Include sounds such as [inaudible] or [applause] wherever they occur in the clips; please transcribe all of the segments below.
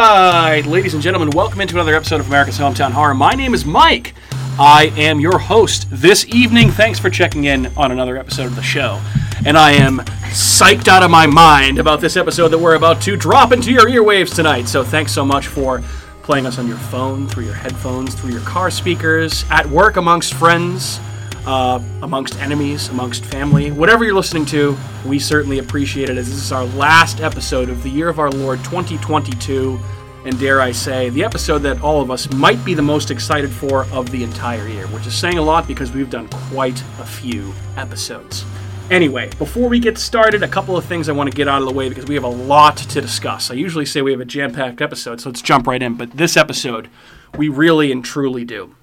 right, ladies and gentlemen, welcome into another episode of America's Hometown Horror. My name is Mike. I am your host this evening. Thanks for checking in on another episode of the show. And I am psyched out of my mind about this episode that we're about to drop into your earwaves tonight. So thanks so much for playing us on your phone, through your headphones, through your car speakers, at work, amongst friends, uh, amongst enemies, amongst family. Whatever you're listening to, we certainly appreciate it as this is our last episode of the year of our Lord 2022 and dare I say, the episode that all of us might be the most excited for of the entire year, which is saying a lot because we've done quite a few episodes. Anyway, before we get started, a couple of things I want to get out of the way because we have a lot to discuss. I usually say we have a jam packed episode, so let's jump right in, but this episode, we really and truly do.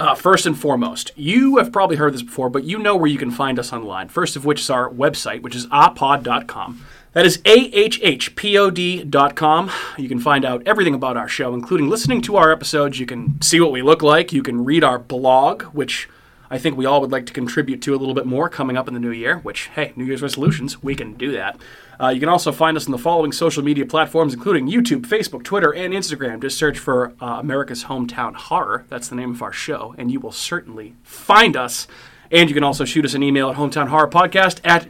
Uh, first and foremost, you have probably heard this before, but you know where you can find us online. First of which is our website, which is apod.com. That is ahhpod.com. You can find out everything about our show, including listening to our episodes. You can see what we look like. You can read our blog, which I think we all would like to contribute to a little bit more coming up in the new year, which, hey, New Year's resolutions, we can do that. Uh, you can also find us on the following social media platforms, including YouTube, Facebook, Twitter, and Instagram. Just search for uh, America's Hometown Horror. That's the name of our show, and you will certainly find us. And you can also shoot us an email at hometownhorrorpodcast at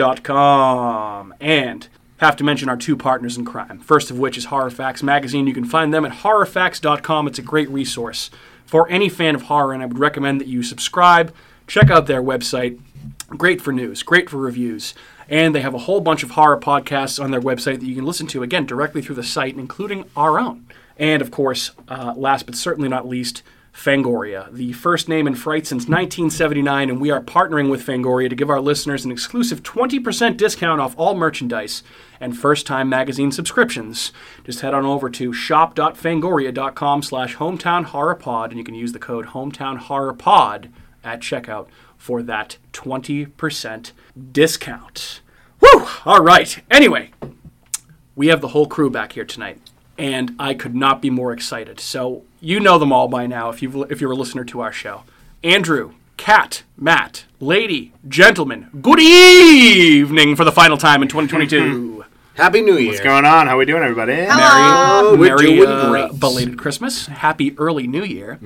gmail.com. And have to mention our two partners in crime. First of which is Horror Facts Magazine. You can find them at horrorfacts.com. It's a great resource for any fan of horror, and I would recommend that you subscribe, check out their website. Great for news, great for reviews. And they have a whole bunch of horror podcasts on their website that you can listen to, again, directly through the site, including our own. And of course, uh, last but certainly not least, Fangoria, the first name in Fright since 1979, and we are partnering with Fangoria to give our listeners an exclusive 20% discount off all merchandise and first-time magazine subscriptions. Just head on over to shop.fangoria.com slash hometown horror pod, and you can use the code hometown horror pod at checkout for that 20% discount. Woo! All right. Anyway, we have the whole crew back here tonight, and I could not be more excited. So you know them all by now if you if you're a listener to our show. Andrew, Kat, Matt, lady, gentlemen, good evening for the final time in 2022. Happy New Year. What's going on? How we doing, everybody? Oh, we're Merry doing uh, great. belated Christmas, happy early New Year,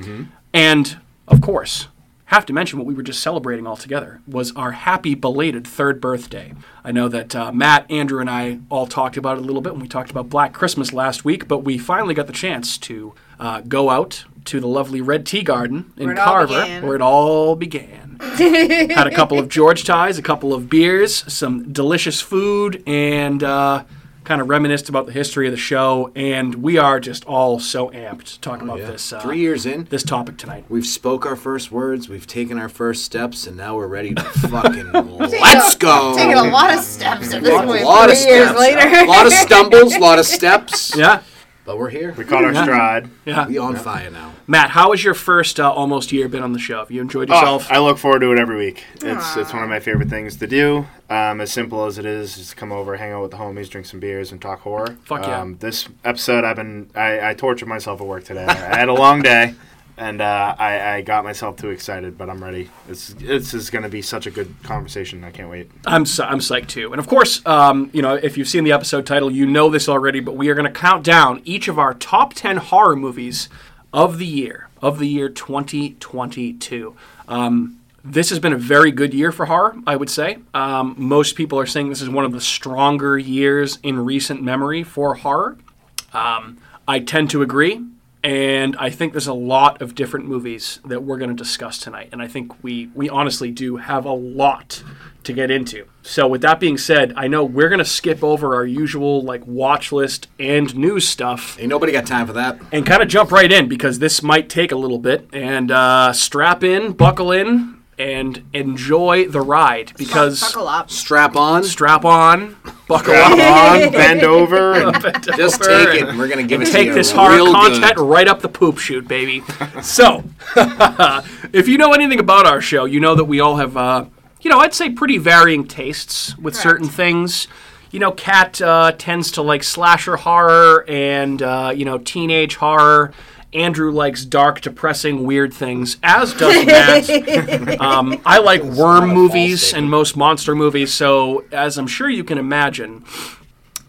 and of course. Have to mention what we were just celebrating all together was our happy belated third birthday. I know that uh, Matt, Andrew, and I all talked about it a little bit when we talked about Black Christmas last week, but we finally got the chance to uh, go out to the lovely Red Tea Garden in Where it all Carver, began. where it all began. Had a couple of George ties, a couple of beers, some delicious food, and uh, kind of reminisced about the history of the show. And we are just all so amped to talk about this uh, Three years in, this topic tonight. we've spoke our first words, we've taken our first steps, and now we're ready to [laughs] fucking let's go. Taking a lot of steps at this Oh. Lot- point. lot of three years steps, [laughs] later. a [laughs] lot of stumbles, a lot of steps. Yeah, But we're here. We caught our stride. yeah. We on fire now. Matt, how has your first uh, almost year been on the show? Have you enjoyed Oh, yourself? I look forward to it every week. It's it's one of my favorite things to do. Um, as simple as it is, is come over, hang out with the homies, drink some beers, and talk horror. Fuck yeah. Um, this episode, I've been I, I tortured myself at work today. I had a long day, and uh, I, I got myself too excited, but I'm ready. It's this is going to be such a good conversation. I can't wait. I'm psy- I'm psyched too. And of course, um, you know, if you've seen the episode title, you know this already. But we are going to count down each of our top ten horror movies of the year of the year 2022. Um, this has been a very good year for horror, I would say. Um, most people are saying this is one of the stronger years in recent memory for horror. I tend to agree. And I think there's a lot of different movies that we're going to discuss tonight. And I think we, we honestly do have a lot to get into. So, with that being said, I know we're going to skip over our usual like watch list and news stuff Ain't nobody got time for that. and kind of jump right in because this might take a little bit. And uh, strap in, buckle in, and enjoy the ride because Buckle up. [laughs] Strap on, strap on, buckle Come up. on, bend over. and- just take it. and We're gonna give it to take you this horror real content good. right up the poop chute, baby. so, [laughs] if you know anything about our show, you know that we all have, uh, you know, I'd say pretty varying tastes with certain things. You know, Kat uh, tends to like slasher horror and, uh, you know, teenage horror. Andrew likes dark, depressing, weird things, as does Matt. um, [laughs] I like worm false movies statement. and most monster movies, so as I'm sure you can imagine,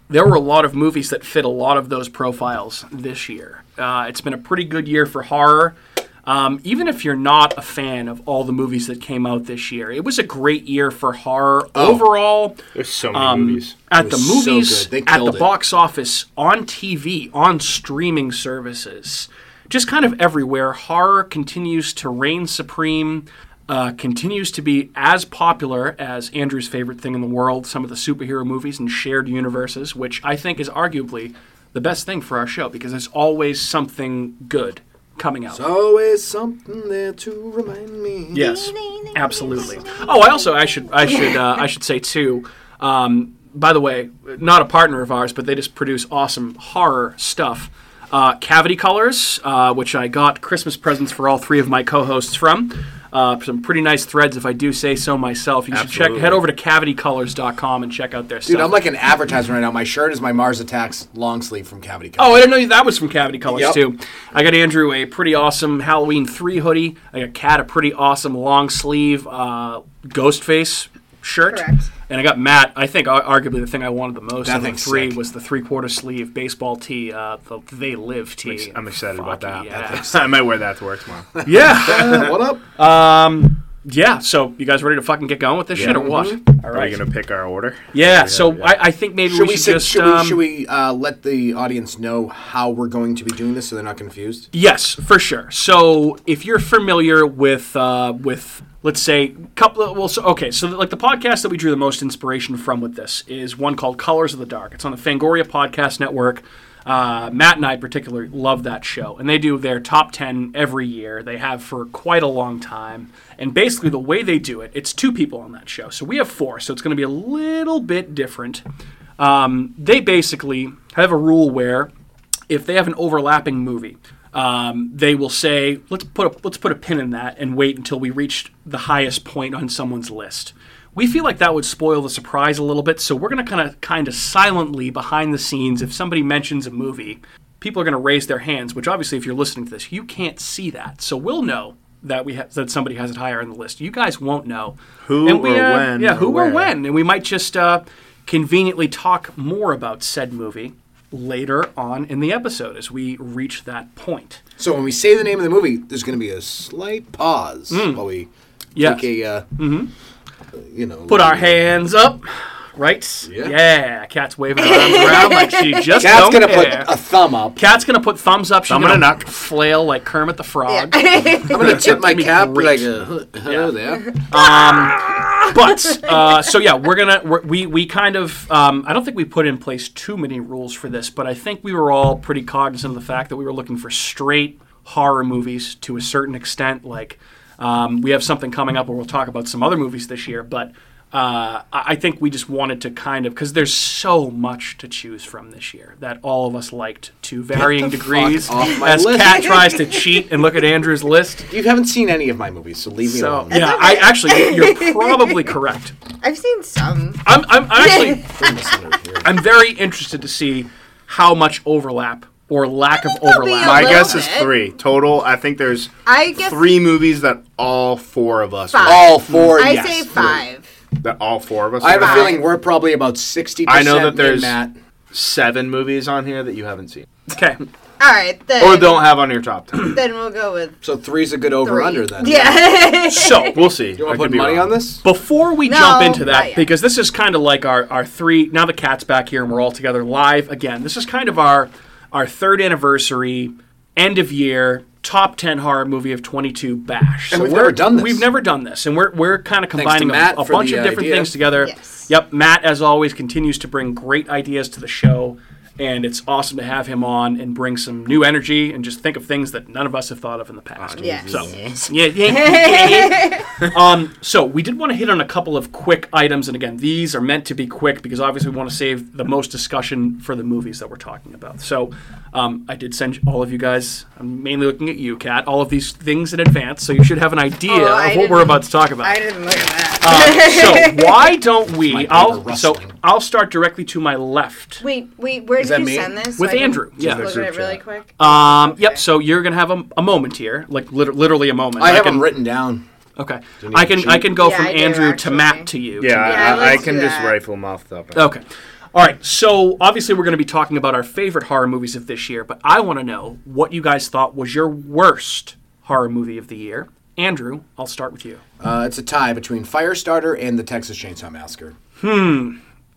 there were a lot of movies that fit a lot of those profiles this year. Uh, it's been a pretty good year for horror. Um, even if you're not a fan of all the movies that came out this year, it was a great year for horror Oh. overall. There's so many um, movies. At It the was so movies, good. They at the killed it. box office, on TV, on streaming services, just kind of everywhere, horror continues to reign supreme. Uh, continues to be as popular as Andrew's favorite thing in the world, some of the superhero movies and shared universes, which I think is arguably the best thing for our show because there's always something good coming out. Always something there to remind me. Yes, absolutely. Oh, I also I should I should uh, I should say too. Um, by the way, not a partner of ours, but they just produce awesome horror stuff. Uh, Cavity Colors, uh, which I got Christmas presents for all three of my co-hosts from. Uh, some pretty nice threads, if I do say so myself. You should check. Absolutely. Head over to cavitycolors.com and check out their stuff. Dude, I'm like an advertisement right now. My shirt is my Mars Attacks long sleeve from Cavity Cup. Oh, I didn't know that was from Cavity Colors Yep. too. I got Andrew a pretty awesome Halloween three hoodie. I got Kat a pretty awesome long sleeve uh, Ghostface shirt. Correct. And I got Matt. I think ar- arguably the thing I wanted the most That of the thing's three sick. was the three quarter sleeve baseball tee, uh, the They Live tee. I'm excited about that. Fuck yeah. [laughs] I might wear that to work tomorrow. [laughs] Yeah, what up? yeah. So you guys ready to fucking get going with this Yeah. Mm-hmm. shit or what? All Are right. we gonna pick our order? yeah, So yeah. I, I think maybe Should we, should sit- just should um, we, should we uh, let the audience know how we're going to be doing this so they're not confused? Yes, for sure. So if you're familiar with uh, with let's say couple of well so okay so like the podcast that we drew the most inspiration from with this is one called Colors of the Dark. It's on the Fangoria Podcast Network. Uh, Matt and I particularly love that show, and they do their top ten every year. They have for quite a long time, and basically the way they do it, it's two people on that show. So we have four, so it's going to be a little bit different. Um, they basically have a rule where if they have an overlapping movie, um, they will say, "Let's put a, let's put a pin in that and wait until we reach the highest point on someone's list." We feel like that would spoil the surprise a little bit, so we're going to kind of kind of silently behind the scenes if somebody mentions a movie, people are going to raise their hands, which obviously if you're listening to this, you can't see that. So we'll know that we ha- that somebody has it higher on the list. You guys won't know Who And we, or uh, when Yeah, or who or where. when, and we might just uh, conveniently talk more about said movie later on in the episode as we reach that point. So when we say the name of the movie, there's going to be a slight pause while we Mm. Yes. Mm-hmm. take a, uh, uh, you know, Put our hands up, right? Yeah. yeah. Cat's waving her arms around like [laughs] she just Cat's don't going to put care. a thumb up. Cat's gonna put thumbs up. She's Thumb gonna and a knuck. flail like Kermit the Frog. I'm going to tip my That'd be cap great. like, uh, hello there. but uh, so yeah, we're gonna we're, we we kind of um, I don't think we put in place too many rules for this, but I think we were all pretty cognizant of the fact that we were looking for straight horror movies to a certain extent. Like um, we have something coming up where we'll talk about some other movies this year, but. Uh, I I think we just wanted to kind of because there's so much to choose from this year that all of us liked to varying the fuck degrees. off my As list. Kat tries [laughs] to cheat and look at Andrew's list, You haven't seen any of my movies, so leave me so alone. yeah, I actually you're [laughs] probably correct. I've seen some. I'm, I'm I'm actually Goodness, I'm over here. I'm very interested to see how much overlap or lack of overlap. a My little guess is bit. three total. I think there's I guess three movies that all four of us. Five. All, Mm. All four, I yes. say five. that all four of us. I have a watched. feeling we're probably about 60% I know that there's- in that. seven movies on here that you haven't seen Okay, All right, then. or don't have on your top ten. Then we'll go with So three's a good over three. under then. [laughs] Yeah. [laughs] so We'll see. You want to put money on this? before we No, jump into not that, yet. because this is kind of like our our three. Now the cat's back here and we're all together live again. This is kind of our our third anniversary, end of year. Top ten horror movie of twenty two bash. And we've we're- never done this. We've never done this, and we're we're kind of combining a, Matt a for bunch the of different idea. things together. Yes. Yep, Matt as always continues to bring great ideas to the show, and it's awesome to have him on and bring some new energy and just think of things that none of us have thought of in the past. Yes. So yeah, yeah, [laughs] yeah. um, so we did want to hit on a couple of quick items, and again, these are meant to be quick because obviously we want to save the most discussion for the movies that we're talking about. So um, I did send all of you guys. I'm mainly looking at you, Kat. All of these things in advance, so you should have an idea Oh, I of what we're didn't- about to talk about. I didn't look at that. Um, so [laughs] why don't we? paper I'll so rustling. I'll start directly to my left. wait, wait. Where that did you me? send this? With I can Andrew, just yeah. Look at Group it chat. really quick. Um, Yep. Okay. So you're gonna have a, a moment here, like lit- literally a moment. I have can, them written down. Okay. I can I can go Yeah, from I do, Andrew to actually. Matt to you. Yeah, Yeah, I, I let's can do just that. rifle them off the top. Okay. All right, so obviously we're going to be talking about our favorite horror movies of this year, but I want to know what you guys thought was your worst horror movie of the year. Andrew, I'll start with you. Uh, it's a tie between Firestarter and the Texas Chainsaw Massacre.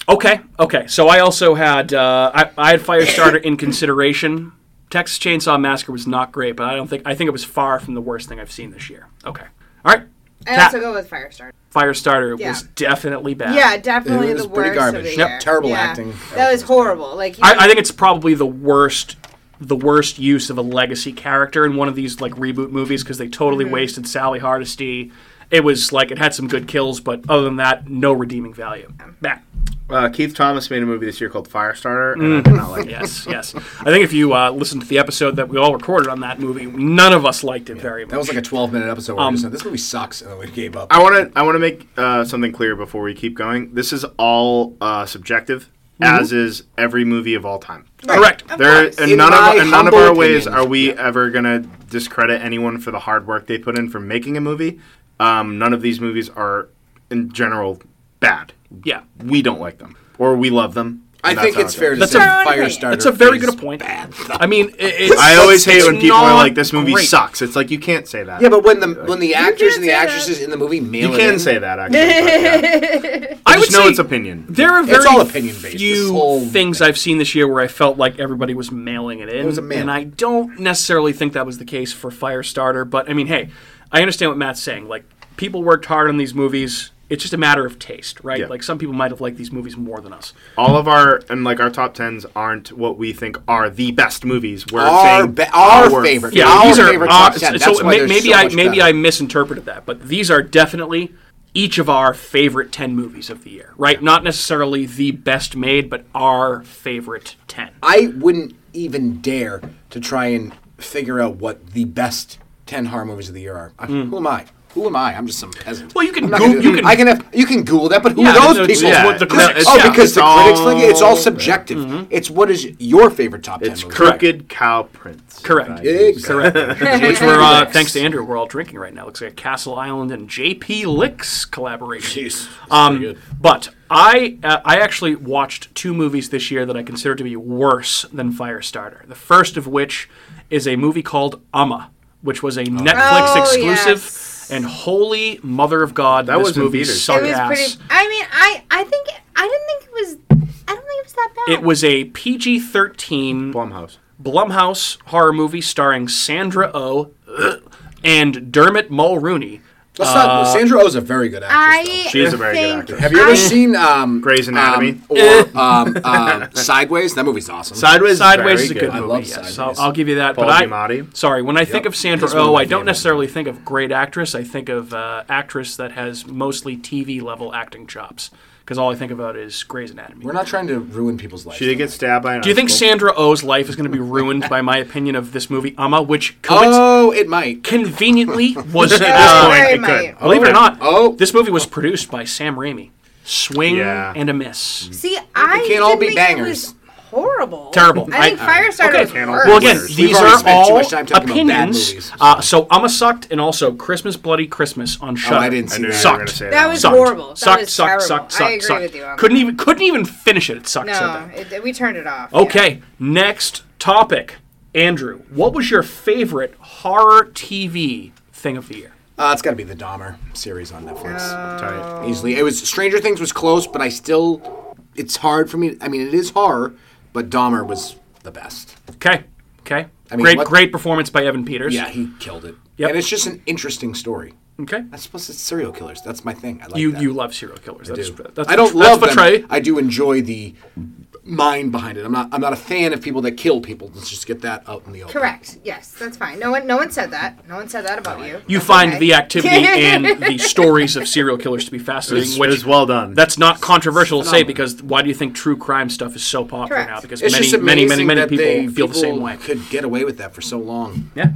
Okay, okay. So I also had uh, I, I had Firestarter in consideration. Texas Chainsaw Massacre was not great, but I don't think I think it was far from the worst thing I've seen this year. Okay, all right. I Kat, also go with Firestarter. Firestarter Yeah. was definitely bad. Yeah, definitely It was the pretty worst of the garbage. year. Yep, terrible Yeah. acting. That was horrible. Like you I, I think it's probably the worst the worst use of a legacy character in one of these like reboot movies because they totally wasted Sally Hardesty. It was like it had some good kills, but other than that, no redeeming value. Back. Uh, Keith Thomas made a movie this year called Firestarter, and Mm. I did not like it. Yes, yes. I think if you uh, listen to the episode that we all recorded on that movie, none of us liked it very much. That was like a 12 minute episode where we Um, just said, this movie sucks, and then we gave up. I want to I want to make uh, something clear before we keep going. This is all uh, subjective, Mm-hmm. as is every movie of all time. correct. There course. and In none my of and none of humble our ways opinion. are we ever gonna discredit anyone for the hard work they put in for making a movie. Um, none of these movies are in general bad. Yeah. We don't like them or we love them. I and think that's it's how it fair to That's say a- Firestarter. That's a very is- good point. I mean, it, it's, goes. I always hate it's when people are not like, "This movie great. sucks." It's like you can't say that. Yeah, but when the when the actors and the say that. actresses in the movie mail you it can in, say that. Actually, but, yeah. I just would know say it's opinion. There are very all opinion-based, this few whole things I've seen this year where I felt like everybody was mailing it in. It was a mail. And I don't necessarily think that was the case for Firestarter, but I mean, hey, I understand what Matt's saying. Like, people worked hard on these movies. It's just a matter of taste, right? Yeah. Like, some people might have liked these movies more than us. all of our and like our top tens aren't what we think are the best movies. We're Our saying be- our favorite. Yeah, Our these are favorite our- top ten. so That's why may- they're maybe so I much maybe better. I misinterpreted that, but these are definitely each of our favorite ten movies of the year, right? Not necessarily the best made, but our favorite ten. I wouldn't even dare to try and figure out what the best ten horror movies of the year are. I- Who am I? Who am I? I'm just some peasant. Hmm. Well, you can I'm not gonna Goo- do you that. can- I can have you can Google that, but who Yeah, are it's- those people? it's what the This- critics- oh, yeah, because it's the all- critics think it- it's all subjective. Mm-hmm. It's what is your favorite top ten it's movie. crooked cow prints. Correct. Exactly. [laughs] Correct. Which we're uh, thanks to Andrew, we're all drinking right now. Looks like a Castle Island and JP Licks collaboration. Jeez, that's pretty Um, good. but I uh, I actually watched two movies this year that I consider to be worse than Firestarter. The first of which is a movie called Amma, which was a Netflix Oh, exclusive. yes. And holy mother of God, That this was in movie theaters. sucked it was ass. pretty I mean, I I think I didn't think it was I don't think it was that bad. It was a PG thirteen Blumhouse. Blumhouse horror movie starring Sandra O oh, and Dermot Mulrooney. Let's not, Uh, Sandra Oh is a very good actress. I She is a very good think- actor. Have you ever I- seen um, Grey's Anatomy? um, or um, uh, Sideways? That movie's awesome. Sideways. Sideways is a very good, I movie. love yes, Sideways. I'll, I'll give you that. Paul but I, Giamatti. sorry, when I think of Sandra He's one of Oh, my I don't favorites. necessarily think of great actress. I think of uh, actress that has mostly TV level acting chops because all I think about is Grey's Anatomy. We're not trying to ruin people's lives. She did get stabbed by an. Do you think Sandra O's life is going to be ruined by my opinion of this movie Amma, [laughs] which coinc- oh, it might. [laughs] conveniently was at Oh, this point? very it could. minor. Believe it or not, Oh. this movie was produced by Sam Raimi. Swing Yeah. and a miss. See, I can't all didn't be think bangers. It was horrible. Terrible. I think I- Firestarter okay. was Can't all worse. be Well, again, Winners. these We've already are spent too all much time talking about bad opinions. movies. uh, so Amma sucked, and also Christmas Bloody Christmas on Shudder. Oh, didn't see I knew you were Sucked. gonna say that. that was Sucked. horrible. That sucked, was sucked, terrible. sucked, I sucked, agree sucked. with you on couldn't even couldn't even finish it. It sucked so that. bad. No, it, we turned it off. yeah. Okay, next topic. Andrew, what was your favorite horror TV thing of the year? Uh, it's got to be the Dahmer series on Netflix. Uh, Tight. Easily, it was Stranger Things was close, but I still, it's hard for me. I mean, it is horror, but Dahmer was the best. Okay, okay. mean, great, what- great performance by Evan Peters. Yeah, he killed it. Yep. And it's just an interesting story. Okay. That's supposed to serial killers. That's my thing. I like You that. you love serial killers. That's, do. that's I don't that's love what them. Trey- I do enjoy the mind behind it. I'm not. I'm not a fan of people that kill people. Let's just get that out in the open. Correct. Yes, that's fine. No one, no one said that. No one said that about you. You That's find okay. the activity [laughs] and the stories of serial killers to be fascinating, It which was well done. That's not controversial to say because why do you think true crime stuff is so popular Correct. now? Because It's many, just many, amazing many, many that people they, [laughs] feel the same people way. Could get away with that for so long. Yeah.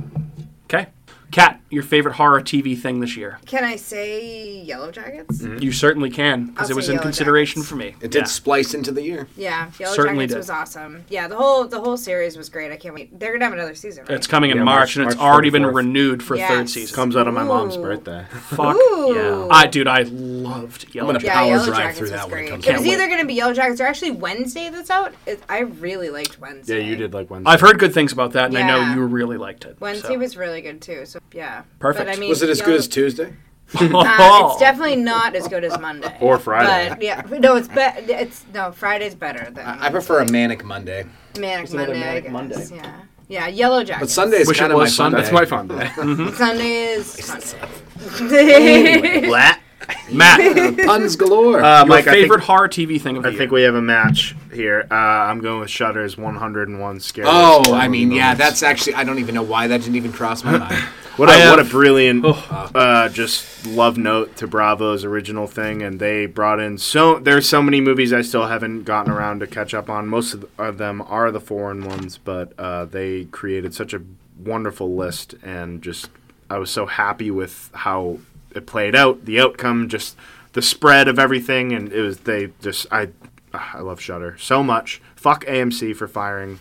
Okay. Kat, your favorite horror TV thing this year? Can I say Yellow Jackets? You certainly can because I'll it was say in Yellow consideration Jackets. for me. It did Yeah. splice into the year. Yeah, Yellow Certainly Jackets did. was awesome. Yeah, the whole the whole series was great. I can't wait. They're gonna have another season. Right? It's coming in Yeah, March, March- and it's March already been 24th. renewed for a third Yes. season. Comes out of my mom's Ooh. birthday. Fuck Ooh. yeah! I dude, I loved Yellow gonna Jackets. yeah, Power Yellow drive Jackets through was that when it great. comes It out. was either gonna be Yellow Jackets or actually Wednesday that's out. It, I really liked Yeah, Wednesday. you did like Wednesday. I've heard good things about that, and I know Yeah. you really liked it. Wednesday [laughs] so. was really good too. So yeah, Perfect. But I mean, Was it as good Yellow- as Tuesday? Oh. [laughs] Uh, [laughs] it's definitely not as good as Monday Or Friday. But yeah, no, it's be- It's no Friday's better than I I prefer a manic Monday, Manic another Monday. I Manic guess. Monday. Yeah, yeah, Yellow Jackets. but Sunday's Wish it kind of my was Sunday. Sunday. That's my fun day. Sunday is [laughs] Sunday. Blat. Matt, uh, Puns galore. Uh, my Mike, I favorite think, horror TV thing of the I year. think we have a match here. Uh, I'm going with Shutter's 101 scary. oh, I mean, yeah, that's actually. I don't even know why that didn't even cross [laughs] my mind. What a I what a have- brilliant uh, just love note to Bravo's original thing, and they brought in so there's so many movies I still haven't gotten around to catch up on. Most of, th- of them are the foreign ones, but uh, they created such a wonderful list, and just I was so happy with how it played out, the outcome, just the spread of everything, and it was they just I ah, I love Shutter so much. Fuck AMC for firing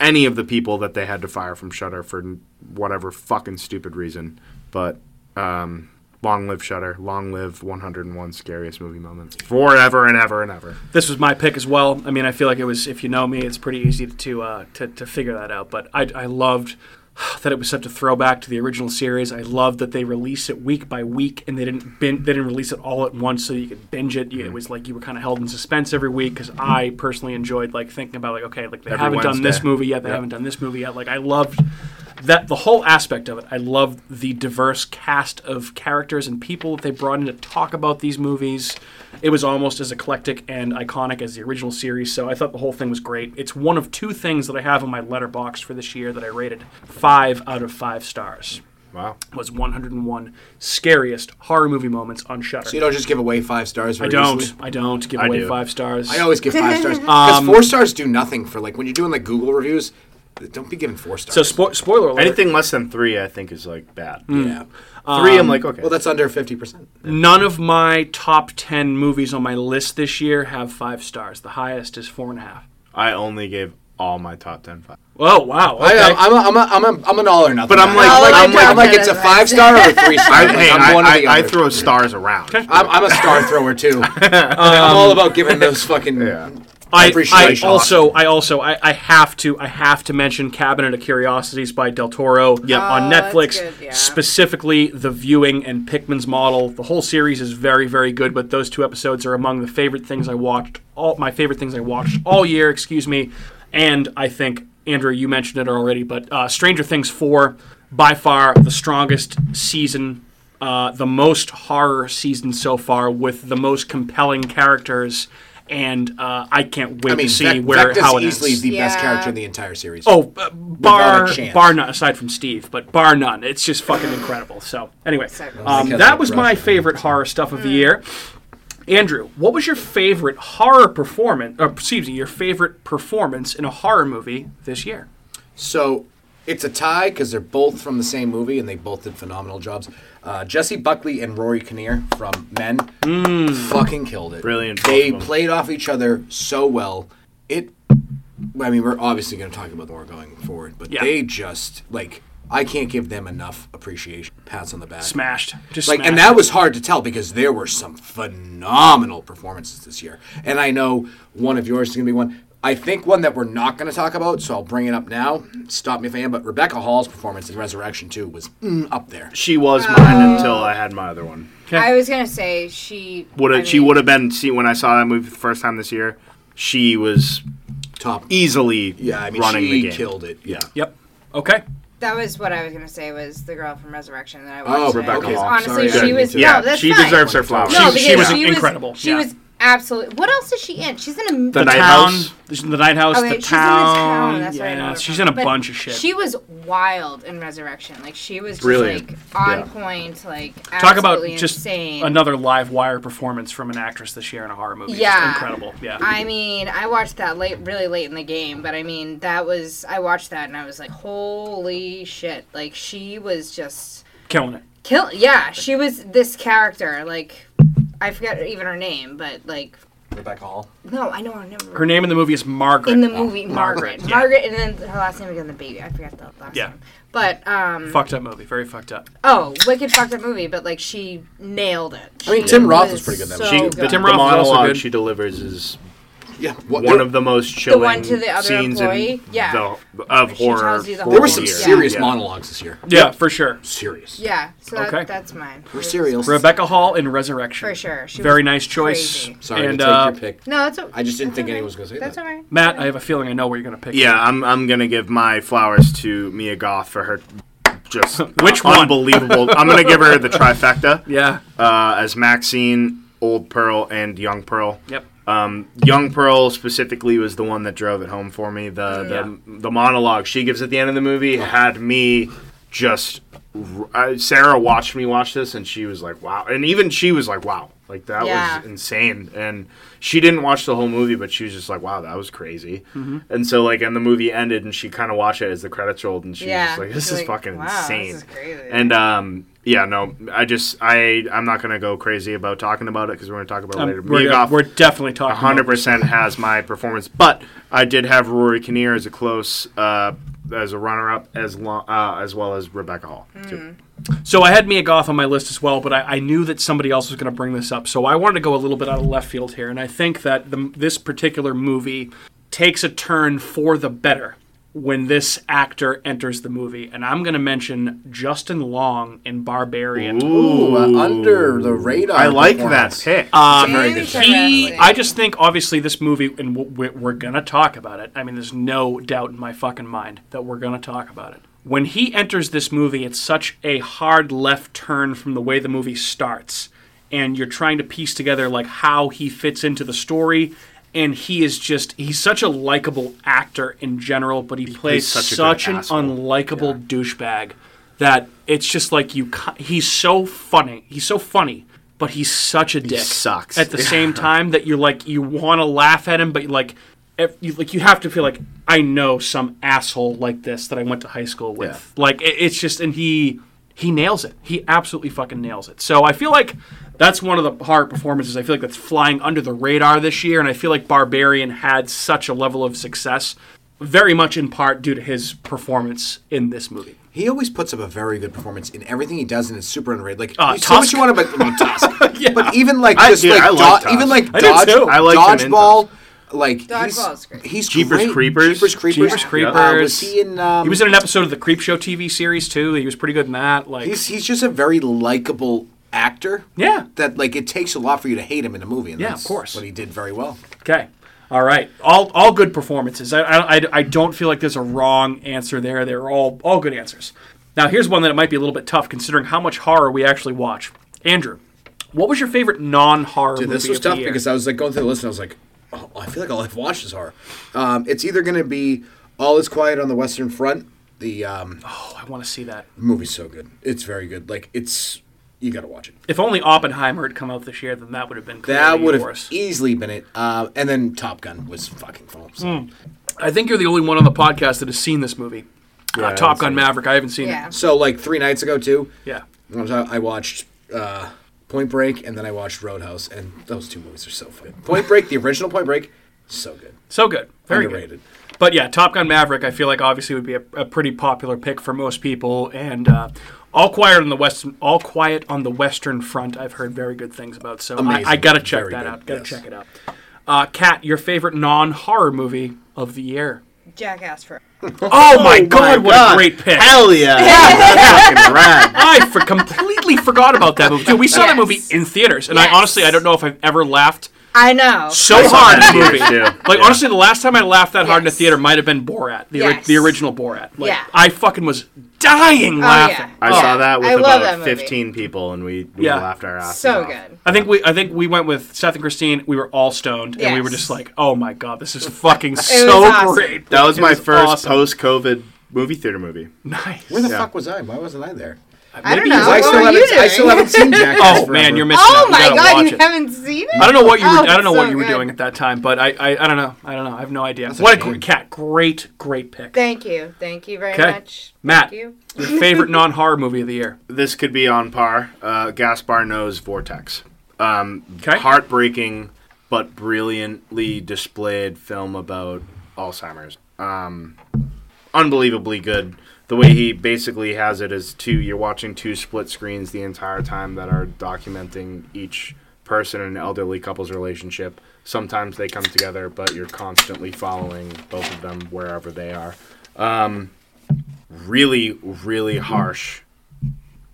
any of the people that they had to fire from Shutter for n- whatever fucking stupid reason. But um, long live Shutter, long live 101 scariest movie moments forever and ever and ever. This was my pick as well. I mean, I feel like it was. If you know me, it's pretty easy to uh, to, to figure that out. But I, I loved [sighs] that it was such a throwback to the original series. I loved that they released it week by week, and they didn't bin- they didn't release it all at once, so you could binge it. You- It was like you were kind of held in suspense every week. Because I personally enjoyed like thinking about like okay, like they Every haven't done this Wednesday. movie yet, they Yep. haven't done this movie yet. Like I loved that the whole aspect of it. I loved the diverse cast of characters and people that they brought in to talk about these movies. It was almost as eclectic and iconic as the original series, so I thought the whole thing was great. It's one of two things that I have on my letterbox for this year that I rated five out of five stars. Wow. Was 101 scariest horror movie moments on Shutter. So you don't just give away five stars. I Very don't. easily? I don't give I away do. five stars. I always give five stars because four stars do nothing for like when you're doing like Google reviews. Don't be giving four stars. so spo- spoiler alert. Anything less than three, I think, is like bad. yeah. Three, I'm like okay. Mm, um, Well, that's under fifty percent. None of my top 10 movies on my list this year have five stars. The highest is four and a half. I only gave all my top ten five. Oh, wow. Okay. I, I'm, a, I'm, a, I'm, a, I'm an all or nothing. But I'm guy. I'm like- like, I'm like- I'm like, it's a five star or a three star. I, Like, hey, I'm I, one or the I- I other. throw stars [laughs] around. I'm, I'm a star thrower too. I'm all about giving those fucking. Yeah. I, I Appreciation. also, I also, I, I have to, I have to mention Cabinet of Curiosities by Del Toro on Oh, that's Netflix. good, yeah. Specifically, the viewing and Pickman's model. The whole series is very, very good. But those two episodes are among the favorite things I watched. All my favorite things I watched all year. Excuse me. And I think Andrew, you mentioned it already, but uh, Stranger Things four, by far the strongest season. Uh, the most horror season so far, with the most compelling characters, and uh, I can't wait I mean, to see Vec- where Vector's how it easily ends. the best Yeah. character in the entire series. oh, uh, bar Without a chance. bar none aside from Steve, but bar none, it's just fucking incredible. So anyway, Exactly. Mm. um, Because that of was my Russia. favorite horror stuff of the year. Andrew, what was your favorite horror performance? Or excuse me, your favorite performance in a horror movie this year? So it's a tie because they're both from the same movie and they both did phenomenal jobs. Uh, Jesse Buckley and Rory Kinnear from Men fucking killed it. Brilliant, both They of 'em. played off each other so well. It. I mean, we're obviously going to talk about more going forward, but Yeah. they just like I can't give them enough appreciation. Pats on the back. Smashed, just Like, and smashed. that was hard to tell because there were some phenomenal performances this year. And I know one of yours is going to be one. I think one that we're not going to talk about, so I'll bring it up now. Stop me if I am, but Rebecca Hall's performance in Resurrection 2 was mm, up there. She was mine until I had my other one. I was gonna say she Would I have she mean, would have been see when I saw that movie the first time this year. She was Top. easily Yeah, I mean, E running she the game. killed it. Yeah. Yep. Okay. That was what I was gonna say was the girl from Resurrection that I Oh, watched. Rebecca because Hall. Honestly, Sorry, I she didn't was mean to. Yeah, no, that's she fine. deserves her flowers. No, She- because she was incredible. She Yeah. was Absolutely. What else is she in? She's in a. The, Night town, House? The night house. oh, wait, the she's town. in the town. That's yeah, right. I don't remember. she's in a But bunch of shit. She was wild in Resurrection. Like she was just Brilliant. like on Yeah. point. Like Talk about absolutely just insane. another live wire performance from an actress this year in a horror movie. It's just Yeah. incredible. Yeah. I mean, I watched that late, really late in the game, but I mean, that was I watched that and I was like, holy shit! Like she was just Killing it. kill. Yeah, she was this character. Like I forget even her name, but like Rebecca Hall. no, I know her name. Her name in the movie is Margaret. in the movie Margaret. Margaret, Margaret, yeah. and then her last name again, the baby. I forgot the last Yeah. name. But um, fucked up movie. Very fucked up. oh, wicked fucked up movie, but like she nailed it. I mean, She Tim Roth was pretty good in that so She, movie. the, good. Tim Tim Roth the is also monologue good. she delivers is Yeah. What, one there, of the most chilling one to the other scenes in employee? Yeah. the, of She horror. tells you the for there were whole some years. Yeah. serious Yeah. monologues this year. Yeah, for sure. Serious. Yeah, so that, Okay. that's mine. We're serious. Rebecca Hall in Resurrection. For sure. She Very was nice choice. crazy. Sorry and to take uh, your pick. No, that's. o- I just didn't that's think okay. anyone was going to say That's that. alright. Matt, I have a feeling I know where you're going to pick. Yeah, I'm I'm gonna give my flowers to Mia Goff for her [laughs] just Which one? unbelievable. I'm gonna give her [laughs] the trifecta. Yeah. uh, as Maxine, Old Pearl, and Young Pearl. Yep. Um, Young Pearl specifically was the one that drove it home for me. Oh, The the, the monologue she gives at the end of the movie had me just. r- I, Sarah watched me watch this, and she was like, "Wow!" And even she was like, "Wow!" Like that Yeah. was insane. And she didn't watch the whole movie, but she was just like, "Wow, that was crazy." Mm-hmm. And so, like, and the movie ended, and she kind of watched it as the credits rolled, and she Yeah. was just like, "This She's is like, fucking "Wow, this insane." is crazy. And um, yeah, no, I just I I'm not gonna go crazy about talking about it because we're gonna talk about it Um, later. we're, Mia we're Goff definitely talking. about 100 percent has my performance, but I did have Rory Kinnear as a close uh, as a runner up as long uh, as well as Rebecca Hall. Mm. too. So I had Mia Goth on my list as well, but I, I knew that somebody else was going to bring this up. So I wanted to go a little bit out of left field here, and I think that the, this particular movie takes a turn for the better when this actor enters the movie. And I'm going to mention Justin Long in Barbarian. Ooh, uh, under the radar. I like that Uh, performance. pick. It's a very good pick. He, I just think obviously this movie, and w- we- we're gonna talk about it. I mean, there's no doubt in my fucking mind that we're gonna talk about it. When he enters this movie, it's such a hard left turn from the way the movie starts, and you're trying to piece together like how he fits into the story. And he is just—he's such a likable actor in general, but he, plays, such a good such an asshole. unlikable douchebag that it's just like you—he's so funny. He's so funny, but he's such a dick. sucks. At the same time that you're like you want to laugh at him, but like if you like you have to feel like I know some asshole like this that I went to high school with. Like it, it's just and he he nails it. He absolutely fucking nails it. So I feel like that's one of the hard performances. I feel like that's flying under the radar this year, and I feel like Barbarian had such a level of success, very much in part due to his performance in this movie. He always puts up a very good performance in everything he does, and it's super underrated. Like, Uh, you so much Tusk? you want about, [laughs] about Tusk, but even like I- just dude, like, I like do- Tusk. even like I did dodge, too. I liked him in dodgeball. Like Dodgeball he's, is great. he's Jeepers great. Creepers. Jeepers Creepers, Jeepers Uh, was Creepers. he in? Um, He was in an episode of the Creepshow TV series too. He was pretty good in that. Like He's he's just a very likable actor. Yeah. That like it takes a lot for you to hate him in a movie. And Yeah, that's of course. What he did very well. Okay. All right. All all good performances. I, I, I- I don't feel like there's a wrong answer there. They're all all good answers. Now here's one that it might be a little bit tough considering how much horror we actually watch. Andrew, what was your favorite non-horror Dude, movie this was of the tough year? because I was like going through the list and I was like, oh, I feel like all I've watched is horror. Um, it's either going to be All Is Quiet on the Western Front. The um, oh, I want to see that. movie's so good. It's very good. Like it's you got to watch it. If only Oppenheimer had come out this year, then that would have been That clearly would have yours. easily been it. Uh, and then Top Gun was fucking phenomenal. Hmm. I think you're the only one on the podcast that has seen this movie. Uh, I haven't Top Gun seen it. Maverick. I haven't seen Yeah. it. So like three nights ago too. Yeah. I was- I watched uh, Point Break and then I watched Roadhouse, and those two movies are so good. Point Break, the original Point Break, so good, So good. Very good. underrated. But yeah, Top Gun Maverick, I feel like obviously would be a, a pretty popular pick for most people. And uh, All Quiet on the West, All Quiet on the Western Front, I've heard very good things about. So I, I Amazing. gotta check Very that good, out. Gotta yes. check it out. Uh, Kat, your favorite non-horror movie of the year? Jackass for. Oh my God! what a great pick! Hell [laughs] yeah, that's fucking rad. I for completely forgot about that movie. Dude, we saw that Yes. movie in theaters, and Yes. I honestly I don't know if I've ever laughed I know. So I saw hard that in the movie. too. Like Yeah. honestly, the last time I laughed that hard in a Yes. theater might have been Borat, the, ori- Yes. the original Borat. Like Yeah. I fucking was dying yeah. laughing. I Oh. saw that with I love that about movie. 15 people, and we, we Yeah. laughed our asses so off. good. I think we I think we went with Seth and Christine. We were all stoned, and we were Yes. just like, "Oh my god, this is fucking was so awesome. great." That was It my first awesome. post-COVID movie theater movie. Nice. Where the Yeah. fuck was I? Why wasn't I there? I don't Maybe know. it's- Because I What still were haven't. you I still doing? haven't seen [laughs] Jackass. Oh forever. man, you're missing. Oh out. my you gotta god, watch you it. haven't seen it? I don't know what you were. Oh, I don't know it's what so you were good. doing at that time, but I, I, I don't know. I don't know. I have no idea. That's a what a shame. great cat! Great, great pick. Thank you. Thank you very 'Kay. much. Matt, Thank you. your [laughs] favorite non-horror movie of the year? This could be on par. Uh, Gaspar knows Vortex. Um, 'Kay. Heartbreaking, but brilliantly displayed film about Alzheimer's. Um, unbelievably good. The way he basically has it is two. You're watching two split screens the entire time that are documenting each person and elderly couple's relationship. Sometimes they come together, but you're constantly following both of them wherever they are. Um, really, really harsh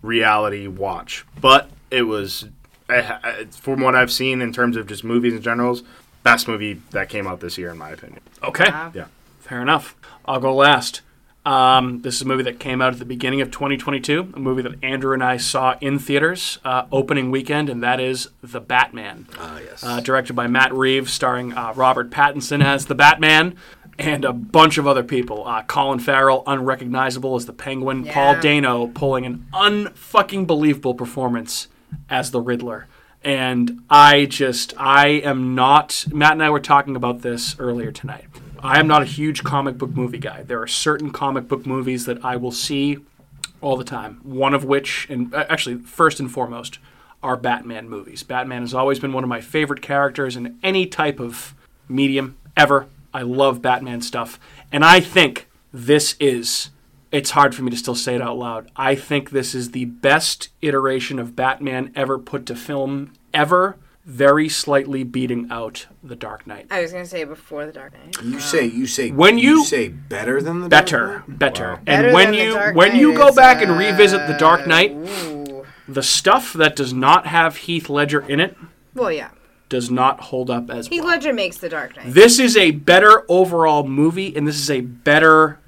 reality watch, but it was, I, I, from what I've seen in terms of just movies in generals, best movie that came out this year in my opinion. Okay, Uh, Yeah. fair enough. I'll go last. Um, this is a movie that came out at the beginning of 2022, a movie that Andrew and I saw in theaters uh, opening weekend, and that is The Batman. Ah, yes. uh, directed by Matt Reeves, starring uh, Robert Pattinson as the Batman and a bunch of other people. Uh, Colin Farrell, unrecognizable as the Penguin. Paul Yeah. Dano pulling an unfucking believable performance as the Riddler. And I just, I am not. Matt and I were talking about this earlier tonight. I am not a huge comic book movie guy. There are certain comic book movies that I will see all the time. One of which, and uh, actually, first and foremost, are Batman movies. Batman has always been one of my favorite characters in any type of medium ever. I love Batman stuff. And I think this is, it's hard for me to still say it out loud. I think this is the best iteration of Batman ever put to film, ever, very slightly beating out The Dark Knight. I was going to say before the Dark Knight. You say you say When you- say better than the Better, Dark Knight? better, and Better when than The you Dark when you Knight go is, uh, back and revisit the Dark Knight, Ooh. the stuff that does not have Heath Ledger in it Well, yeah. does not hold up as Heath well. Ledger makes the Dark Knight. This is a better overall movie, and this is a better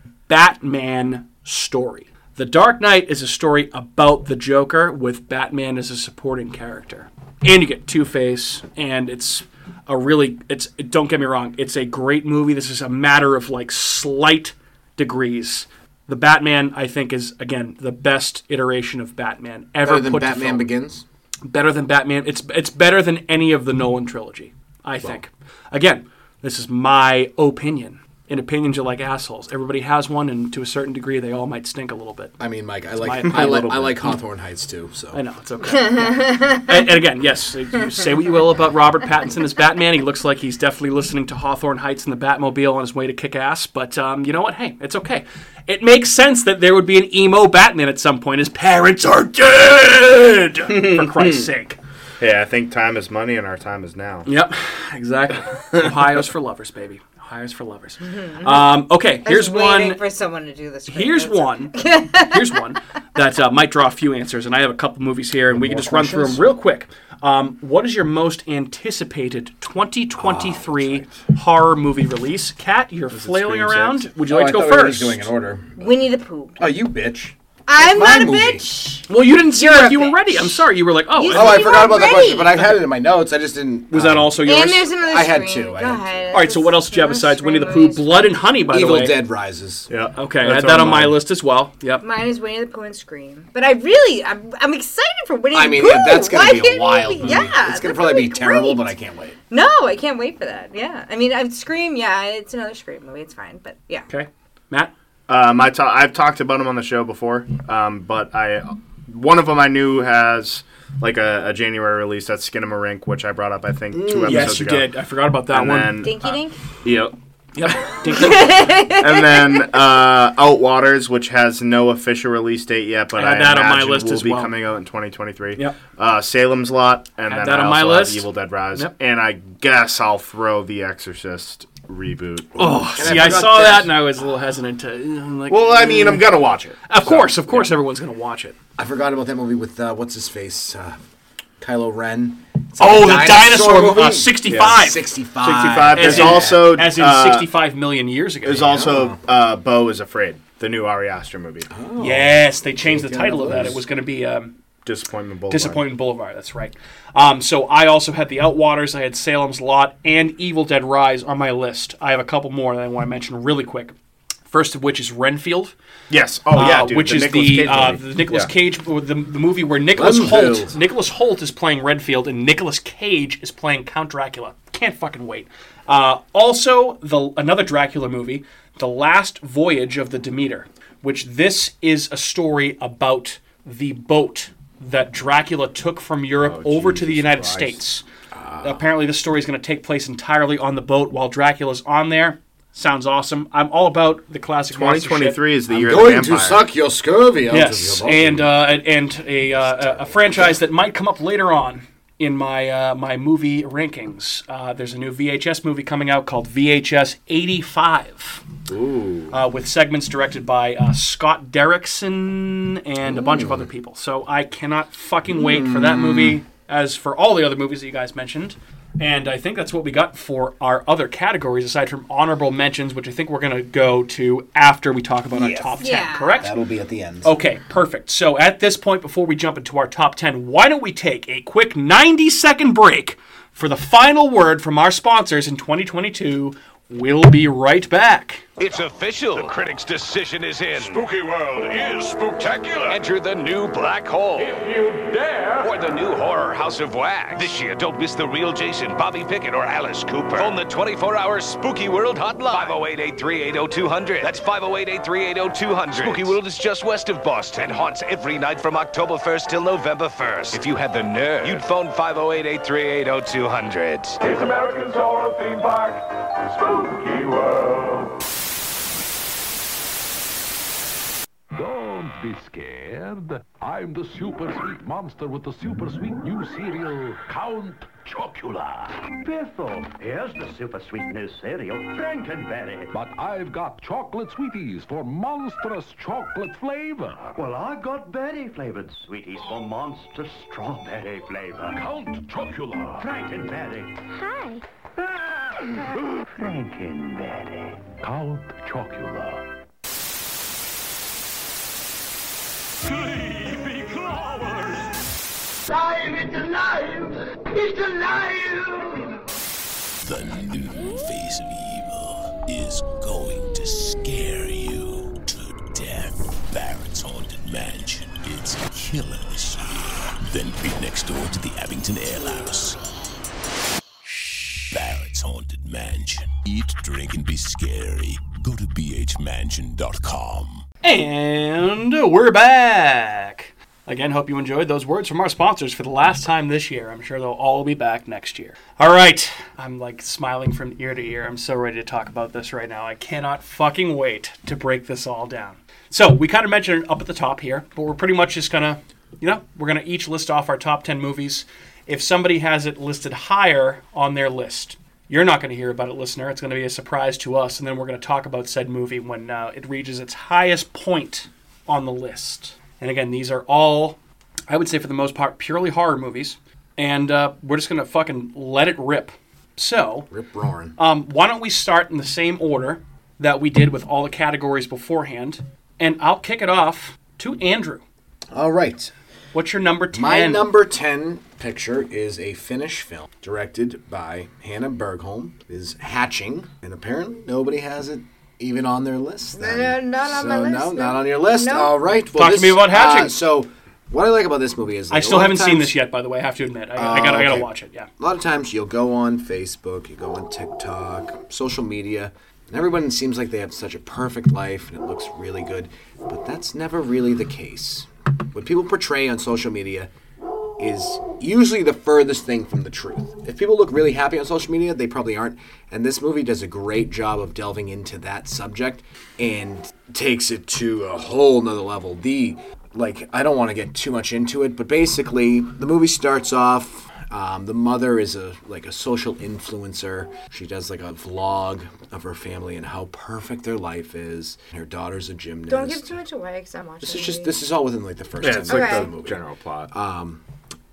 Batman story. The Dark Knight is a story about the Joker with Batman as a supporting character, and you get Two Face, and it's a really it's don't get me wrong, it's a great movie. This is a matter of like slight degrees. The Batman, I think, is again the best iteration of Batman ever better than put to Batman film Begins. better than Batman. It's it's better than any of the Nolan trilogy, I think. Again, this is my opinion. And opinions are like assholes. Everybody has one, and to a certain degree, they all might stink a little bit. I mean, Mike, I like my I like little I bit. like Hawthorne Heights too. So I know it's okay. Yeah. and, and again, yes, you say what you will about Robert Pattinson as Batman. He looks like he's definitely listening to Hawthorne Heights in the Batmobile on his way to kick ass. But um, you know what? Hey, it's okay. It makes sense that there would be an emo Batman at some point. His parents are dead. For Christ's sake. Yeah, I think time is money and our time is now. Yep, exactly. Ohio's for lovers, baby. Ohio's for lovers. Um, okay, I was here's waiting one. for someone to do this. for me. Here's That's- one. Here's one that uh, might draw a few answers, and I have a couple movies here, and we can just run through them questions? real quick. Um, what is your most anticipated Ah, 2023 horror movie release? Cat, you're flailing Scream around. Six? Would you Oh, like to I go thought we were first? just doing an order. Winnie the Pooh. Oh, you bitch. I'm my not a movie. bitch. well, you didn't seem You're like a you were bitch. ready. I'm sorry, you were like, oh, You I- Oh, I You forgot about that already- question, but I had it in my notes. I just didn't. um, was that also yours? And there's another I had Scream. two, I Go had two. ahead. All right, so what else did you have besides Winnie the Pooh? Blood and Honey, by the Evil way. Dead Rises. Yeah. Okay, I that's had that on on my mine. list as well. Yep. Mine is Winnie the Pooh and Scream. But I really, I'm, I'm excited for Winnie I the mean, Pooh. yeah, that's gonna Why be a didn't wild we- movie. Yeah, it's gonna that's probably be terrible, great. but I can't wait. No, I can't wait for that. Yeah. I mean, I Scream, yeah, it's another Scream movie. It's fine, but yeah. Okay, Matt. Uh, my to- I've talked about him on the show before, um, but I one of them I knew has like a, a January release. That's Skinamarink, which I brought up I think two episodes Mm, Yes, you ago. did. I forgot about that And one. then Uh, Dinky Dink? yep. Yep. [laughs] Dinky. and then uh, Outwaters, which has no official release date yet, but I I, had that on my imagine list will as be well. coming out in 2023. Yep. Uh, Salem's Lot, and Had then that I on my also have list. Evil Dead Rise, Yep. and I guess I'll throw The Exorcist reboot. oh, see, I I forgot saw this. that and I was a little hesitant to. I'm like, mm. Well, I mean, I'm gonna watch it. of course, of course, everyone's gonna watch it. I forgot about that movie with uh, what's his face, uh, Kylo Ren. oh, the dinosaur, movie? uh, 65. Yeah, 65. 65. As There's in- also as in uh, 65 million years ago. There's also uh, Bo is Afraid, the new Ari Aster movie. Oh. yes, they changed the title of that. It was going to be um, Disappointment Boulevard. Disappointment Boulevard. That's right. Um, so I also had The Outwaters, I had Salem's Lot, and Evil Dead Rise on my list. I have a couple more that I want to mention really quick. First of which is Renfield, Yes. Oh yeah, uh, dude, which the is Nicolas the Cage uh, movie. the Nicolas Yeah. Cage or the, the movie where Nicholas Renfield. Holt Nicholas Holt is playing Renfield and Nicolas Cage is playing Count Dracula. Can't fucking wait. Uh, also, the another Dracula movie, The Last Voyage of the Demeter, which this is a story about the boat that Dracula took from Europe Oh, over to the United States. Ah. Apparently, this story is going to take place entirely on the boat while Dracula's on there. Sounds awesome. I'm all about the classic monster shit. 2023 is the year of the Going vampire. to suck your scurvy out Yes, of your body. and uh, and- and a, uh, a- a franchise that might come up later on in my uh, my movie rankings. Uh, there's a new VHS movie coming out called VHS 85, uh, with segments directed by uh, Scott Derrickson and a bunch of other people. So I cannot fucking wait for Hmm. that movie. As for all the other movies that you guys mentioned. And I think that's what we got for our other categories, aside from honorable mentions, which I think we're going to go to after we talk about Yes. our top 10, Yeah. correct? That'll be at the end. Okay, perfect. So at this point, before we jump into our top 10, why don't we take a quick 90 second break for the final word from our sponsors in 2022? We'll be right back. It's official. The critic's decision is in. Spooky World is spooktacular. Enter the new black hole. you dare. Or the new horror House of Wax. This year, don't miss the real Jason, Bobby Pickett, or Alice Cooper. oh Phone the 24 hour Spooky World hotline 508 838 0200. That's 508 838 0200. Spooky World is just west of Boston and haunts every night from October 1st till November 1st. If you had the nerve, you'd phone 508 838 0200. It's American Horror Theme Park. Spooky World. Don't be scared. I'm the super sweet monster with the super sweet new cereal, Count Chocula. Biffle. Here's the super sweet new cereal, Frankenberry. But I've got chocolate sweeties for monstrous chocolate flavor. Well, I got berry flavored sweeties for monster strawberry flavor. Count Chocula. Frankenberry. Hi. Frankenberry. Count Chocula. Sleepy Clovers! The new face of evil is going to scare you to death. Barrett's Haunted Mansion. It's killer this year. Then peep next door to the Abington Ale House. Barrett's Haunted Mansion. Eat, drink, and be scary. Go to bhmansion.com. And we're back. Again, hope you enjoyed those words from our sponsors for the last time this year. I'm sure they'll all be back next year. All right. I'm like smiling from ear to ear. I'm so ready to talk about this right now. I cannot fucking wait to break this all down. So, we kind of mentioned it up at the top here, but we're pretty much just going to, you know, we're going to each list off our top 10 movies. If somebody has it listed higher on their list, you're not going to hear about it, listener. It's going to be a surprise to us, and then we're going to talk about said movie when uh, it reaches its highest point on the list. And again, these are all, I would say for the most part, purely horror movies, and uh, we're just going to fucking let it rip. So, Rip roaring. um, why don't we start in the same order that we did with all the categories beforehand? And I'll kick it off to Andrew. All right. What's your number 10? My number 10 picture is a Finnish film directed by Hannah Bergholm. It is Hatching, and apparently nobody has it even on their list. then. No, no, not on so, my list, No, no. not on your list. No. All right. Well, Talk to this- me about uh, Hatching. so, what I like about this movie is I like, a still lot of haven't seen times- this yet, by the way. I have to admit. I, I gotta, I gotta Oh, okay. watch it. Yeah. a lot of times you'll go on Facebook, you go on TikTok, social media, and everyone seems like they have such a perfect life and it looks really good, but that's never really the case. What people portray on social media is usually the furthest thing from the truth. If people look really happy on social media, they probably aren't, and this movie does a great job of delving into that subject and takes it to a whole nother level. The like I don't want to get too much into it, but basically the movie starts off um, the mother is a like a social influencer. She does like a vlog of her family and how perfect their life is. Her daughter's a gymnast. Don't give too much away because I'm watching. This is just this is all within like the first. Yeah, 10 it's like minutes Okay. of the movie. general plot.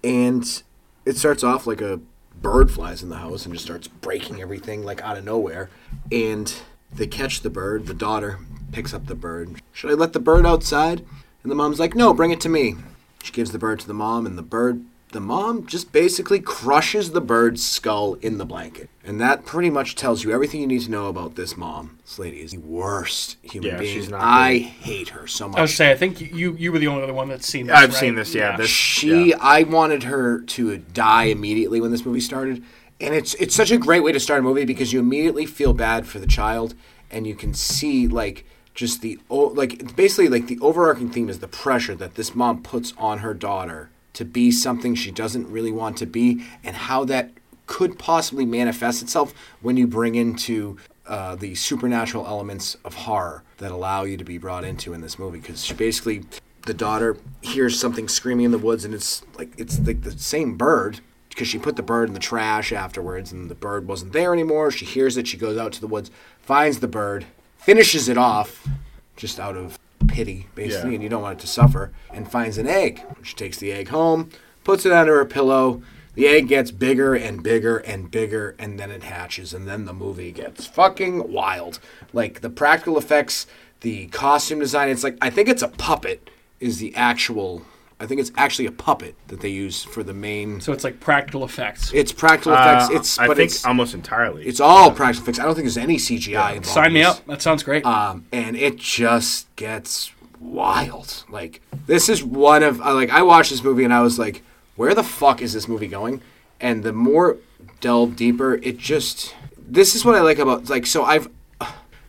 And it starts off like a bird flies in the house and just starts breaking everything like out of nowhere. And they catch the bird. The daughter picks up the bird. Should I let the bird outside? And the mom's like, No, bring it to me. She gives the bird to the mom, and the bird, the mom just basically crushes the bird's skull in the blanket. And that pretty much tells you everything you need to know about this mom. This lady is the worst human Yeah, being. she's not Oh, I hate her so much. I was say I think you you were the only other one that's seen. this, I've right? seen this. Yeah, this. She, yeah. I wanted her to die immediately when this movie started, and it's it's such a great way to start a movie because you immediately feel bad for the child, and you can see like just the o- like it's basically like the overarching theme is the pressure that this mom puts on her daughter to be something she doesn't really want to be, and how that could possibly manifest itself when you bring into uh, the supernatural elements of horror that allow you to be brought into in this movie because she basically the daughter hears something screaming in the woods and it's like it's like the same bird because she put the bird in the trash afterwards and the bird wasn't there anymore she hears it she goes out to the woods finds the bird finishes it off just out of pity basically Yeah. and you don't want it to suffer and finds an egg she takes the egg home puts it under her pillow the egg gets bigger and bigger and bigger and then it hatches and then the movie gets fucking wild like the practical effects the costume design it's like i think it's a puppet is the actual i think it's actually a puppet that they use for the main So it's like practical effects. it's practical Uh, effects it's I but think it's almost entirely. it's all practical effects i don't think there's any cgi involved Sign in me this. up. That sounds great. Um, and it just gets wild. Like this is one of uh, like I watched this movie and I was like, where the fuck is this movie going? And the more delve deeper, it just this is what I like about like so I've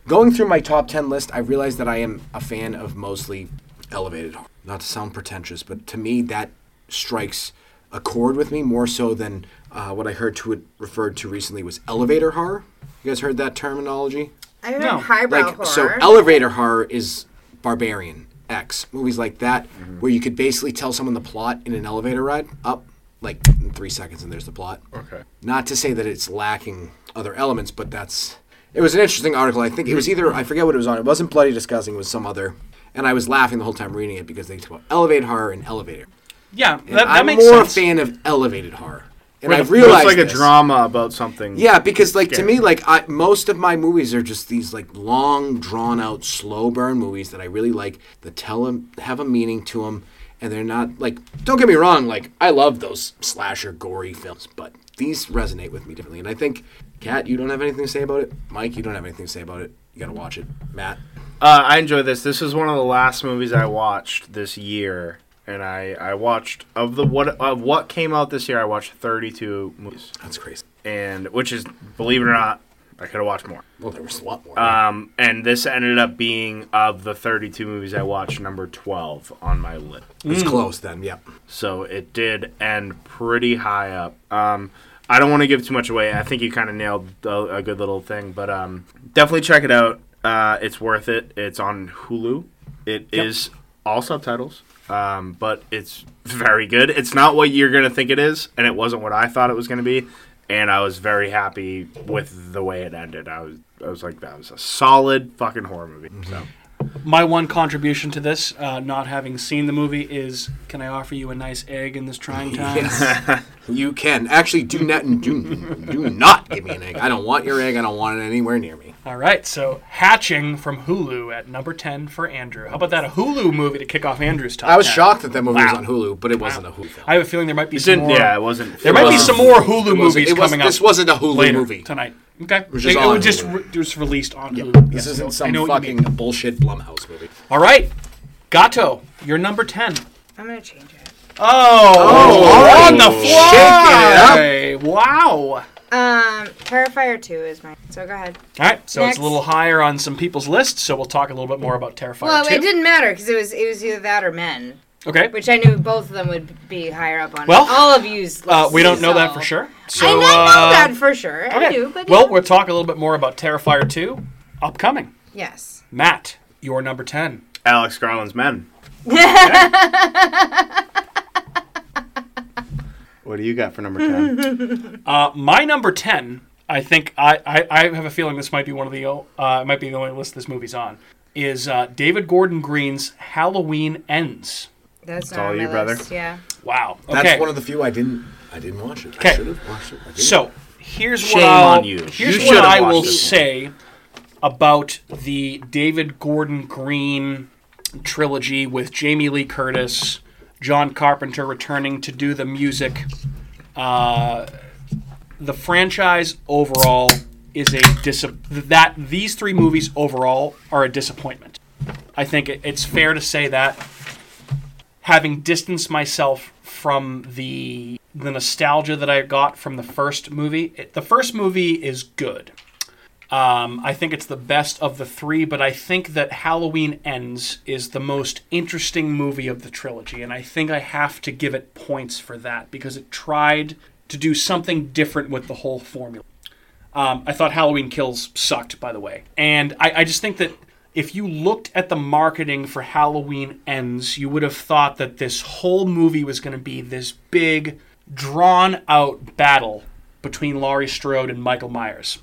going through my top ten list. I realized that I am a fan of mostly elevated. horror. Not to sound pretentious, but to me that strikes a chord with me more so than uh, what I heard to it referred to recently was elevator horror. You guys heard that terminology? I heard No. highbrow like horror. so elevator horror is barbarian x movies like that Mm-hmm. where you could basically tell someone the plot in an elevator ride up like in three seconds and there's the plot okay not to say that it's lacking other elements but that's it was an interesting article i think it was either i forget what it was on it wasn't bloody disgusting it was some other and i was laughing the whole time reading it because they talk about elevated horror and elevator yeah, And that, that i'm makes more sense. a fan of elevated horror and Where i the- realized it's like this. a drama about something. Yeah, because like Scary. to me, like I, most of my movies are just these like long, drawn out, slow burn movies that I really like. That tell 'em- have a meaning to them, and they're not like. Don't get me wrong, like I love those slasher, gory films, but these resonate with me differently. And I think, Kat, you don't have anything to say about it. Mike, you don't have anything to say about it. You gotta watch it, Matt. Uh, I enjoy this. This is one of the last movies I watched this year, and I, I watched of the what of what came out this year. I watched 32 movies, That's crazy. and which is believe it or not, I could have watched more. Well, there was a lot more. Um, and this ended up being of the 32 movies I watched, number 12 on my list. it's close then. Yep. So it did end pretty high up. Um, I don't want to give too much away. I think you kind of nailed a, a good little thing, but um, definitely check it out. Uh, it's worth it. It's on Hulu. It is all subtitles, um, but it's very good. It's not what you're gonna think it is, and it wasn't what I thought it was gonna be. And I was very happy with the way it ended. I was, I was like, that was a solid fucking horror movie. So My one contribution to this, uh, not having seen the movie, is can I offer you a nice egg in this [laughs] trying time? Yes. you can actually do not do do not give me an egg. I don't want your egg. I don't want it anywhere near me. All right, so Hatching from Hulu at number 10 for Andrew. How about that? A Hulu movie to kick off Andrew's top I was 10. shocked that that movie was Wow. on Hulu, but it wasn't a Hulu film. I have a feeling there might be it some didn't. more. Yeah, it wasn't. there might be some more Hulu It wasn't- movies it wasn't- coming up. This wasn't a Hulu later movie. tonight. Okay, was it, just it on was just Hulu. re- it was released on Hulu. Yes, This I know- isn't I know what you some fucking mean. bullshit Blumhouse movie. All right, Gato, you're number ten. I'm gonna change it. Oh, on the fly! Wow. All Um, Terrifier two is mine. So go ahead. right, so it's Next. a little higher on some people's lists, so we'll talk a little bit more about Terrifier Well, 2. it didn't matter because it was it was either that or Men, Okay. which I knew both of them would be higher up on. Well, all of you's. Uh, we don't lists, know that so- for sure. So, I, I know uh, that for sure. I okay. do, but well, yeah. we'll talk a little bit more about Terrifier 2 upcoming. yes. Matt, you're number 10. Alex [laughs] Garland's Men. what do you got for number 10? [laughs] Uh, my number 10, I think, I, I, I have a feeling this might be one of the, o- uh, it might be the only list this movie's on, is uh, David Gordon Green's Halloween Ends. That's all not on you, my brother. list, Yeah. Wow. Okay. That's one of the few I didn't. I didn't watch it. Okay. I should have watched it. I didn't. So here's Shame what I'll, on you. Here's You what should've I watched will this one. say about the David Gordon Green trilogy with Jamie Lee Curtis, John Carpenter returning to do the music. Uh, the franchise overall is a dis- that these three movies overall are a disappointment. I think it, it's fair to say that having distanced myself from the the nostalgia that I got from the first movie. It, the first movie is good. Um, I think it's the best of the three, but I think that Halloween Ends is the most interesting movie of the trilogy, and I think I have to give it points for that because it tried to do something different with the whole formula. Um, I thought Halloween Kills sucked, by the way. And I, I just think that if you looked at the marketing for Halloween Ends, you would have thought that this whole movie was going to be this big, drawn out battle between Laurie Strode and Michael Myers.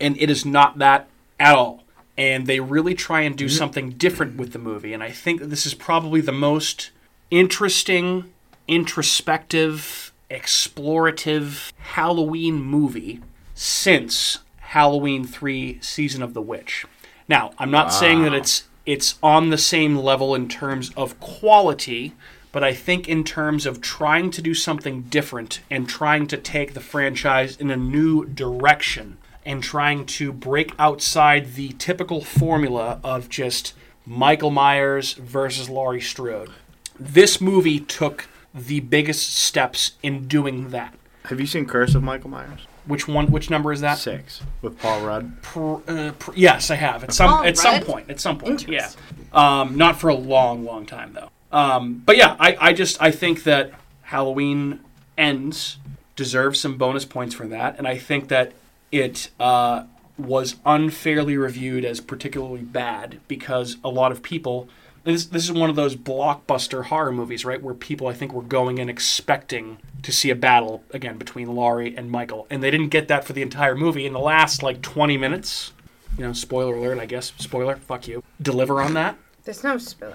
And it is not that at all. And they really try and do something different with the movie. And I think that this is probably the most interesting, introspective, explorative Halloween movie since Halloween 3 Season of the Witch. Now, I'm not saying that it's it's on the same level in terms of quality, but I think in terms of trying to do something different and trying to take the franchise in a new direction and trying to break outside the typical formula of just Michael Myers versus Laurie Strode. This movie took the biggest steps in doing that. Have you seen Curse of Michael Myers? Which one? Which number is that? Six with Paul Rudd. pr- uh, pr- yes, I have at some All at some right. point. At some point, yeah. Um, not for a long, long time though. Um, but yeah, I, I just I think that Halloween ends deserves some bonus points for that, and I think that it uh, was unfairly reviewed as particularly bad because a lot of people. This, this is one of those blockbuster horror movies, right? Where people, I think, were going and expecting to see a battle again between Laurie and Michael, and they didn't get that for the entire movie. In the last like 20 minutes, you know, spoiler alert, I guess. Spoiler, fuck you. Deliver on that. There's no spoiler.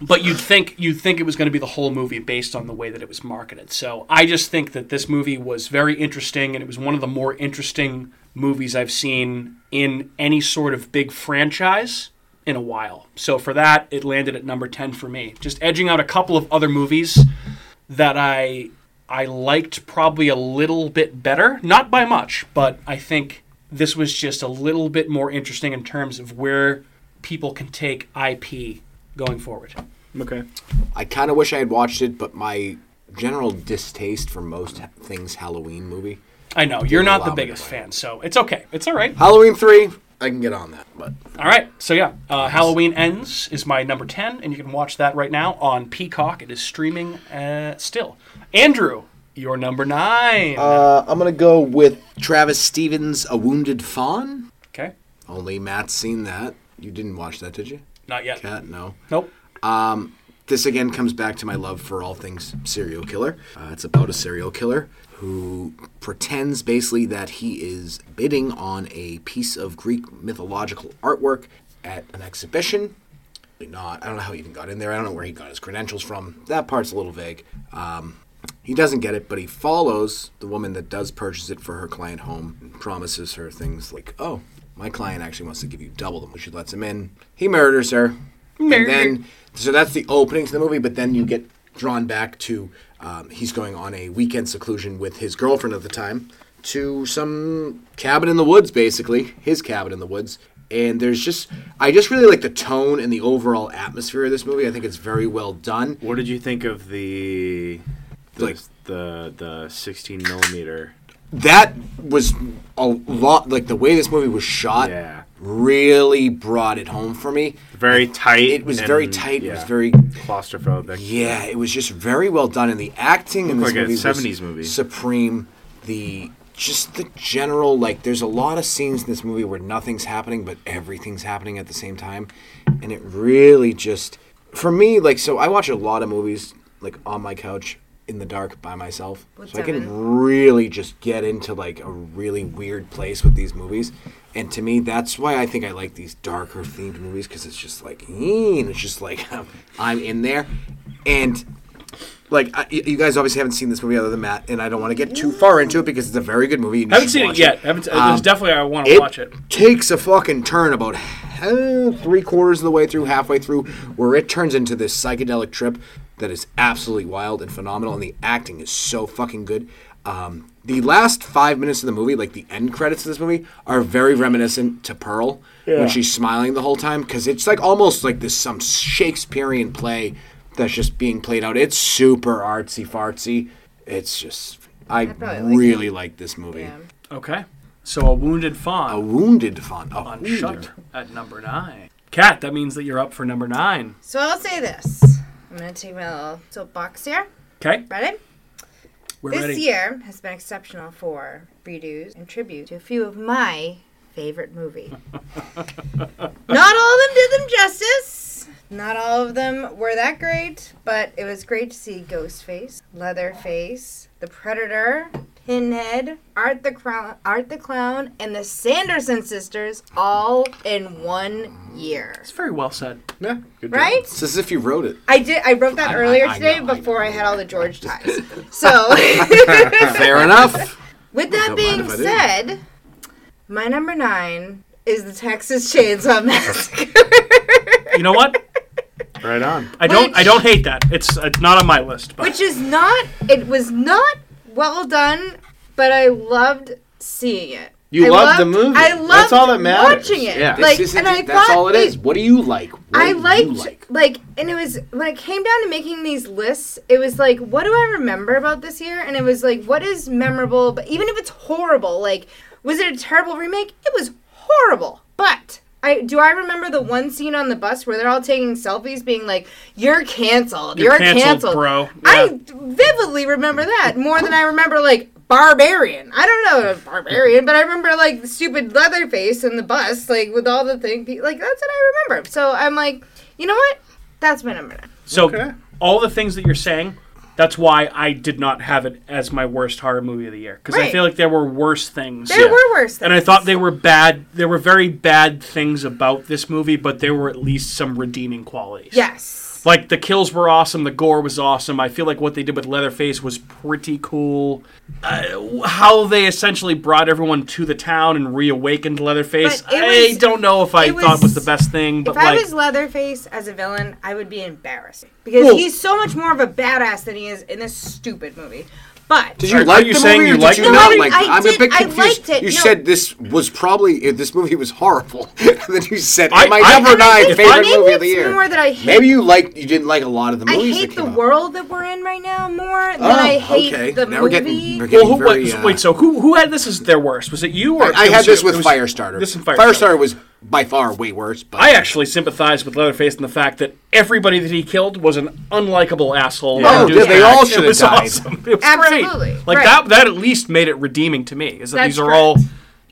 But you'd think you'd think it was going to be the whole movie based on the way that it was marketed. So I just think that this movie was very interesting, and it was one of the more interesting movies I've seen in any sort of big franchise in a while. So for that, it landed at number ten for me, just edging out a couple of other movies that I I liked probably a little bit better, not by much, but I think this was just a little bit more interesting in terms of where people can take IP going forward. Okay. I kind of wish I had watched it, but my general distaste for most ha- things Halloween movie. I know you're not the allow me to biggest play. fan, so it's okay. It's all right. Halloween three, I can get on that, but All right. So yeah, uh, Halloween Ends is my number ten, and you can watch that right now on Peacock. It is streaming uh, still. Andrew, your number nine. uh, I'm gonna go with Travis Stevens, A Wounded Fawn. okay. Only Matt's seen that. You didn't watch that, did you? Not yet. Cat, no. Nope. This again comes back to my love for all things serial killer. Uh, it's about a serial killer who pretends basically that he is bidding on a piece of Greek mythological artwork at an exhibition. Not, I don't know how he even got in there. I don't know where he got his credentials from. That part's a little vague. Um, he doesn't get it, but he follows the woman that does purchase it for her client home and promises her things like, oh, my client actually wants to give you double the money. She lets him in. He murders her. Murder. And then, so that's the opening to the movie, but then you get drawn back to um, he's going on a weekend seclusion with his girlfriend at the time to some cabin in the woods, basically, his cabin in the woods. And there's just, I just really like the tone and the overall atmosphere of this movie. I think it's very well done. What did you think of the the Like- the, the 16 millimeter? that was a lot like the way this movie was shot Yeah. really brought it home for me Very tight. it was very and- tight it was yeah, very claustrophobic. yeah it was just very well done and the acting in this Looked like a movie was 70s movie. supreme the just the general like there's a lot of scenes in this movie where nothing's happening but everything's happening at the same time and it really just for me like so i watch a lot of movies like on my couch in the dark by myself so i can really just get into like a really weird place with these movies and to me that's why i think i like these darker [laughs] themed movies because it's just like "Eh," and it's just like i'm in there and like I, you you guys obviously haven't seen this movie other than Matt, and I don't want to get too far into it because it's a very good movie. and you I haven't should seen it watch Um, yet. I haven't, uh, there's definitely I want to it watch it. takes a fucking turn about uh, three quarters of the way through, halfway through, where it turns into this psychedelic trip that is absolutely wild and phenomenal, and the acting is so fucking good. Um, the last five minutes of the movie, like the end credits of this movie, are very reminiscent to Pearl when she's smiling the whole time because it's like almost like this some Shakespearean play that's just being played out. It's super artsy fartsy. It's just I, probably like really like this movie. Okay. So a wounded fawn. A wounded font. A on wounded Shutter at number nine. Cat, that means that you're up for number nine. So I'll say this. I'm gonna take my little soapbox here. Okay, Ready? we're This ready. year has been exceptional for redos and tribute to a few of my [laughs] favorite movies. not all of them did them justice. Not all of them were that great, but it was great to see Ghostface, Leatherface, The Predator, Pinhead, Art the Clown, Art the Clown, and the Sanderson sisters all in one year. It's very well said. Yeah, good job. Right? It's as if you wrote it. I did. I wrote that earlier I- I today know, I before I, had all the [laughs] George ties. So. [laughs] Fair enough. With that Don't mind being if I said, my number nine is the Texas [laughs] Chainsaw Massacre. You know what? [laughs] Right on. I don't. I Which- don't hate that. It's it's not on my list. But Which is not, it was not well done, but I loved seeing it. You I loved the movie. I That's loved all that matters. watching it. Yeah. Like, This is and it. I that's thought all it they- is. What do you like? What I do you liked like? like? and it was when it came down to making these lists, it was like, what do I remember about this year? And it was like, what is memorable? But even if it's horrible, like, was it a terrible remake? It was horrible. But I do I remember the one scene on the bus where they're all taking selfies, being like, "You're canceled. You're, canceled, canceled, bro." I vividly remember that more than I remember like. Barbarian. I don't know if it was barbarian, but I remember like the stupid Leatherface and the bus, like with all the thing. Like that's what I remember. So I'm like, you know what? That's my number nine. so Okay. all the things that you're saying, that's why I did not have it as my worst horror movie of the year because I Right. feel like there were worse things. There were worse. And I things. thought they were bad. There were very bad things about this movie, but there were at least some redeeming qualities. yes, Like the kills were awesome, the gore was awesome. I feel like what they did with Leatherface was pretty cool. Uh, how they essentially brought everyone to the town and reawakened Leatherface, But it I was- don't know if I it thought was was- the best thing, but if I like was Leatherface as a villain, I would be embarrassed because Well- he's so much more of a badass than he is in this stupid movie. But Did you Are- like are you the saying movie you or liked did it? you No, not I- like it? I I'm a did. bit I confused. liked it. You No. said this was probably uh, this movie was horrible, [laughs] and then you said I- my I- number and I nine think- I favorite think movie of the it's year. more that I hate. Maybe you liked you didn't like a lot of the I movies hate that the came out. world that we're in right now more than Oh, I hate okay. the now We're movie. getting, we're well, getting who, very, what, uh, wait, so who who had this as their worst? Was it you or I, I it had was this you? with It was- Firestarter. This and Firestarter. Firestarter was by far way worse. But I actually sympathized with Leatherface in the fact that everybody that he killed was an unlikable asshole. and Yeah. Oh, dude yeah, they sucked. all It should've was died. awesome. It was Absolutely. great. Like Right. that. That at least made it redeeming to me. Is that That's these are correct. all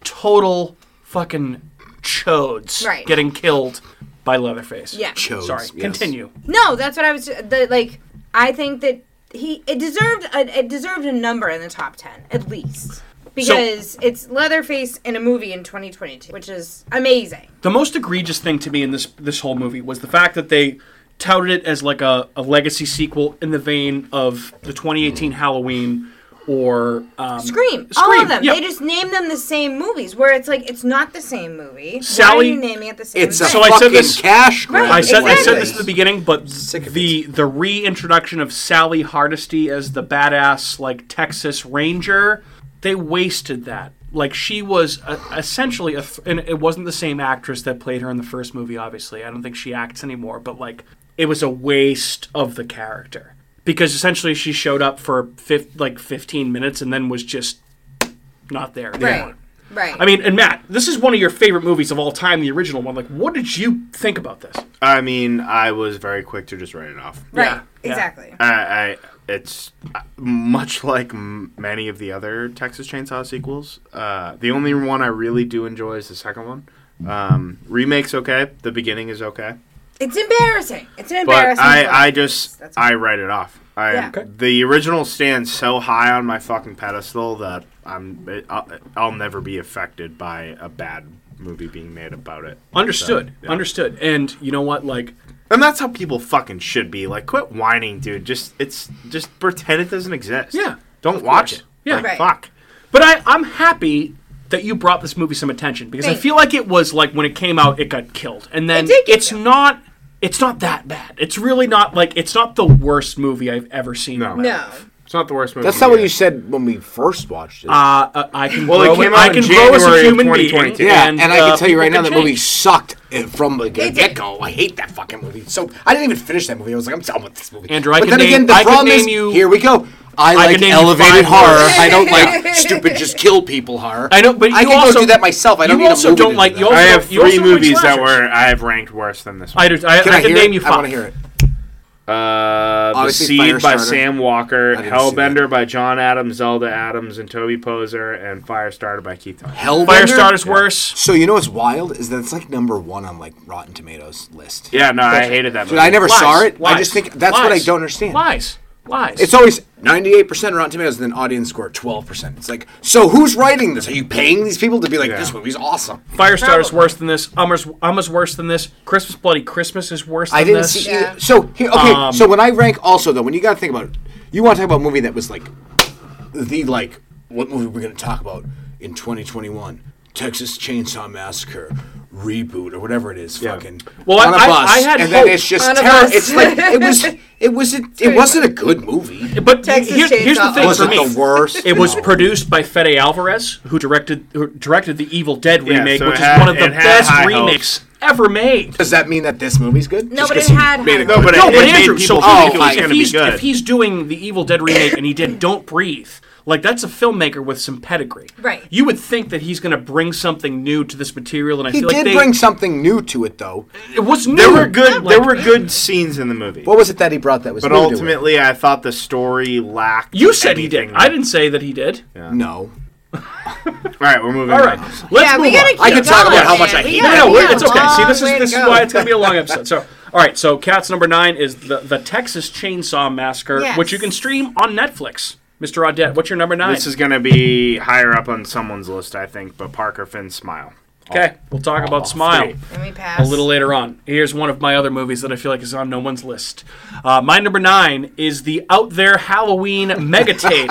total fucking chodes Right. getting killed by Leatherface. Yeah. Chodes, Sorry. yes. Continue. No, that's what I was. The, like, I think that he it deserved a, it deserved a number in the top ten at least because it's Leatherface in a movie in 2022, which is amazing. the most egregious thing to me in this this whole movie was the fact that they touted it as like a, a legacy sequel in the vein of the 2018 Halloween or um, Scream, all Scream, of them. yeah. They just name them the same movies where it's like it's not the same movie. Sally- Why are you naming it the same? it's a thing? So I said fucking this- cash grab. I said I said Exactly. this at the beginning, but Sick of the the reintroduction of Sally Hardesty as the badass like Texas Ranger, they wasted that. Like she was uh essentially a, th- and it wasn't the same actress that played her in the first movie. Obviously, I don't think she acts anymore. But like, it was a waste of the character because essentially she showed up for fif- like fifteen minutes and then was just not there anymore. right, right. I mean, and Matt, this is one of your favorite movies of all time, the original one. Like, what did you think about this? I mean, I was very quick to just write it off. right, yeah, yeah. exactly. I, I it's uh, much like m- many of the other Texas Chainsaw sequels. Uh, the only one I really do enjoy is the second one. Um, remake's okay. The beginning is okay, It's embarrassing. It's an but embarrassing. film. I, I just That's- I write it off. I, Yeah. Okay. The original stands so high on my fucking pedestal that I'm it, I'll, I'll never be affected by a bad movie being made about it. Understood. So, yeah. Understood. And you know what? Like, And that's how people fucking should be. Like, quit whining, dude. Just it's just pretend it doesn't exist. Yeah, Don't watch it. Yeah. Like, Right. fuck. But I, I'm happy that you brought this movie some attention because I Thanks. feel like it was like when it came out, it got killed, and then It did get it's killed. not. It's not that bad. It's really not like it's not the worst movie I've ever seen. No. No. It's not the worst movie. That's not what you yet. said when we first watched it. Uh, uh, I can Well, it grow. came I out can in grow as a January of human being. 2022. yeah, and, I uh, can tell you right now people that can movie change. sucked uh, from the did. get go. I hate that fucking movie. So I didn't even finish that movie. I was like, I'm done with this movie. Andrew, I but can then again, name- the I can problem name is you- here we go. I, can like name you elevated five horror. words. I don't [laughs] like stupid just kill people horror. I know, but I you can also go do that myself. I don't you need a also movie to don't do like- that. you also- I have also three like movies that slashers. were I have ranked worse than this one. I, do, I, I Can I, can hear name it? you five. I want to hear it. Uh, the Obviously, Seed by Firestarter. Sam Walker, didn't see Hellbender by John Adams, Zelda Adams, and Toby Poser, and Firestarter by Keith Thompson. Hellbender. Firestarter's worse. So you know what's wild is that it's like number one on like Rotten Tomatoes list. Yeah, no, I hated that movie. Dude, I never Lies. saw it. Lies. I just think that's what I Lies. don't understand. Lies. Lies. It's always 98% Rotten Tomatoes and then audience score 12%. It's like, so who's writing this? Are you paying these people to be like, Yeah. this movie's awesome? Firestarter's Probably. worse than this. Umma's, Umma's worse than this. Christmas Bloody Christmas is worse than I didn't this. see Yeah. either. So, here, okay, Um, so when I rank also, though, when you got to think about it, you want to talk about a movie that was like, the, like, what movie we're going to talk about in 2021? Texas Chainsaw Massacre reboot or whatever it is, fucking Well, I- on a I- bus, I had and then hope. it's just On a terrible. bus. It's like it [laughs] was, it was, it, it wasn't a good movie. But Texas here- here's the Chainsaw thing for was it me. the worst? It was No. produced by Fede Alvarez, who directed who directed the Evil Dead Yeah, remake, so it which had- is one of the it had best high remakes ever made. Does that mean that this movie's good? No, Just but 'cause it he had made high a hopes. good- No, but no, but it, it made Andrew, so people oh, think it was I- if, going to be he's, good. if he's doing the Evil Dead remake and he did Don't Breathe, like that's a filmmaker with some pedigree. Right. You would think that he's going to bring something new to this material, and I He feel like did they, bring something new to it, though. it was new. there were good. Like, There were good scenes in the movie, What was it that he brought that was but new ultimately, I thought the story lacked. You said he did. anything. I didn't say that he did. to it? No. All right, we're moving. All right, on. let's yeah, move we gotta on. keep I could talk going, about how much man. I We hate gotta- No, no, we we're- got it's a okay. See, long this is way to this is go. why it's gonna be a [laughs] long episode. So, all right. So, Cats number nine is the the Texas Chainsaw Massacre, Yes. which you can stream on Netflix. Mr. Audette, what's your number nine? This is going to be higher up on someone's list, I think. But Parker Finn smile. okay. We'll talk Oh, about Smile three. Let me a pass. little later on. Here's one of my other movies that I feel like is on no one's list. Uh, my number nine is the Out There Halloween [laughs] Megatape,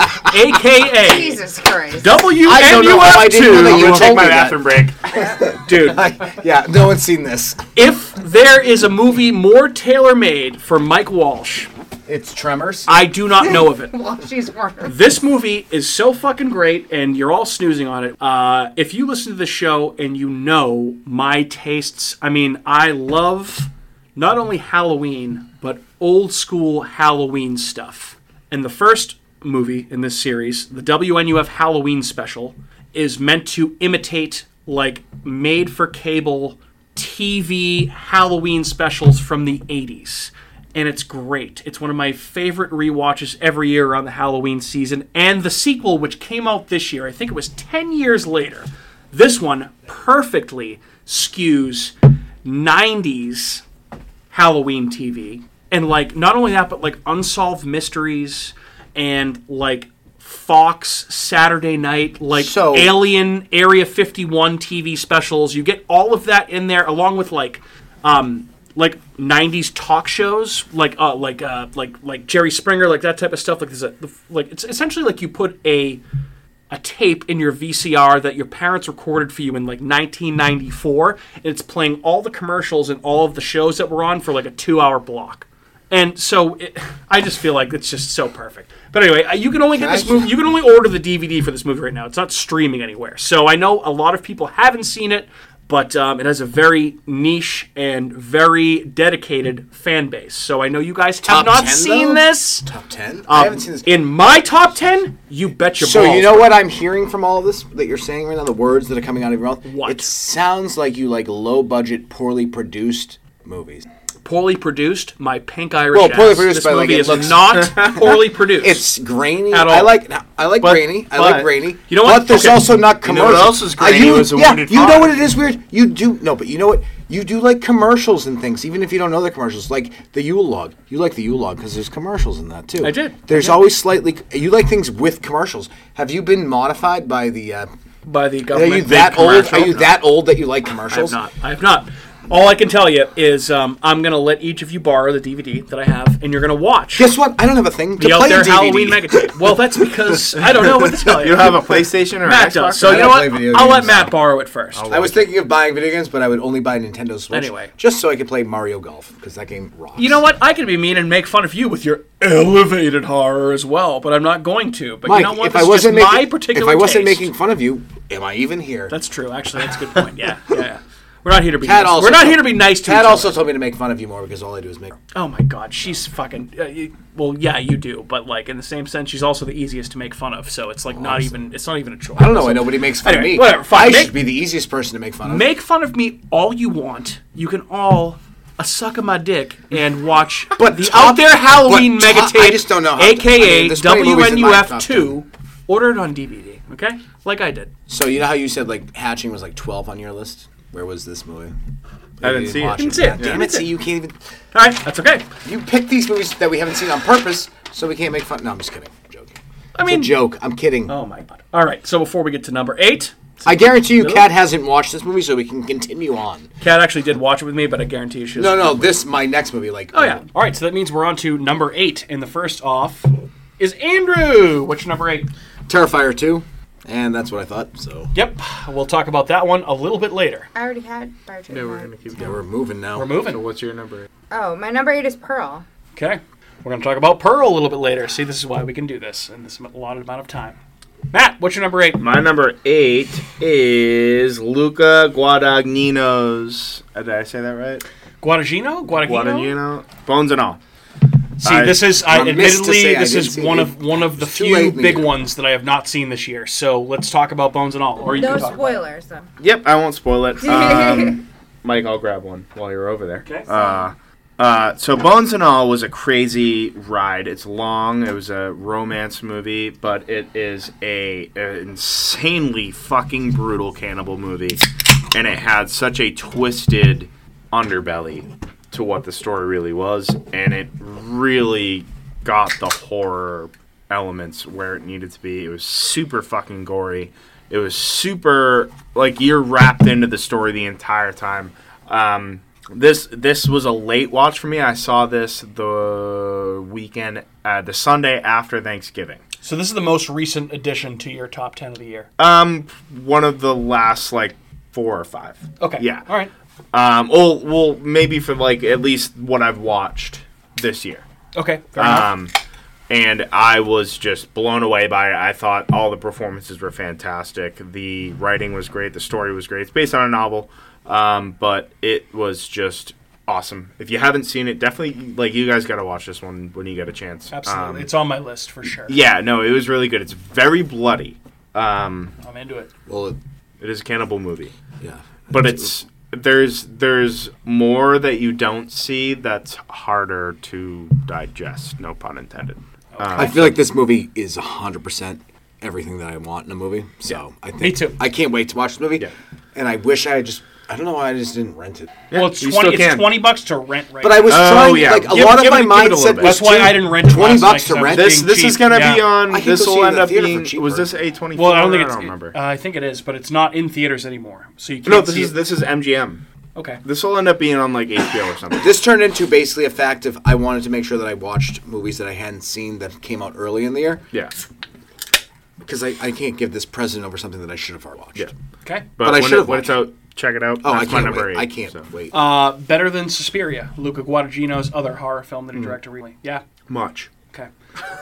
aka Jesus Christ. I don't know how I didn't know that I'm you going were to take my holding that. bathroom [laughs] break. dude. I, yeah, no one's seen this. If there is a movie more tailor made for Mike Walsh, It's Tremors. I do not know of it. Well, she's warm. This movie is so fucking great, and you're all snoozing on it. Uh, if you listen to the show and you know my tastes, I mean, I love not only Halloween, but old school Halloween stuff. And the first movie in this series, the WNUF Halloween special, is meant to imitate like made for cable TV Halloween specials from the 80s and it's great. It's one of my favorite rewatches every year around the Halloween season. And the sequel, which came out this year, I think it was 10 years later, this one perfectly skews 90s Halloween TV. And, like, not only that, but, like, unsolved mysteries and, like, Fox Saturday night, like So- Alien Area 51 TV specials. You get all of that in there, along with, like, um, like '90s talk shows, like uh, like uh, like like Jerry Springer, like that type of stuff. Like there's a like it's essentially like you put a a tape in your VCR that your parents recorded for you in like 1994, and it's playing all the commercials and all of the shows that were on for like a two-hour block. And so it, I just feel like it's just so perfect. But anyway, uh, you can only get I- this movie. You can only order the DVD for this movie right now. It's not streaming anywhere. So I know a lot of people haven't seen it, but um, it has a very niche and very dedicated fan base. So I know you guys have Top not 10, seen though? this. Top ten. Um, I haven't seen this. In my top ten, you bet your so balls. you know what I'm hearing from all this that you're saying right now, the words that are coming out of your mouth. What? It sounds like you like low budget, poorly produced movies. poorly produced. My pink Irish. Well, poorly ass. produced This by, like, movie it is looks- [laughs] not poorly produced. It's grainy. At all. I like I like But- grainy. I like but- grainy. You know what? But there's Okay. also not You know commercials. what else is I- grainy you- was the yeah, Wounded You know Pine. what it is weird? You do no, but you know what? You do like commercials and things, even if you don't know the commercials. Like the Yule log. You like the Yule log because there's commercials in that too. I did. There's always slightly you like things with commercials. Have you been modified by the uh, by the are government. you that old? commercial? Are you that old that you like commercials? I have not. I have not. All I can tell you is um, I'm going to let each of you borrow the DVD that I have, and you're going to watch Guess what? I don't have a thing to the Out play There DVD. Halloween Megatape. Well, that's because I don't know what to tell you. You have a PlayStation or Matt an Xbox? does. So I you don't know play what? video I'll let games. Matt borrow it first. I was thinking of buying video games, but I would only buy Nintendo Switch. Anyway. Just so I could play Mario Golf, because that game rocks. You know what? I could be mean and make fun of you with your elevated horror as well, but I'm not going to. But Mike, you know what? if This I is just wasn't making, my particular if I wasn't taste. making fun of you, am I even here? That's true. Actually, that's a good point. Yeah, yeah. yeah. We're not here to be. Tad Nice. also We're not told- here to be nice to Tad each also other. told me to make fun of you more because all I do is make. Oh my God, she's fucking. Uh, you- well, yeah, you do, but like in the same sense, she's also the easiest to make fun of. So it's like not even. It's not even a choice. I don't know why nobody makes fun Anyway, of me. whatever, fine. I Make- should be the easiest person to make fun of. Make fun of me all you want. You can all a suck of my dick and watch [laughs] But the top- out there Halloween but top- megatape, I just don't know how to- I aka mean, there's plenty of movies in my top WNUF2. Order it on DVD, okay? Like I did. So you know how you said like Hatching was like 12 on your list? Where was this movie? I didn't see it. watch Didn't see it. God Damn Yeah. it! See, you can't even. All right, that's okay. You pick these movies that we haven't seen on purpose, so we can't make fun. No, I'm just kidding. I'm joking. I It's a mean, joke. I'm kidding. oh my god. All right, so before we get to number eight, I guarantee you, Kat hasn't watched this movie, so we can continue on. Kat actually did watch it with me, but I guarantee you she No, no, this my next movie. Like, Oh yeah. All right, so that means we're on to number eight, and the first off is Andrew. Which number eight? Terrifier two, and that's what I thought. So Yep, we'll talk about that one a little bit later. I already had Fire Truck Mod. yeah, we're moving now. We're moving. So what's your number? Oh, my number eight is Pearl. Okay. We're going to talk about Pearl a little bit later. See, this is why we can do this in this allotted amount of time. Matt, what's your number eight? My number eight is Luca Guadagnino's. uh, Did I say that right? Guadagnino? Guadagnino? Guadagnino, bones and all. See, I- this is I, I'm missed to admittedly say I this didn't is see one it. of one of the It's too late few in the big year. ones that I have not seen this year. So let's talk about Bones and All. Or you No can talk about it. spoilers, though. Yep, I won't spoil it. Um, Mike, I'll grab one while you're over there. Okay. Uh, uh, so Bones and All was a crazy ride. It's long. It was a romance movie, but it is a, a insanely fucking brutal cannibal movie, and it had such a twisted underbelly to what the story really was, and it really got the horror elements where it needed to be. It was super fucking gory. It was super like you're wrapped into the story the entire time. Um, this this was a late watch for me. I saw this the weekend, uh, the Sunday after Thanksgiving. So this is the most recent addition to your top ten of the year. Uh, Um, one of the last like four or five. Okay. Yeah. All right. Um, well, well, maybe for like at least what I've watched this year. Okay. Fair enough. Um, and I was just blown away by it. I thought all the performances were fantastic. The writing was great. The story was great. It's based on a novel, um, but it was just awesome. If you haven't seen it, definitely like you guys got to watch this one when you get a chance. Absolutely. Um, it's on my list for sure. yeah, no, it was really good. It's very bloody. I'm into it. Well, it- It is a cannibal movie. yeah. but it's there's there's more that you don't see that's harder to digest no pun intended I feel like this movie is 100% everything that I want in a movie. So I think Me too. I can't wait to watch the movie. Yeah. And I wish I just I don't know why I just didn't rent it. well, it's you twenty. still It's can. twenty bucks to rent right. But I was Oh, trying yeah. like a Give- lot give of my it- give it a little mindset bit. was That's why too- I didn't rent it 20 last night, bucks 'cause I to was rent. being this this is cheap. gonna be Yeah. on I can this go will see it end in the up theater being for was cheaper. this a24 Well, I don't think it's. remember uh, I think it is, but it's not in theaters anymore. So you can't no this see is it. this is mgm Okay. this will end up being on like hbo or [laughs] something This turned into basically a fact of I wanted to make sure that I watched movies that I hadn't seen that came out early in the year yeah because I, I can't give this present over something that I should have already watched. yeah Okay. but, I when, should've it, when it's watched out check it out Oh, that's I my can't number wait. eight I can't so. wait. Uh, better than Suspiria, Luca Guadagnino's other horror film Hmm. that he directed recently. Yeah. much [laughs] Okay.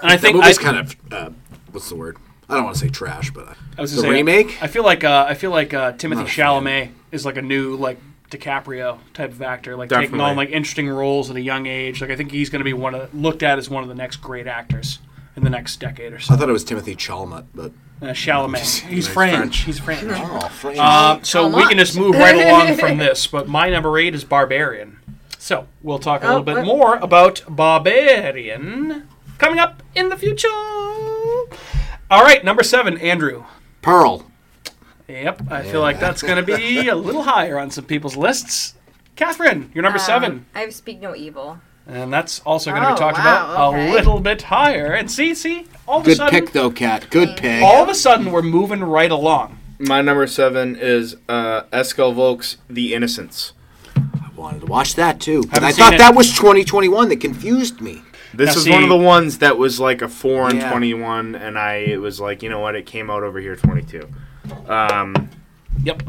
And I the think I, movie's kind of uh, what's the word? I don't want to say trash, but uh, I was the gonna say, remake. I feel like uh, I feel like uh, Timothy Not a fan. Chalamet is like a new like DiCaprio type of actor, like taking Definitely. on like interesting roles at a young age. Like I think he's going to be one of looked at as one of the next great actors in the next decade or so. I thought it was Timothy Chalamet, but Uh, Chalamet. He's French. He's French. oh, French. Um, so we can just move right along from this. But my number eight is Barbarian. So we'll talk a little bit what- more about Barbarian coming up in the future. All right, number seven, Andrew. Pearl. Yep, I feel like that's going to be a little higher on some people's lists. Catherine, you're number seven, I have Speak No Evil. and that's also going to Uh, Oh, be talked wow, about okay. a little bit higher. And see, see, all of a Good sudden, Uh, pick though, Kat. Good pick. all of a sudden, we're moving right along. my number seven is uh escal volk's the innocents Wanted to watch that too. But Haven't I seen thought it. that was 2021 that confused me. This Now, was one see- of the ones that was like a four and Yeah. twenty-one, and I it was like you know what, it came out over here twenty-two. Um, Yep.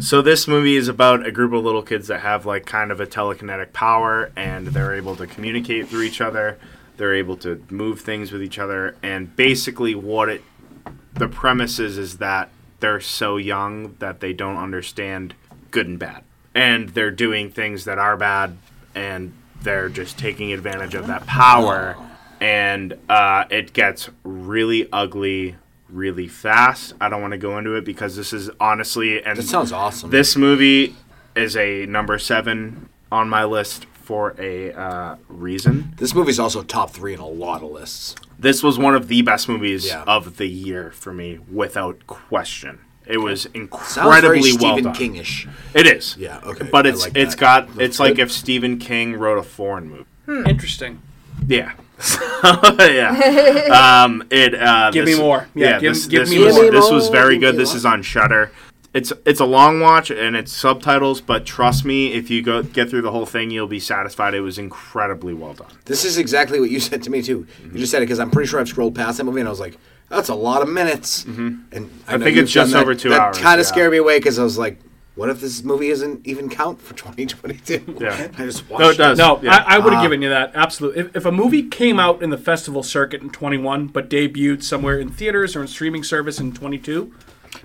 so this movie is about a group of little kids that have like kind of a telekinetic power, and they're able to communicate through each other. They're able to move things with each other, and basically what it the premise is is that they're so young that they don't understand good and bad, and they're doing things that are bad, and they're just taking advantage of that power, and uh, it gets really ugly really fast. I don't want to go into it because this is honestly and That sounds awesome. this movie is a number seven on my list for a uh, reason. this movie's also top three in a lot of lists. This was one of the best movies Yeah. of the year for me, without question. It was Sounds very incredibly well Stephen done. Kingish. It is. Yeah, okay, But I it's like it's that. got That's it's like good. if Stephen King wrote a foreign movie. Hmm. Interesting. Yeah. [laughs] yeah. [laughs] Um, it. Uh, Give this- me more. Yeah, give- this, give this me was, more. This was very Give me good. This more. is on Shutter. It's it's a long watch and it's subtitles, but trust me, if you go get through the whole thing, you'll be satisfied. It was incredibly well done. This is exactly what you [laughs] said to me too. Mm-hmm. You just said it because I'm pretty sure I've scrolled past that movie and I was like, "That's a lot of minutes." And I, know Mm-hmm. you've think it's done just that. over two that hours, kind yeah. of scared me away because I was like, "What if this movie isn't even count for [laughs] 2022?" Yeah. [laughs] I just watched. No, it does. No, Yeah. I, I Ah. would have given you that. Absolutely. If, if a movie came out in the festival circuit in 21, but debuted somewhere in theaters or in streaming service in 22,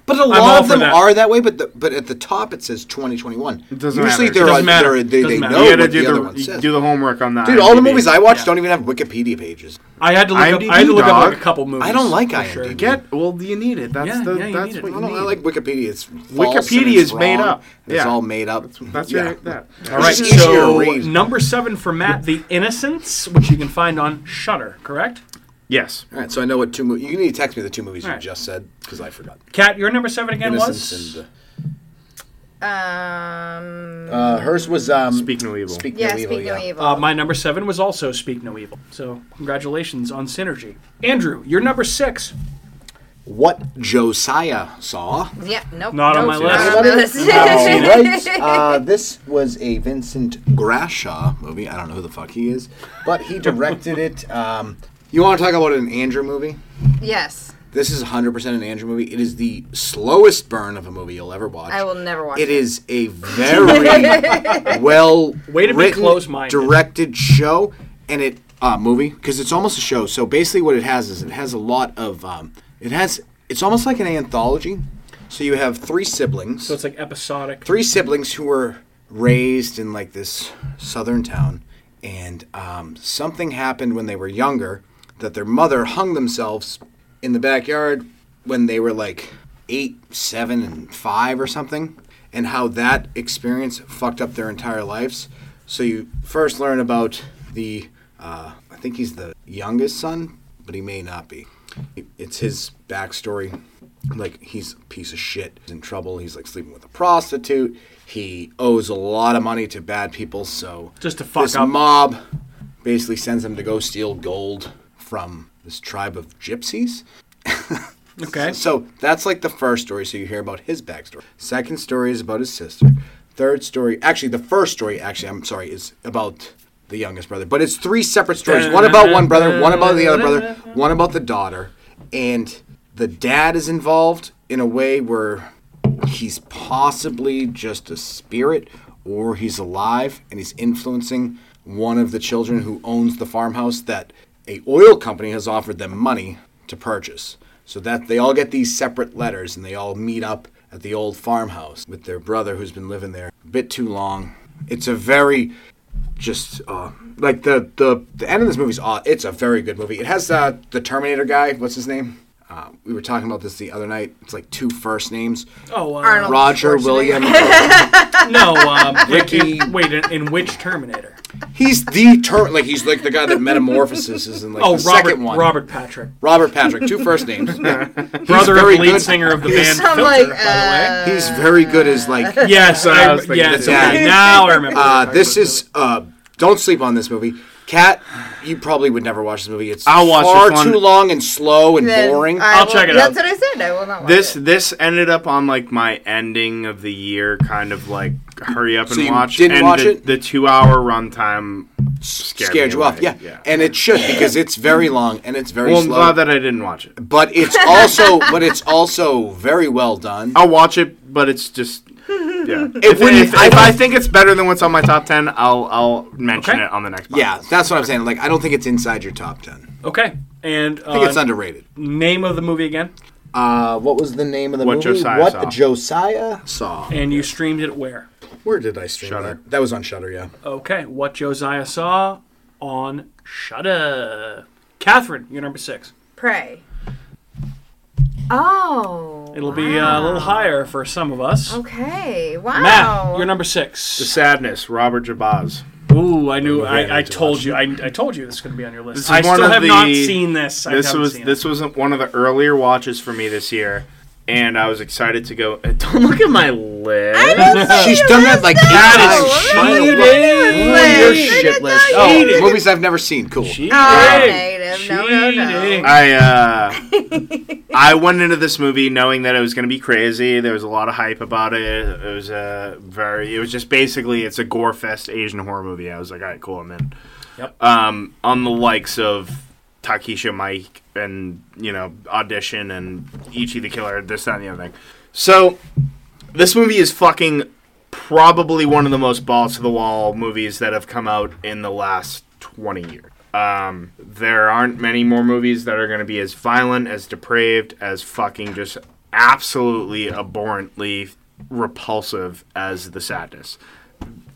But a all lot of for them that. are that way. But the, but at the top it says 2021. Usually doesn't matter. they're, It doesn't uh, matter. they're- they, Doesn't they matter. know You You gotta what the do other the, one says. do the homework on that. Dude, all the movies I watch don't even have Wikipedia pages. I had to look up. I had IMDb, to look up like dog. a couple movies. I don't like for IMDb. get. Well, you need it. That's Yeah, the yeah, you that's need it. what I you don't need. know, I like Wikipedia. It's false and Wikipedia it's is made wrong, up. and It's Yeah. all made up. [laughs] That's Yeah. right. That. All right, It's easier so to read. number seven for Matt, The Innocents, which you can find on Shutter, correct? Yes. All right, so I know what two movies. You need to text me the two movies you Alright. just said because I forgot. Kat, your number seven again Innocence was. and Um, uh, uh, hers was um, Speak no evil. Speak yeah, No Evil, speaking yeah. of evil. Uh, my number seven was also Speak No Evil. So congratulations on Synergy. Andrew, your number six. What Josiah saw. yeah, nope. Not on nope, my list. Not on my [laughs] list. All right. [laughs] Uh, this was a Vincent Grasha movie. I don't know who the fuck he is, but he directed it. Um, you want to talk about an Andrew movie? yes. This is 100% an Andrew movie. It is the slowest burn of a movie you'll ever watch. I will never watch It it. is a very well Way to be written, close-minded. directed show, and it uh, movie because it's almost a show. So basically, what it has is it has a lot of um, it has it's almost like an anthology. So you have three siblings So it's like episodic. three siblings who were raised in like this southern town, and um, something happened when they were younger that their mother hung themselves in the backyard when they were like eight, seven, and five or something, and how that experience fucked up their entire lives. So you first learn about the, uh, I think he's the youngest son, but he may not be. It's his backstory like he's a piece of shit he's in trouble he's like sleeping with a prostitute he owes a lot of money to bad people so Just to fuck this up. mob basically sends him to go steal gold from this tribe of gypsies Okay. so that's like the first story so you hear about his backstory second story is about his sister third story actually the first story actually i'm sorry is about the youngest brother but it's three separate stories one about one brother one about the other brother one about the daughter and the dad is involved in a way where he's possibly just a spirit or he's alive and he's influencing one of the children who owns the farmhouse that a oil company has offered them money to purchase so that they all get these separate letters and they all meet up at the old farmhouse with their brother who's been living there a bit too long it's a very just uh, like the, the the end of this movie's aw- it's a very good movie it has uh, the terminator guy what's his name uh, we were talking about this the other night it's like two first names Oh, uh, Arnold. Roger Schwarzenegger. William. [laughs] no. Um, [laughs] Ricky. in- wait, in, in which Terminator? he's the turn. Like he's like the guy that metamorphoses is in like Oh, the Robert, second one. Robert Patrick. Robert Patrick. Two first [laughs] names. Yeah. Brother of very the lead good. singer of the He's- band Filter, [laughs] I'm like, uh, by the way. He's very good as [laughs] like. Yes, what I I, was thinking yes, too. okay, Yeah. now I remember. Uh, this is. Uh, don't sleep on this movie. Cat, you probably would never watch this movie. It's I'll watch far this one. too long and slow and Then boring. I I'll will- check it That's out. what I said. I will not watch this it. this ended up on like my ending of the year kind of like hurry up and So you watch. didn't and watch the, it? the two-hour runtime scared, scared me you off. away. Yeah. and it should because it's very long and it's very well, I'm slow. glad that I didn't watch it. but it's also but it's also very well done. [laughs] I'll watch it, but it's just yeah. if wouldn't- if, if I think it's better than what's on my top ten, I'll I'll mention Okay. it on the next. Podcast. Yeah, that's what I'm saying. Like I don't think it's inside your top ten. Okay. And I think it's uh, underrated. name of the movie again. Uh, what was the name of the What movie? Josiah what Saw. Josiah saw. And you streamed it where? Where did I stream Shudder. that? That was on Shutter. Yeah. Okay. What Josiah saw on Shudder. Catherine, you're number six. Pray. Oh. It'll be uh, a little higher for some of us. Okay. Wow. Matt, you're number The six. sadness, Robert Jabaz. Ooh, I knew. I need I, I to told watch you. I, I told you this is going to be on your list. This is I one still of have not the- seen this. I This haven't was seen it. this was one of the earlier watches for me this year, and I was excited to go. [laughs] Don't look at my list. She's done that like eight That is times. cheating. Oh, Your Hey, I shit did list. not Oh, cheating. movies I've never seen. Cool. Cheating. Oh, negative. No, no, no. Cheating. I uh, I went into this movie knowing that it was going to be crazy. There was a lot of hype about it. It was a very. It was just basically it's a gore fest Asian horror movie. I was like, all right, cool, I'm in. Yep. Um, on the likes of Takisha Mike and you know audition and Ichi the Killer, this that and the other thing. So this movie is fucking probably one of the most balls to the wall movies that have come out in the last 20 years. Um, there aren't many more movies that are going to be as violent, as depraved, as fucking just absolutely abhorrently repulsive as The Sadness.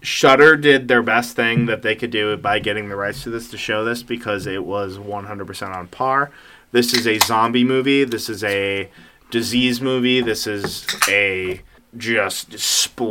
Shudder did their best thing that they could do by getting the rights to this to show this because it was 100% on par. This is a zombie movie. This is a disease movie. This is a just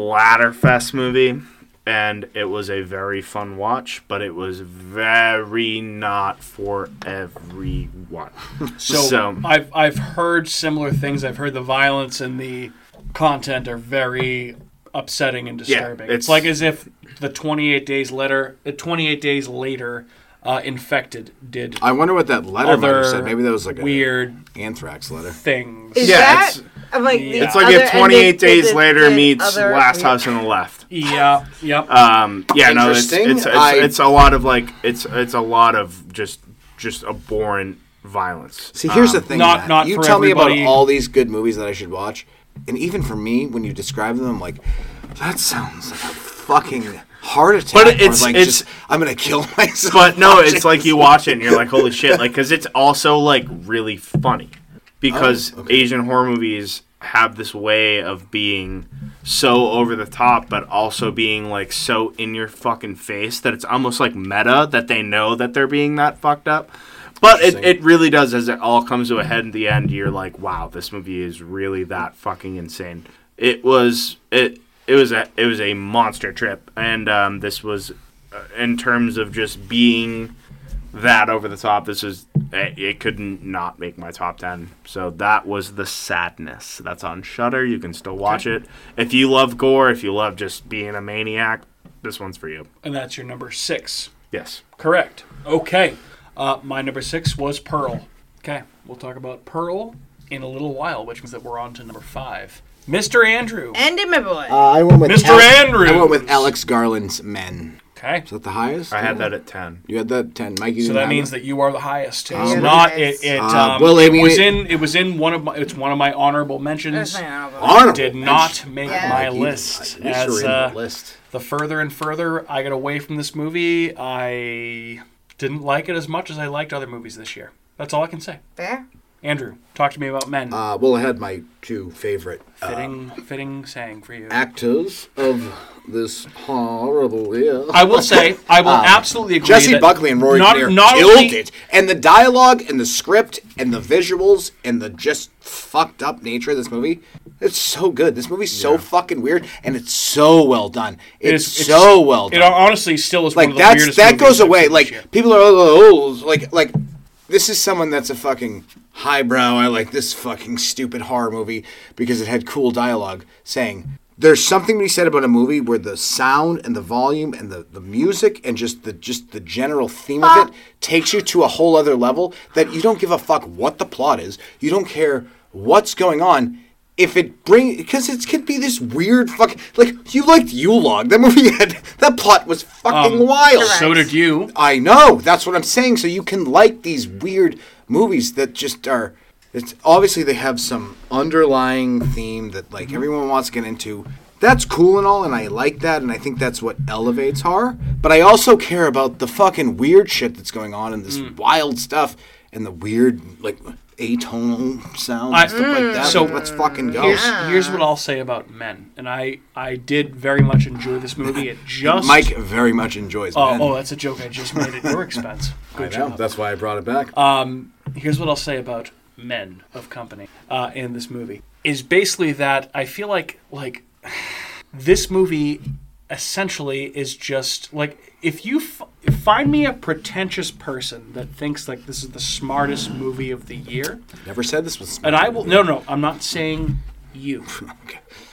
splatterfest movie. And it was a very fun watch, but it was very not for everyone. So, I've I've heard similar things. I've heard the violence and the content are very upsetting and disturbing. it's, it's- like as if the 28 days later, the 28 days later, uh, infected did I wonder what that letter might other have said. Maybe that was like a weird anthrax letter. things. Is Yeah, that, it's- I'm like, yeah. it's like if 28 days later meets Last time. House on the Left. Yeah, yep. Um, yeah, no, it's Interesting. it's, it's, I- it's a lot of like it's it's a lot of just just abhorrent violence. See, here's the thing. not- Matt. not you for tell me everybody. about all these good movies that I should watch, and even for me, when you describe them, I'm like, that sounds like a fucking heart attack. But or, it's- like it's- just, I'm gonna kill [laughs] myself. But no, watching it's like you this. watch it and you're like, holy shit, like because it's also like really funny because Oh, okay. Asian horror movies have this way of being so over the top, but also being like so in your fucking face that it's almost like meta that they know that they're being that fucked up. But it, it really does as it all comes to a head in the end. You're like, wow, this movie is really that fucking insane. It was it it was a it was a monster trip, and um, this was uh, in terms of just being that over the top. This is it, it couldn't not make my top ten. So that was the sadness. That's on Shutter. You can still watch it if you love gore. If you love just being a maniac, this one's for you. and that's your number six. Yes. Correct. Okay. Uh, my number six was Pearl. Okay. We'll talk about Pearl in a little while, which means that we're on to number five. Mr. Andrew. Andy, my boy. Um, Uh, I went with Mr. Andrews. I went with Alex Garland's Men. Okay. Is that the highest? I had that at ten. You had that ten, Mike. You So didn't that have means it? that you are the highest. It's Damn. not. It, it, Uh, um, well, I mean, it was it- in. It was in one of my. It's one of my honorable mentions. That's my honorable. Honorable Did mention. not make Yeah. my Like, you- list. you sure As in the uh, list. the further and further I got away from this movie, I didn't like it as much as I liked other movies this year. That's all I can say. Fair. Andrew, talk to me about men. Uh, well, I had my two favorite uh, fitting, fitting saying for you. actors of this horrible year. I will say, I will absolutely agree. um, Jesse that Buckley and Rory not, Kinnear not killed only, it, and the dialogue and the script and the visuals and the just fucked up nature of this movie. It's so good. This movie's so fucking weird, and it's so well done. It's, so well done. It honestly still is one like of the that's weirdest that movies goes I've away. seen Like this year. people are oh, like like this is someone that's a fucking highbrow. I like this fucking stupid horror movie because it had cool dialogue saying. There's something to be said about a movie where the sound and the volume and the, the music and just the just the general theme of it takes you to a whole other level that you don't give a fuck what the plot is. You don't care what's going on if it bring because it could be this weird fucking like you liked Yule Log that movie had that plot was fucking wild. Um, So did you. I know. That's what I'm saying. So you can like these weird movies that just are. It's obviously they have some underlying theme that Mm-hmm. like everyone wants to get into. That's cool and all, and I like that, and I think that's what elevates horror. But I also care about the fucking weird shit that's going on and Mm. this wild stuff and the weird like atonal sound I- and stuff like that. so- So let's fucking go. Here's, here's what I'll say about men, and I, I did very much enjoy this movie. It just Mike very much enjoys. Oh, men. oh, that's a joke I just made at [laughs] your expense. Good I know. job. That's why I brought it back. Uh, Here's what I'll say about men of company uh, in this movie is basically that I feel like like [sighs] this movie essentially is just like if you f- find me a pretentious person that thinks like this is the smartest movie of the year, Never said this was. and I will no no I'm not saying [laughs] you.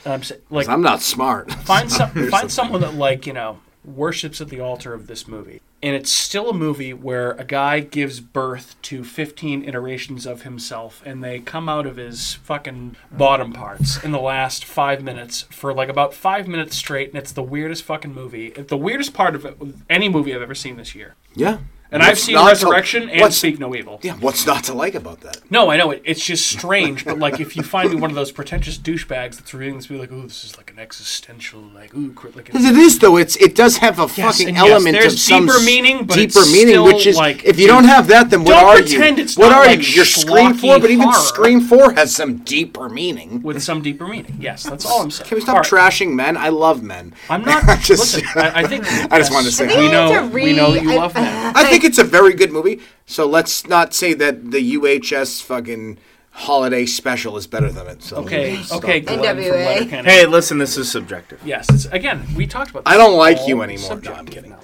I'm saying like I'm not smart. [laughs] find some, find someone that like you know worships at the altar of this movie and it's still a movie where a guy gives birth to 15 iterations of himself and they come out of his fucking bottom parts in the last five minutes for like about five minutes straight and it's the weirdest fucking movie the weirdest part of any movie i've ever seen this year yeah. and i've What's seen not to- resurrection and what's- speak no evil Yeah, what's not to like about that? no, I know it. It's just strange, but like if you find me one of those pretentious douchebags that's reading this, be like, "Ooh, this is like an existential, like ooh, cri- like." Because it is though. It's it does have a Yes, fucking and yes, element there's of some deeper s- meaning, but deeper it's meaning, still, which is like, if you don't have that, then what don't are pretend you? it's what not, are like, you? Your Scream schlocky Four, but even horror. Scream Four has some deeper meaning. with some deeper meaning. Yes, that's all I'm saying. Can we stop All right. trashing men? I love men. [laughs] I'm not. Just- listen, I, I think. [laughs] I just wanted to say I think we I need know. to we know read- you I- love [laughs] men. I think it's a very good movie. So let's not say that the UHS fucking holiday special is better than it. So Okay. stop. Okay. Glenn from NWA. Letterkenny. Hey, listen, this is subjective. Yes. It's, again, we talked about. This I don't like all you anymore, subjective John. I'm kidding. now.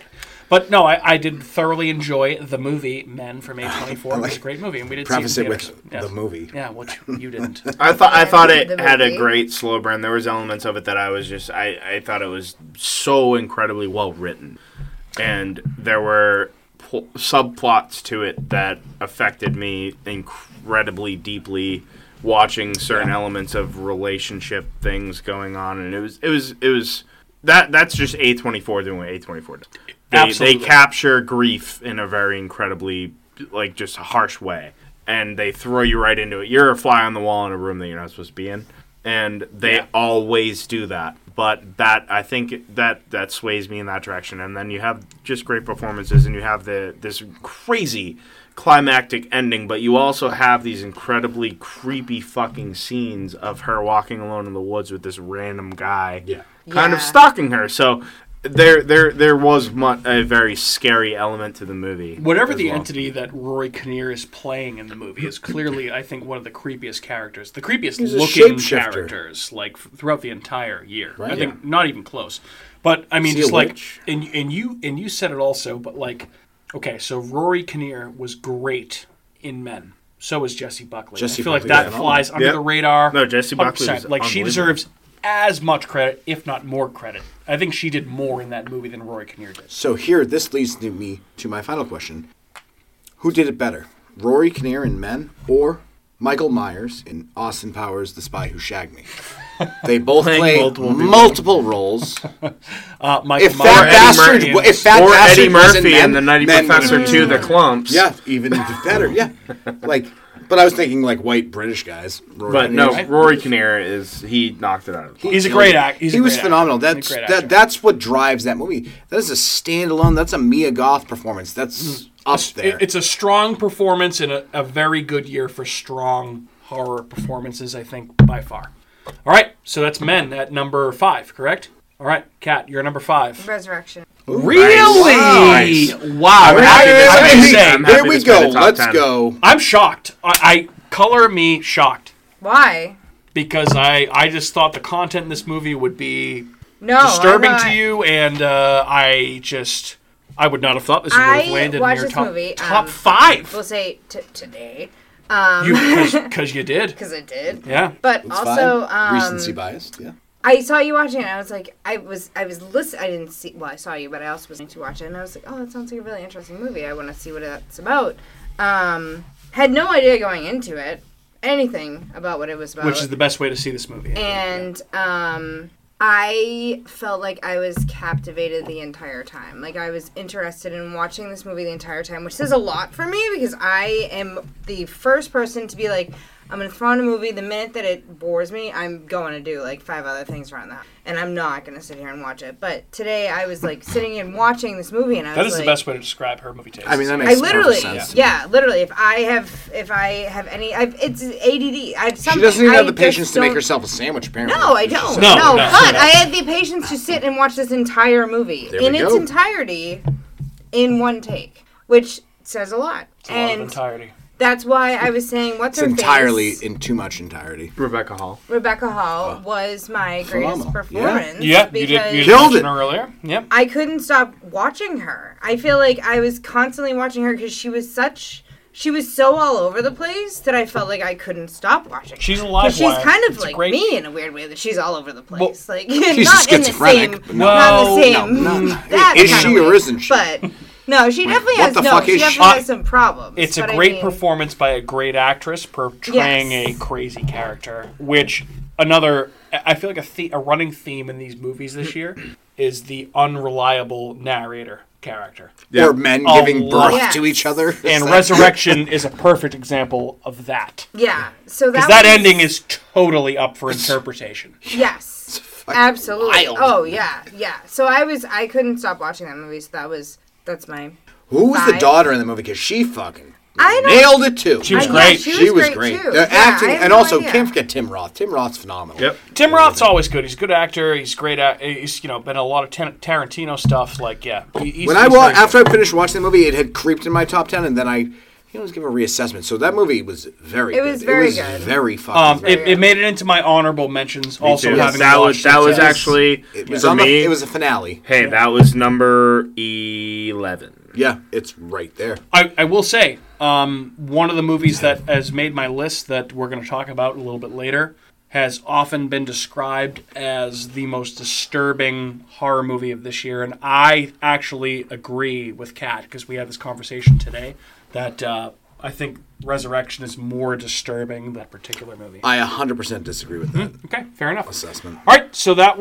But no, I, I did thoroughly enjoy the movie Men from A24. [laughs] it was a like- great movie, and we did Preface see it it in with theaters. Yes. the movie. Yeah, which you [laughs] didn't. I thought I thought it The had a movie. great slow burn. There was elements of it that I was just I, I thought it was so incredibly well written, and there were pl- subplots to it that affected me incredibly deeply. Watching certain elements of relationship things going on, and it was it was it was that that's just a twenty four doing what a twenty four does. They, they Absolutely. capture grief in a very incredibly like just harsh way and they throw you right into it you're a fly on the wall in a room that you're not supposed to be in and they always do that but that i think that that sways me in that direction and then you have just great performances and you have the this crazy climactic ending but you also have these incredibly creepy fucking scenes of her walking alone in the woods with this random guy yeah kind of Yeah. stalking her. So there, there, there was mu- a very scary element to the movie. Whatever as the well. entity that Rory Kinnear is playing in the movie is clearly, I think, one of the creepiest characters, the creepiest a looking shapeshifter. characters, like f- throughout the entire year. I Right. think not even close. But I mean, he just a like, witch? and and you and you said it also, but like, okay, so Rory Kinnear was great in Men. So was Jesse Buckley. Jesse I feel Buckley, like that yeah. flies under Yep. the radar. No, Jesse Buckley 100%. was like she unbelievable. deserves as much credit, if not more credit. I think she did more in that movie than Rory Kinnear did. So here, this leads to me to my final question: Who did it better, Rory Kinnear in Men or Michael Myers in Austin Powers: The Spy Who Shagged [laughs] Me? They both Playing play multiple multiple, people. roles. [laughs] Uh, Michael if Myers- that bastard, Murphy w- and- if that or bastard Eddie wasn't Murphy men, and the Nutty men would Professor be- Two, the clumps. yeah, even better. Yeah, like, but I was thinking like white British guys. Rory But Kinnear. no, Rory Kinnear is he knocked it out of the park. He's a great act. He's a he was great actor. phenomenal. He's a That's great actor. that, that's what drives that movie. That is a standalone. That's a Mia Goth performance. That's up there. Mm. It- it's a strong performance and a, a very good year for strong horror performances, I think, by far. All right, so that's men at number five, correct? All right, Kat, you're number five. Resurrection. Really? Nice. Wow. I'm I- happy this- I'm I'm just happy- saying, I'm happy There we this made go. the top Let's 10. go. I'm shocked. I, I color me shocked Why? because I, I just thought the content in this movie would be No. I disturbing to thought- you, and uh, I just I would not have thought this would I have landed in watched your this top, movie, top um, five. [laughs] We'll say t- today you because you did. because I did. Yeah. But also, um, recency bias. Yeah. I saw you watching it. And I was like, I was, I was listen. I didn't see. Well, I saw you, but I also was listening to watch it, and I was like, oh, that sounds like a really interesting movie. I want to see what that's about. Um, had no idea going into it. anything about what it was about. which is the best way to see this movie. I think. and um, I felt like I was captivated the entire time. Like I was interested in watching this movie the entire time, which says a lot for me because I am the first person to be like, I'm gonna throw on a movie. The minute that it bores me, I'm going to do like five other things around that, and I'm not gonna sit here and watch it. But today I was like sitting and watching this movie, and I That was is the like, best way to describe her movie taste. I mean, that I makes literally, perfect sense. yeah, literally. If I have, if I have any, I've, it's ADD. I've She doesn't even have the patience to make herself. herself a sandwich, apparently. No, I don't. No, no, No, but no. I had the patience to sit and watch this entire movie There in we its go. entirety in one take, which says a lot. a lot of and entirety. that's why I was saying, what's It's her entirely face? in too much entirety. Rebecca Hall. Rebecca Hall was my greatest Phenomenal. performance. Yeah, you because did. You did Killed mention it. her earlier. Yep. I couldn't stop watching her. I feel like I was constantly watching her because she was such. She was so all over the place that I felt like I couldn't stop watching. She's a her. live 'Cause She's wire. kind of It's a like great- me in a weird way that she's all over the place. like She's not in the schizophrenic, but same. not in the no. same. No, no, no. that Is kind she of way. or isn't she? But no, she definitely what has the no. fuck she is she? definitely has some problems. It's a but I great mean- performance by a great actress portraying Yes. a crazy character, which another I I feel like a the, a running theme in these movies this year is the unreliable narrator character. Or men A giving birth lot. to each other. It's Oh, And like- Resurrection is a perfect example of that. Yeah. So that Cuz that was- ending is totally up for interpretation. Yes. Absolutely. wild. Oh yeah, yeah. So I was I couldn't stop watching that movie. So that was that's my Who was the Bye. daughter in the movie? Because she fucking I don't- nailed it too. She was I- yeah, great. she She was great. too. The Yeah, I acting, had and no also idea. can't forget Tim Roth. Tim Roth's phenomenal. Yep. Tim Roth's always good. He's a good actor. He's great at he's you know been in a lot of Tan- Tarantino stuff like yeah. he- he's- When I he's wa- very good. after I finished watching the movie, it had creeped in my top ten, and then I, you know, was give a reassessment. So that movie was very. It good. was very It was good. very fucking. um, it, it made it into my honorable mentions. also Dude, having that was watched that it. was Yeah. actually it was for on the- me. it was a finale. hey, that was number eleven. Yeah, it's right there. I, I will say, um, one of the movies that has made my list that we're going to talk about a little bit later has often been described as the most disturbing horror movie of this year. And I actually agree with Kat because we had this conversation today that uh, I think Resurrection is more disturbing than that particular movie. I 100% disagree with that Okay, fair enough. assessment. All right, so that [laughs]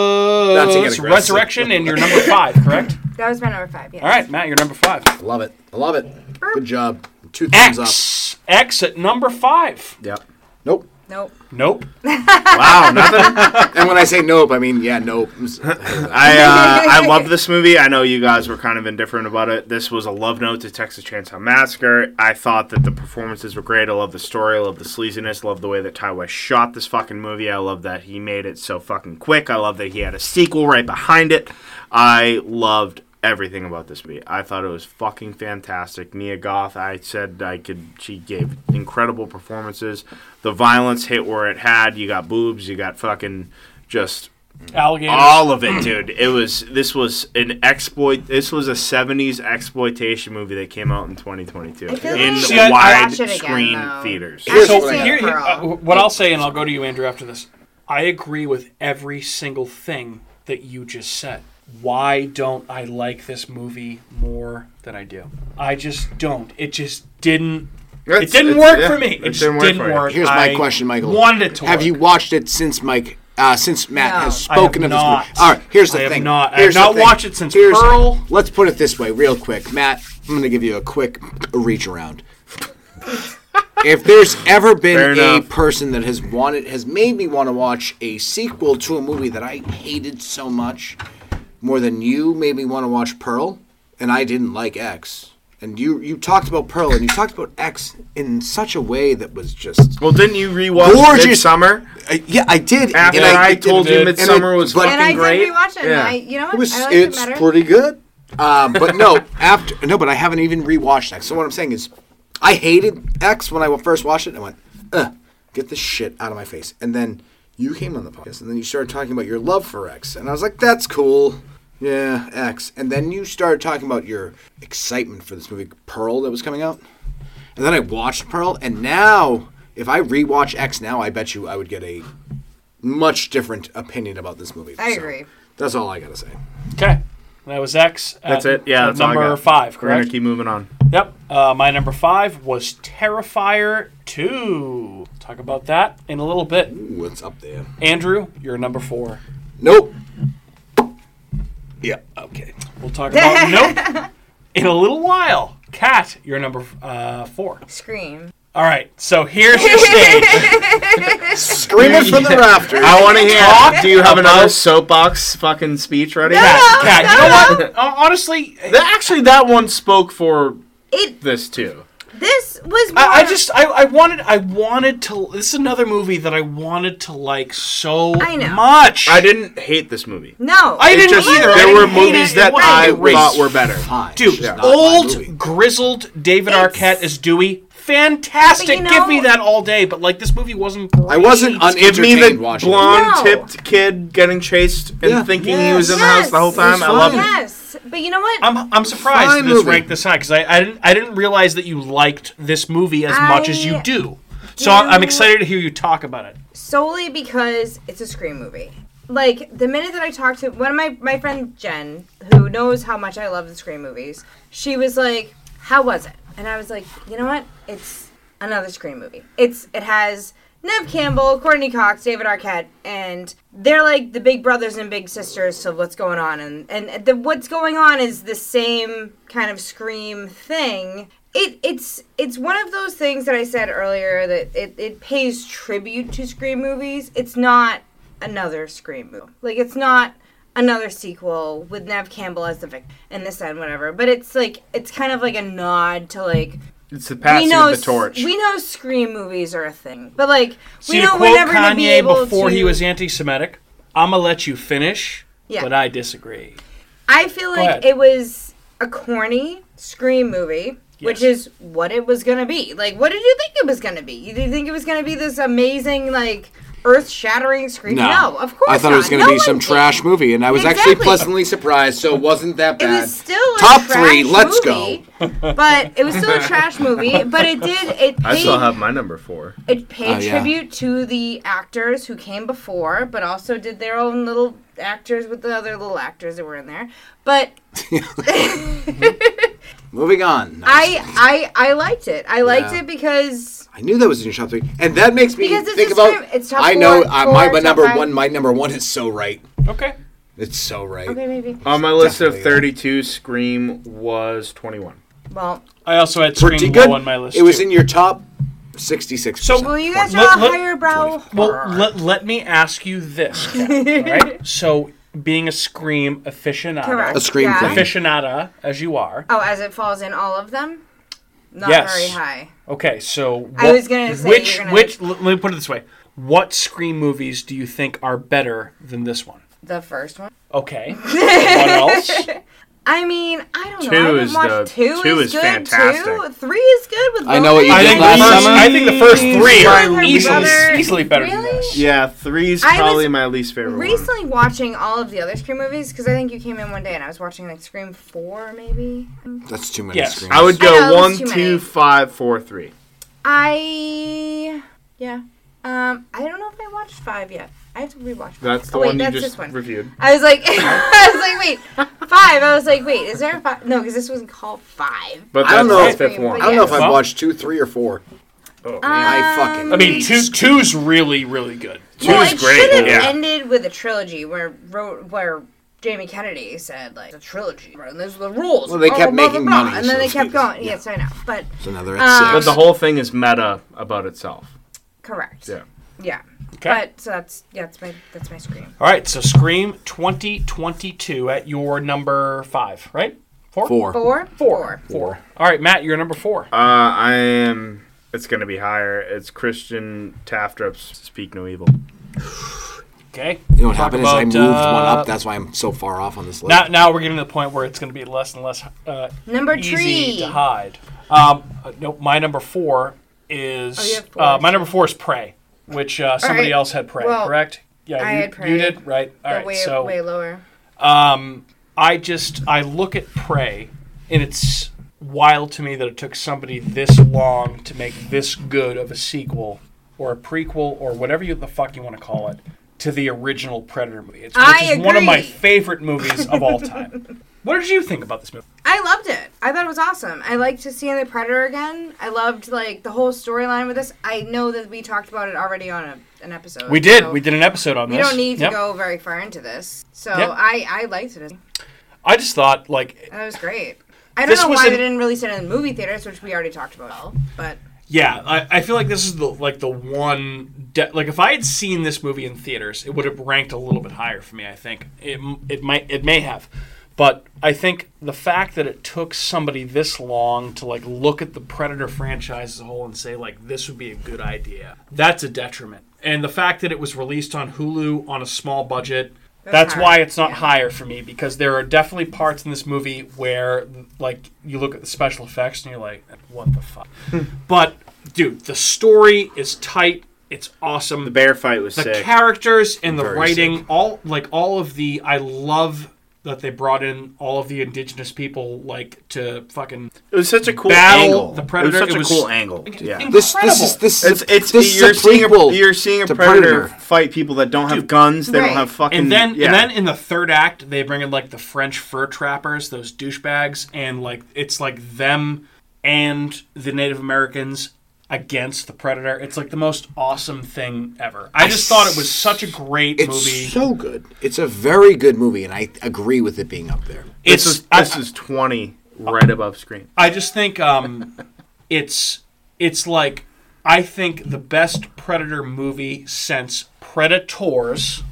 was aggressive. Resurrection and your number five, correct? That was my number five. Yeah. All right, Matt, your number five. Love it. I love it. Good job. Two thumbs up. X. X at number five. Yep. Nope. Nope. Nope. Wow, nothing. And when I say nope, I mean [laughs] yeah, nope. I uh, I love this movie. I know you guys were kind of indifferent about it. This was a love note to Texas Chainsaw Massacre. I thought that the performances were great. I love the story. I love the sleaziness. I love the way that Ty West shot this fucking movie. I love that he made it so fucking quick. I love that he had a sequel right behind it. I loved everything about this movie. I thought it was fucking fantastic. Mia Goth, I said I could. She gave incredible performances. The violence hit where it had. You got boobs. You got fucking just Alligators. all of it, dude. It was this was an exploit. This was a '70s exploitation movie that came out in 2022 I feel in like- See, I- wide Watch it again, screen though. theaters. Here's so what I- here, here- uh, Girl. what I'll say, and I'll go to you, Andrew, after this. I agree with every single thing that you just said. Why don't I like this movie more than I do? I just don't. It just didn't. it It's- didn't it's- work yeah, for me. It, it just didn't didn't work work. for you. Here's my I question, Michael. Wanted it to Have work. you watched it since Mike? Uh, since Matt No. has I have spoken of this not. movie. All right, here's the I have thing. not. I have Here's the not thing. watched it since Here's- Pearl. Let's put it this way, real quick, Matt. I'm going to give you a quick [laughs] reach around. if there's ever Fair been a enough. person that has wanted has made me want to watch a sequel to a movie that I hated so much, more than you made me want to watch Pearl, and I didn't like X. And you you talked about Pearl and you talked about X in such a way that was just Well, didn't you rewatch Gorgeous. Midsummer? I- yeah, I did. After and I, it- told it- you and it- Midsummer was but fucking And I great. did rewatch it. And Yeah. I, you know what? It was, I liked it it's better. pretty [laughs] good. Uh, but no, after no, but I haven't even rewatched X. So what I'm saying is, I hated X when I first watched it. and I went, Ugh, get this shit out of my face. And then you came on the podcast, and then you started talking about your love for X, and I was like, that's cool. Yeah, X. And then you started talking about your excitement for this movie Pearl that was coming out. And then I watched Pearl, and now if I rewatch X now, I bet you I would get a much different opinion about this movie. I So, agree. that's all I gotta say. Okay. That was X. at- That's it. Yeah, at that's all I number got. five, We're gonna correct? keep moving on. Yep. Uh, my number five was Terrifier 2. Talk about that in a little bit. What's up there? Andrew, you're number four. Nope. Yeah. Okay. We'll talk [laughs] about Nope in a little while. Kat, you're number uh, four. [laughs] Scream. All right, so here's [laughs] your stage. Screaming from the rafters. I want to hear. Do you have another soapbox fucking speech ready? No, Kat, you no, know what? Uh, honestly, That, actually, that one spoke for It. this too. This was. More, I, I just I, I wanted I wanted to. This is another movie that I wanted to like so I know. much. I didn't hate this movie. No. I It didn't just either. I there didn't were hate it. movies It that wasn't I great. thought were better. Fine. Dude, It's not my movie. old grizzled David It's- Arquette as Dewey, fantastic. But you Give me know- that all day. But like this movie wasn't. Great. I wasn't Give me the unentertained watching. it. No. blonde-tipped kid getting chased and Yeah. thinking he was in the Yes. house the whole time. It was I love fun. it. Yes, but you know what? I'm, I'm surprised Fine this movie. ranked this high because I, I didn't I didn't realize that you liked this movie as much as you I do. So I'm I'm do- excited to hear you talk about it. solely because it's a scream movie. Like the minute that I talked to one of my my friend Jen, who knows how much I love the scream movies, she was like, "How was it?" And I was like, "You know what? It's another scream movie. It's it has Nev Campbell, Courtney Cox, David Arquette, and they're like the big brothers and big sisters to what's going on, and and the, what's going on is the same kind of scream thing. It it's it's one of those things that I said earlier that it, it pays tribute to scream movies. It's not another scream movie. Like it's not another sequel with Nev Campbell as the victim and this and whatever. But it's like it's kind of like a nod to like It's the passing we know of the torch. We know scream movies are a thing, but like So we to know quote we're never going to be Kanye able before to. he was anti-Semitic, "I'ma let you finish, Yeah. but I disagree." I feel ahead. like it was a corny scream movie, which Yes. is what it was going to be. Like, what did you think it was going to be? Did you think it was going to be this amazing, like, earth-shattering scream? No, of course. I thought it was not. going to No be some one trash did. movie, and I was actually Exactly. pleasantly surprised. So it wasn't that It bad. was still a Top trash three, let's movie, But it was still a [laughs] trash movie. But it did. It paid, I still have my number four. it paid Oh, yeah. tribute to the actors who came before, but also did their own little actors with the other little actors that were in there. But Moving on. I I I liked it. I liked Yeah. it because I knew that was in your top three, and that makes me Because it's think a about. scream- it's top I know uh, four, my, four, my top number five. one. My number one is so right. Okay. It's so right. okay maybe On my list of Definitely. 32, Scream was 21. well I also had Pretty Scream good. low on my list. it was too. in your top sixty-six. So- well you guys are Let- all let- higher brow. Well, let, let me ask you this. [laughs] Kat, all right? So, being a Scream aficionado, Correct. a scream Yeah. queen. aficionada as you are, Oh, as it falls in all of them, not Yes. very high. okay. So, I what- was gonna say which you're gonna- which let me put it this way: What Scream movies do you think are better than this one? The first one. [laughs] Okay. what else? I mean, I don't know. Two I haven't is watched the- two, two is, is good fantastic. too. Three is good with. I know what you I did think, the last first, summer. I think the first three are Brother, easily, brother. easily better than Really? this. Yeah, three's I was probably my least favorite one. Recently, watching all of the other Scream movies because I think you came in one day and I was watching like Scream Four, maybe. That's too many Yes. screams. I would I know, go it was one, too many. two, five, four, three. I yeah. Um, I don't know if I watched five yet. I have to rewatch. Five. That's the oh, wait, one you that's just this one. reviewed. I was like, [laughs] I was like, wait, five. I was like, wait, is there a five? No, because this wasn't called five. But I don't that's know. the fifth Scream, one. I don't know if I've Well- Oh, watched two, three, or four. I fucking. I mean, two two's really really good. well, is it great, should have yeah. ended with a trilogy where wrote where. Jamie Kennedy said, like, the trilogy, and those are the rules. Well, they blah, kept blah, blah, making blah, money, And then so they it's kept good. going. Yeah. Yes, I know. But, It's another at Um, But six. the whole thing is meta about itself. correct. Yeah. Yeah. Okay. But, so that's, yeah, that's my, that's my scream. All right, so Scream 2022 at your number five, right? Four? Four. Four? Four. Four. All right, Matt, you're number four. Uh, I am. It's going to be higher. It's Christian Taftrop's Speak No Evil. Okay. You know what happened is I about, moved one uh, up. That's why I'm so far off on this list. Now, now we're getting to the point where it's going to be less and less uh, Number easy three. to hide. Um, uh, no, my number four is Oh, you have four. uh, my number four is Prey, which uh, somebody right. else had Prey, Well, correct? Yeah, I you, had Prey. you did, right? All But right, way, so um, way lower. I just I look at Prey, and it's wild to me that it took somebody this long to make this good of a sequel or a prequel or whatever you, the fuck you want to call it to the original Predator movie. It's, which I is one of my agree. [laughs] favorite movies of all time. what did you think about this movie? I loved it. I thought it was awesome. I liked to see the Predator again. I loved like the whole storyline with this. I know that we talked about it already on a, an episode. We did. so We did an episode on We this. don't need to Yep. go very far into this. So Yep. I I liked it. I just thought, like, That was great. I don't This know was why an- they didn't release it in the movie theaters, which we already talked about. But yeah, I, I feel like this is the like the one. De- like, if I had seen this movie in theaters, it would have ranked a little bit higher for me. I think it m- it might it may have, but I think the fact that it took somebody this long to like look at the Predator franchise as a whole and say like this would be a good idea, that's a detriment. And the fact that it was released on Hulu on a small budget, that's hard. why it's not Yeah. higher for me because there are definitely parts in this movie where like you look at the special effects and you're like what the fuck Hmm. but dude the story is tight it's awesome The bear fight was the sick. characters and the Very writing all like all of the i love that they brought in all of the indigenous people like to fucking it was such a cool Battle, angle. the predator, It was such it a was- cool [laughs] angle. Yeah. incredible This, this is this It's is it's this you're is a seeing prequel a, you're seeing a to predator, fight people that don't have guns. They Right. don't have fucking. and then yeah. and then in the third act they bring in like the french fur trappers those douchebags and like it's like them and the native americans against the predator it's like the most awesome thing ever i just thought it was such a great It's movie so good. It's a very good movie, and I agree with it being up there. it's this is I- this is twenty right above screen. I just think um, it's it's like I think the best Predator movie since Predators.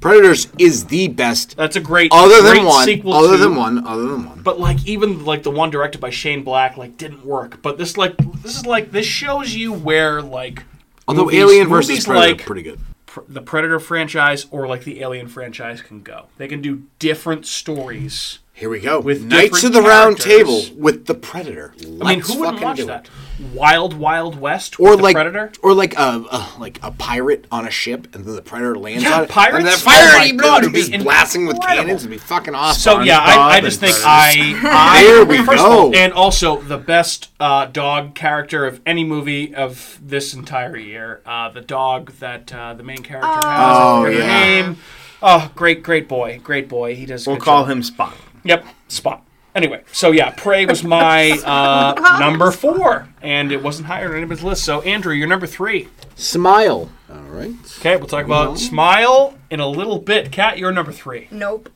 Predators is the best, That's a great other great than one, sequel other to- than one, other than one. But like even like the one directed by Shane Black like didn't work. But this like this is like this shows you where like Although movies- Alien versus movies Predator, like pretty good. pr- the Predator franchise or like the Alien franchise can go. They can do different stories. Here we go. with Knights different of the Round Table characters. with the Predator. Let's I mean, who wouldn't fucking watch do it. that? Wild Wild West Or with like, the Predator. or like a, a like a pirate on a ship, and then the Predator lands Yeah, on it. pirates? and then Oh fire my and God, blood, it'd be he's blasting with incredible. cannons, it'd be fucking awesome. So yeah, SpongeBob I, I and just think Predators. I, I [laughs] There we first of all- go. and also the best uh, dog character of any movie of this entire year. Uh, the dog that uh, the main character has. I Oh, forget her yeah. Name. Oh, great, great boy, great boy. He does. a We'll good call job. him Spot. Yep, spot. Anyway, so yeah, Prey was [laughs] my uh, number four, and it wasn't higher on anybody's list. So Andrew, you're number three. Smile. All right. Okay, we'll talk about Smile in a little bit. Kat, you're number three. nope.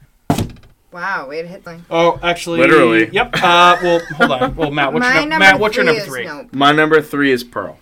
Wow, it hit like Oh, actually, Literally. Yep. Uh, well, hold on. Well, Matt, what's my your num- number Matt? What's your three number is three? Nope. My number three is Pearl.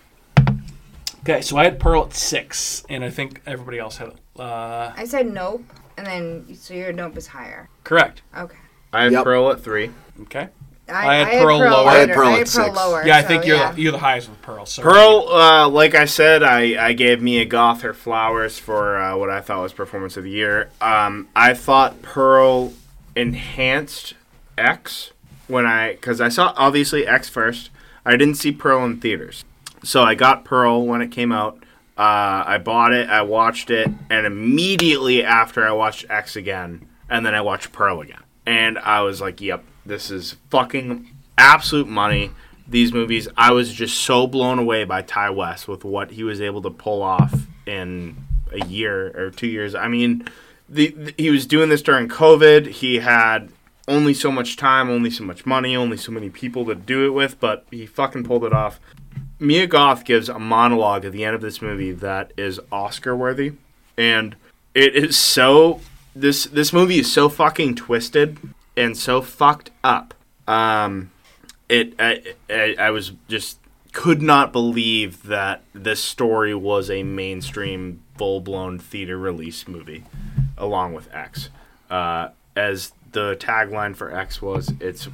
Okay, so I had Pearl at six, and I think everybody else had uh, I said nope, and then so your nope is higher. correct. Okay. I have Yep. Pearl at three. Okay. I, had Pearl lower. I had under- Pearl I at had Pearl six. lower. Yeah, I so think you're yeah. The, you're the highest with Pearl. So Pearl, uh, like I said, I, I gave Mia Goth her flowers for uh, what I thought was performance of the year. Um, I thought Pearl enhanced X when I because I saw obviously X first. I didn't see Pearl in theaters, so I got Pearl when it came out. Uh, I bought it, I watched it, and immediately after I watched X again, and then I watched Pearl again, and I was like, "Yep, this is fucking absolute money." These movies, I was just so blown away by Ty West with what he was able to pull off in a year or two years. I mean, the, the- he was doing this during COVID. He had only so much time, only so much money, only so many people to do it with, but he fucking pulled it off. Mia Goth gives a monologue at the end of this movie that is Oscar worthy, and it is so this this movie is so fucking twisted and so fucked up. Um, it I, I, I was just could not believe that this story was a mainstream full blown theater release movie, along with X. Uh, as the tagline for X was, it's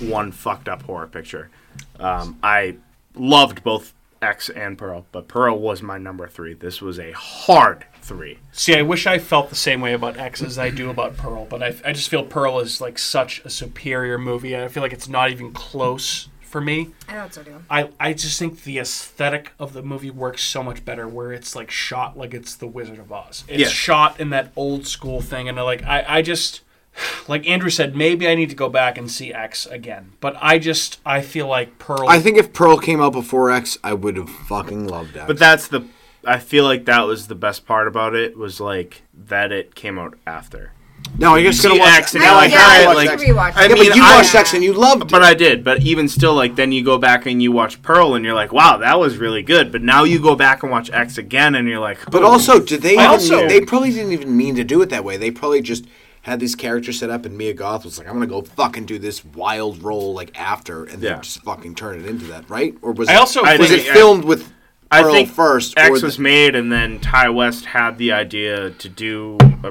one fucked up horror picture. Um, I loved both X and Pearl, but Pearl was my number three. This was a hard three. see, I wish I felt the same way about X as I do about Pearl, but I, I just feel Pearl is like such a superior movie. and I feel like it's not even close for me. I don't so do. I, I just think the aesthetic of the movie works so much better where it's like shot like it's the Wizard of Oz. It's Yeah. shot in that old school thing and I like I, I just [sighs] like Andrew said, maybe I need to go back and see X again. But I just I feel like Pearl I think if Pearl came out before X, I would have fucking loved X. But that's the. I feel like that was the best part about it was like that it came out after. No, you're just see gonna watch X and Yeah, you're I- like, yeah, I all need right, to like, rewatch I it. mean, but you I- watched X and you loved it. But I did. But even still, like then you go back and you watch Pearl, and you're like, "Wow, that was really good." But now you go back and watch X again, and you're like, But also, did they? Even, Also- they probably didn't even mean to do it that way. They probably just had these characters set up, and Mia Goth was like, "I'm gonna go fucking do this wild role like after, and Yeah. then just fucking turn it into that, right?" Or was I it, also was think- it filmed with I Pearl think first? X or was the- made, and then Ty West had the idea to do a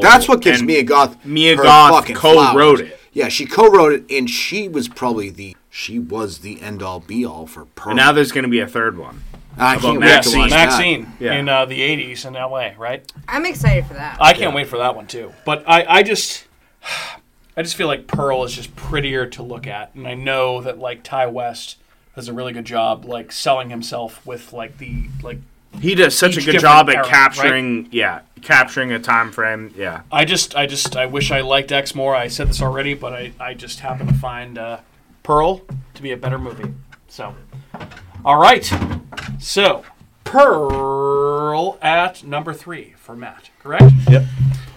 [laughs] that's what gives and Mia Goth. Mia her Goth fucking co-wrote flowers. it. Yeah, she co-wrote it, and she was probably the she was the end all be all for Pearl. And now there's going to be a third one. I about can't wait to Maxine? watch that. Maxine Yeah. in uh, the '80s in L.A. Right? I'm excited for that. I can't wait for that one too. But I, I just, [sighs] I just feel like Pearl is just prettier to look at, and I know that like Ty West does a really good job like selling himself with like the like. He does such Each a good different job at era, right? capturing, yeah, capturing a time frame. Yeah, I just, I just, I wish I liked X more. I said this already, but I, I just happen to find uh, Pearl to be a better movie. So, all right, so Pearl at number three for Matt, correct? Yep.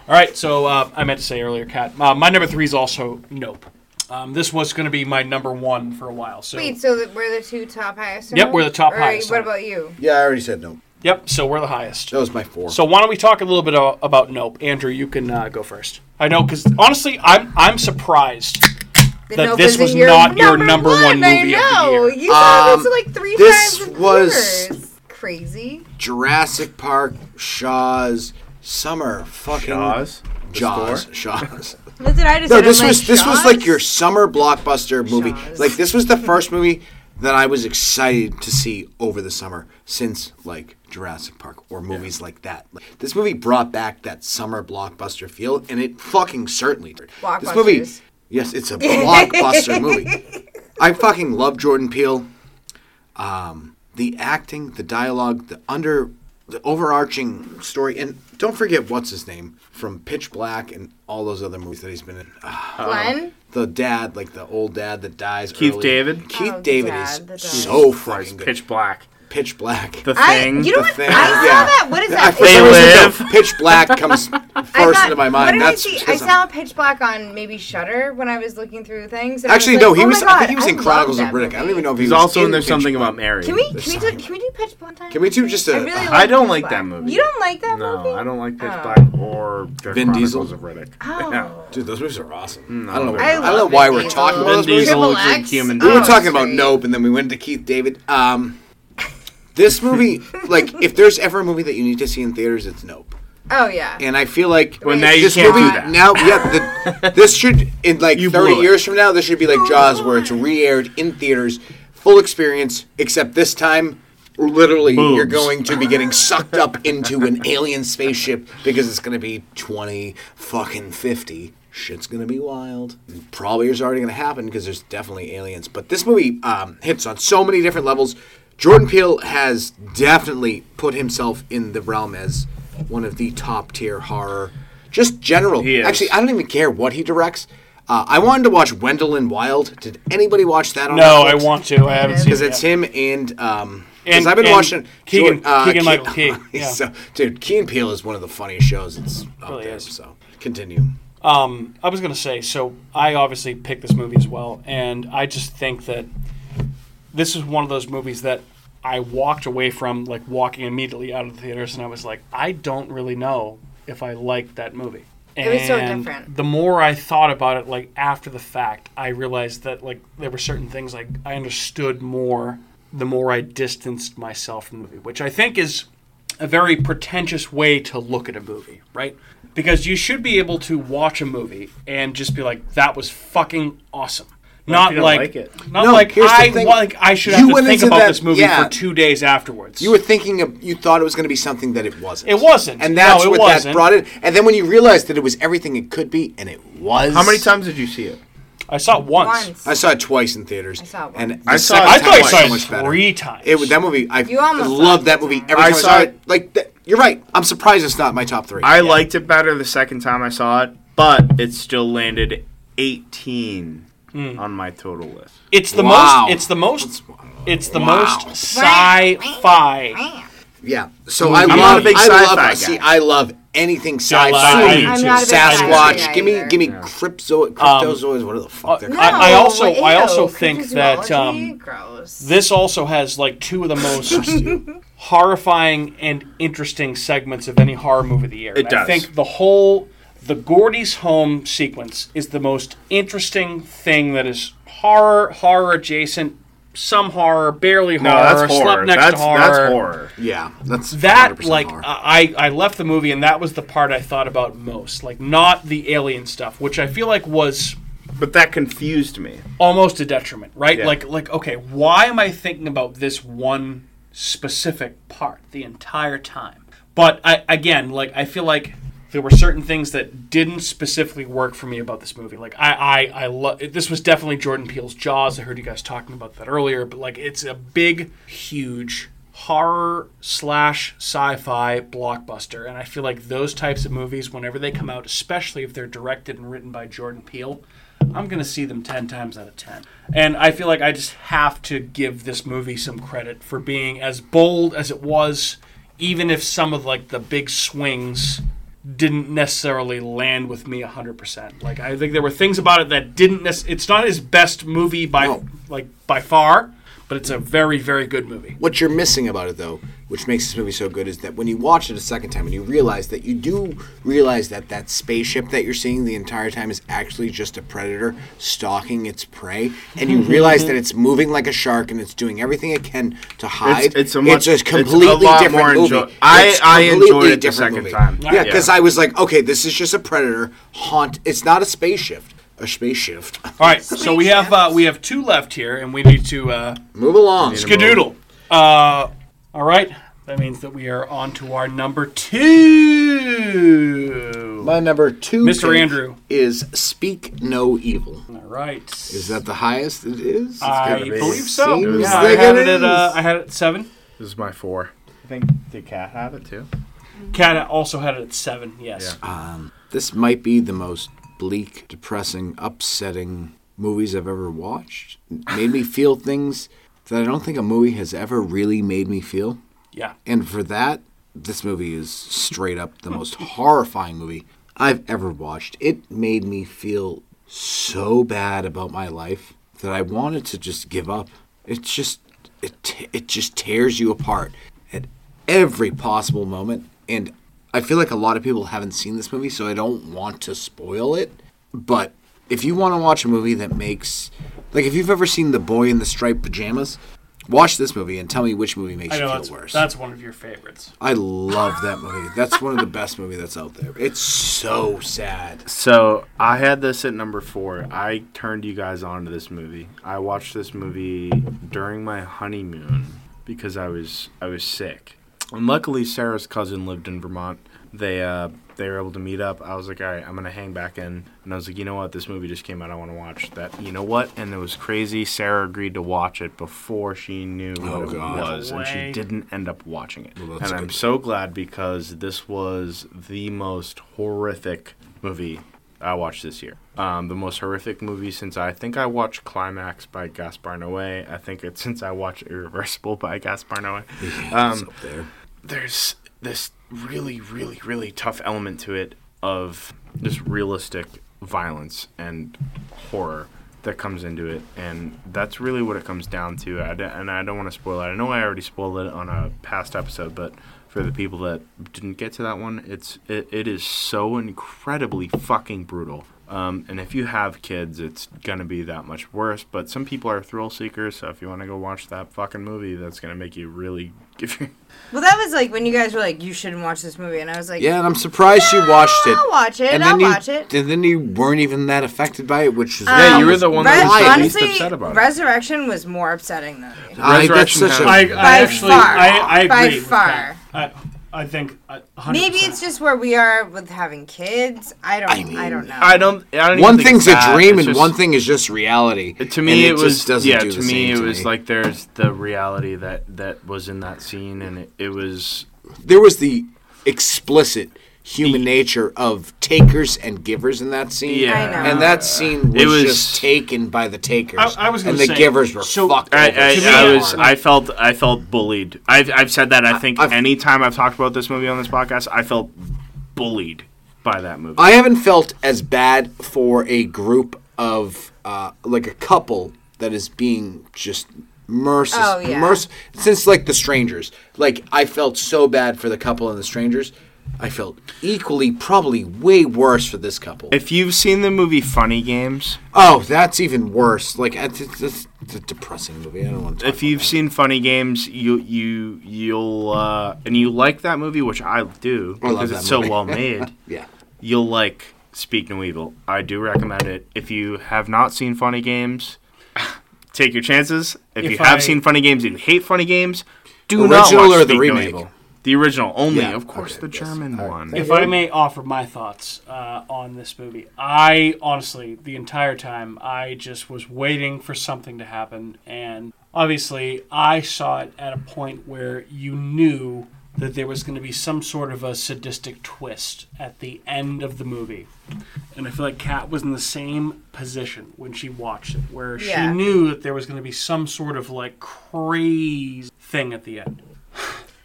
All right, so uh, I meant to say earlier, Kat, uh, my number three is also Nope. Um, this was going to be my number one for a while. So Wait, so that we're the two top highest? Yep, now? we're the top Or highest What now. about you? Yeah, I already said no. yep, so we're the highest. That was my four. So why don't we talk a little bit a- about Nope? Andrew, you can uh, go first. I know because honestly, I'm I'm surprised The That Nope this isn't was not your number one I movie of the know. year. You saw Um, this like three this times. in was- theaters. crazy. Jurassic Park, Shaw's, summer fucking Jaws, the Jaws, store. Shaw's. That's what I just No, said. I'm this like, was this was Jaws? like your summer blockbuster movie. Jaws. Like this was the first movie that I was excited to see over the summer since like Jurassic Park or movies like that. Like, this movie brought back that summer blockbuster feel, and it fucking certainly did. This movie, Blockbusters. yes, it's [laughs] a blockbuster movie. I fucking love Jordan Peele. Um, the acting, the dialogue, the under, the overarching story, and don't forget what's his name from Pitch Black and all those other movies that he's been in. Ah, Glenn. the dad, like the old dad that dies. Keith early. David? Keith Oh, David dad that is dies. so fucking good. Pitch, pitch black. Black. The I, thing. you know The what? Thing, I saw yeah. that. What is I- that? for some They reason, live. Pitch Black comes [laughs] I first thought- into my What mind. did That's I see? I because I'm- saw Pitch Black on maybe Shutter when I was looking through things. and I Actually, was no, like, he oh my was. I God, think he was in love Chronicles of that Riddick. I don't movie. even know if he He's was also in in there's Pitch something Black. about Mary. Can we can we, do, can we do Pitch Black one time? Can we do just a? I really I don't Pitch like Black. that movie. You don't like that No, movie? I don't like Pitch Oh. Black or the Vin Chronicles Diesel? of Riddick. Oh. Yeah. Dude, those movies are awesome. I don't know. I I, don't know love why Vin we're Diesel. talking about Hmm, Vin those movies. Diesel Triple is in X? Human We were Oh, talking about sweet. Nope, and then we went to Keith David. Um, this [laughs] movie, like, if there's ever a movie that you need to see in theaters, it's Nope. Oh yeah. And I feel like Well, now you this can't movie do that. now, yeah, the, this should in like You thirty blew it. years from now, this should be like Jaws, where it's re-aired in theaters, full experience. Except this time, literally, you're Boobs. going to be getting sucked up into an alien spaceship because it's gonna be twenty fucking fifty. Shit's gonna be wild. Probably is already gonna happen because there's definitely aliens. But this movie um, hits on so many different levels. Jordan Peele has definitely put himself in the realm as one of the top tier horror, just general. He is. Actually, I don't even care what he directs. Uh, I wanted to watch Wendell and Wild. Did anybody watch that? on No, I Netflix? want to. I haven't seen because it. it's yet. him and um. Because And- I've been and watching Keegan- Jordan- uh, Keegan-Michael [laughs] Ke- Key, yeah. so, dude, Key and Peele is one of the funniest shows. It's up Really there. is. So continue. Um, I was gonna say. So I obviously picked this movie as well, and I just think that this is one of those movies that I walked away from, like walking immediately out of the theaters, and I was like, I don't really know if I liked that movie. It was so And different. The more I thought about it, like after the fact, I realized that like there were certain things like I understood more the more I distanced myself from the movie, which I think is a very pretentious way to look at a movie, right? Because you should be able to watch a movie and just be like, "That was fucking awesome." Not you don't like, like it? not No, like here's the I thing. wa- like I should You have to went think into about that- this movie yeah. for two days afterwards. You were thinking of, you thought it was going to be something that it wasn't. It wasn't. and that's No, it what that wasn't. brought in. And then when you realized that it was everything it could be, and it was. How many times did you see it? I saw it once. Once. I saw it twice in theaters. I saw it once. And the I saw second it- I time thought I was saw so it much better. three times. It was- that movie. I You almost loved saw that it. movie every time I I saw, saw it. Like th- you're right. I'm surprised it's not my top three. I liked it better the second time I saw it, but it still landed 18 Hmm. on my total list. It's the Wow. most. It's the most. It's the Wow. most sci-fi. yeah. So I I'm love. not a big I love. sci-fi guy. See, I love Sci-fi. I'm not a big Sasquatch. sci-fi give me, either. give me crypto, cryptozoids. what are the fuck? they're No, called? I- I also- I ew, also think that, cryptozoology? um, gross. This also has like two of the [laughs] most horrifying and interesting segments of any horror movie of the year. And I does. think the whole the Gordy's home sequence is the most interesting thing that is horror, horror adjacent, some horror, barely Oh, horror, No, that's horror. slept next That's, to horror. that's horror. yeah, that's That 100% like horror. I I left the movie and that was the part I thought about most. Like not the alien stuff, which I feel like was But that confused me. almost a detriment, right? Yeah. Like like okay, why am I thinking about this one specific part the entire time? But I again, like I feel like there were certain things that didn't specifically work for me about this movie. Like I I I love this was definitely Jordan Peele's Jaws. I heard you guys talking about that earlier, but like it's a big huge horror slash sci-fi blockbuster and i feel like those types of movies whenever they come out especially if they're directed and written by jordan peele I'm going to see them 10 times out of 10. And I feel like I just have to give this movie some credit for being as bold as it was, even if some of like the big swings didn't necessarily land with me 100%. Like I think there were things about it that didn't nec- it's not his best movie by No. like by far, but it's a very very good movie. What you're missing about it, though, which makes this movie so good, is that when you watch it a second time and you realize that you do realize that that spaceship that you're seeing the entire time is actually just a predator stalking its prey, and [laughs] you realize that it's moving like a shark and it's doing everything it can to hide. it's a much- it's a completely lot different more movie. enjoy- I- It's I completely enjoyed it the different second time. Yeah, Yeah. because I was like, okay, this is just a predator haunt. It's not a space shift. A space shift. All right, so we have uh, we have two left here and we need to uh Move along. Skadoodle. Uh, all right. That means that we are on to our number two. My number two, Mr. pick Andrew. is Speak No Evil. All right. Is that the highest it is? It's I gotta be. believe so. Seems Yeah, I like had it it at uh, is. I had it at seven. This is my four. I think did Cat have it too? Kat also had it at seven. Yes. Uh, This might be the most bleak, depressing, upsetting movies I've ever watched. It made me feel things that I don't think a movie has ever really made me feel. Yeah. And for that, this movie is straight up the most horrifying movie I've ever watched. It made me feel so bad about my life that I wanted to just give up. It just it t- it just tears you apart at every possible moment and I feel like a lot of people haven't seen this movie so I don't want to spoil it, but if you want to watch a movie that makes like if you've ever seen The Boy in the Striped Pajamas, watch this movie and tell me which movie makes I you know feel that's worse. that's one of your favorites. I love that movie. That's one of the best movies that's out there. It's so sad. So I had this at number four. I turned you guys on to this movie. I watched this movie during my honeymoon because I was I was sick. And luckily Sarah's cousin lived in Vermont. They uh, they were able to meet up. I was like, all right, I'm gonna hang back in. And I was like, you know what, this movie just came out. I want to watch that. You know what? And it was crazy. Sarah agreed to watch it before she knew what Oh, it God. was, and Way. she didn't end up watching it. that's and I'm good. so glad because this was the most horrific movie I watched this year. Um, the most horrific movie since I think I watched Climax by Gaspar Noé. I think it's since I watched Irreversible by Gaspar Noé. it's up there. There's this really, really, really tough element to it of just realistic violence and horror that comes into it, and that's really what it comes down to. I d- and I don't want to spoil it. I know I already spoiled it on a past episode, but for the people that didn't get to that one, it's it, it is so incredibly fucking brutal. Um, and if you have kids, it's gonna be that much worse. But some people are thrill seekers, so if you want to go watch that fucking movie, that's gonna make you really [laughs] give your well, that was like when you guys were like, "You shouldn't watch this movie," and I was like, Yeah, and I'm surprised you watched it. I'll watch it, And I'll then you, watch it. And then you weren't even that affected by it, which is Yeah, you were the one that Res- was the least honestly, upset about it. Resurrection was more upsetting than me. I, that's Resurrection such a I, I By actually far. I, I agree. By with far. Kat. I, I think uh, 100%. Maybe it's just where we are with having kids. I don't. I, don't know. I don't. I don't even one think thing's it's a that. dream It's and just- one thing is just reality. To me, And it, was just doesn't yeah. do to the me, same it to was me. like there's the reality that that was in that scene, and it, it was there was the explicit human nature of takers and givers in that scene. Yeah. I know. And that scene was, It was- just taken by the takers. I- I was and gonna the say, givers were so- fucked. I, over I, so I me, was hard. I felt I felt bullied. I've I've said that I think I've- anytime I've talked about this movie on this podcast, I felt bullied by that movie. I haven't felt as bad for a group of uh, like a couple that is being just merciless. Oh, yeah. merc- since like the strangers. Like I felt so bad for the couple and the strangers. I felt equally, probably way worse for this couple. if you've seen the movie Funny Games, oh, that's even worse. Like it's, it's, it's a depressing movie. I don't want to. Talk if you've seen Funny Games, you you you'll uh, and you like that movie, which I do I love because that it's movie. so well made. [laughs] yeah. you'll like Speak No Evil. I do recommend it. If you have not seen Funny Games, take your chances. If, you If have I- seen Funny Games and you hate Funny Games, do not Original watch or the Speak No remake? Evil. The original only, Yeah, of course, okay, the yes. German All right. one. If I may offer my thoughts uh, on this movie, I honestly, the entire time, I just was waiting for something to happen. And obviously, I saw it at a point where you knew that there was going to be some sort of a sadistic twist at the end of the movie. And I feel like Kat was in the same position when she watched it, where Yeah. she knew that there was going to be some sort of like crazy thing at the end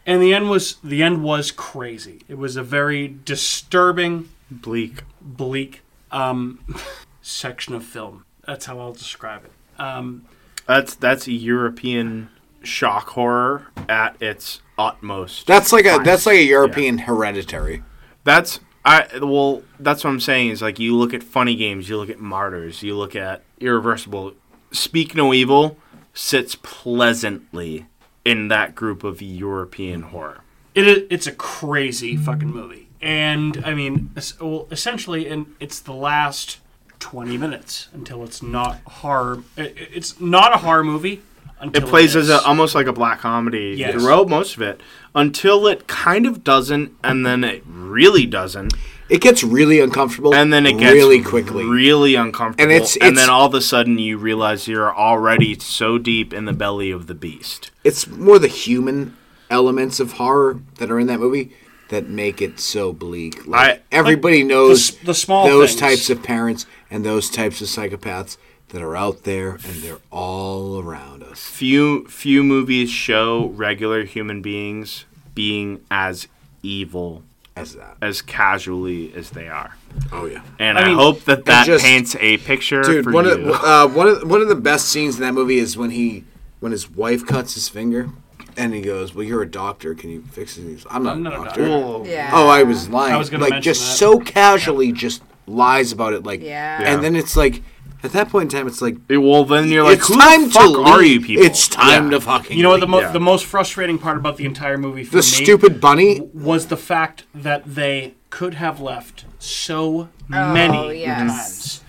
and the end was the end was crazy. It was a very disturbing, Bleak. bleak um, [laughs] section of film. That's how I'll describe it. Um, That's that's a European shock horror at its utmost. That's like a that's like a European hereditary. That's I well, that's what I'm saying is like you look at funny games, you look at martyrs, you look at irreversible. Speak no evil sits pleasantly in that group of European horror. it is, it's a crazy fucking movie, and I mean, es- well, essentially, and it's the last twenty minutes until it's not horror. i- i- It's not a horror movie. Until It plays is. as a, almost like a black comedy Yes. throughout most of it until it kind of doesn't, and then it really doesn't, It gets really uncomfortable, and then it gets really quickly. really uncomfortable, And it's- and it's- then all of a sudden you realize you're already so deep in the belly of the beast. it's more the human elements of horror that are in that movie that make it so bleak. Like I- everybody s- knows the small those things. types of parents and those types of psychopaths that are out there and they're all around us. few few movies show regular human beings being as evil As that. as casually as they are Oh yeah. and I i, mean- hope that that just- paints a picture Dude, for one you of, the, uh, one, of, one of the best scenes in that movie is when he when his wife cuts his finger and he goes, "Well, you're a doctor. Can you fix it?" And he goes, I'm not I'm a not a doctor. doctor. Yeah. Oh, I was lying. I was gonna like mention just that. so casually, just lies about it. Like, Yeah. Yeah. And then it's like, at that point in time, it's like, It- well then you're like it's who time the fuck to are leave. you people It's time Yeah. to fucking. You know what the, leave. mo- Yeah. the most frustrating part about the entire movie for the me stupid bunny. was the fact that they could have left so many Oh, yes. times.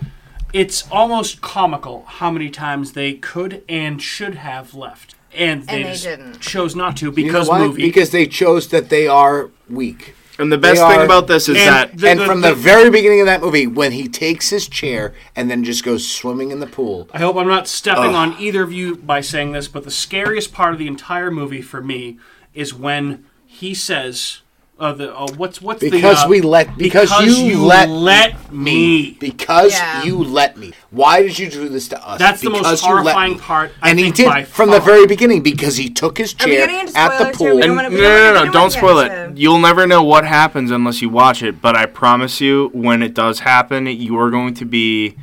It's almost comical how many times they could and should have left, and they, they just didn't. chose not to You know because why? movie. Because they chose that they are weak. and the best They thing are- about this is And that the- and from the, the- very beginning of that movie, when he takes his chair and then just goes swimming in the pool, I hope I'm not stepping on either of you by saying this, but the scariest part of the entire movie for me is when he says, uh, the, uh, "What's what's Because the, uh, we let- because you let me." because Yeah. you let me. Why did you do this to us? That's the most Because you let horrifying me. part, I And he think, did by from the far. very beginning because he took his Are we chair getting into at the spoilers here? We pool. don't And wanna- no, we no, don't no, wanna no! get Don't into spoil it, it. so- You'll never know what happens unless you watch it. But I promise you, when it does happen, you are going to be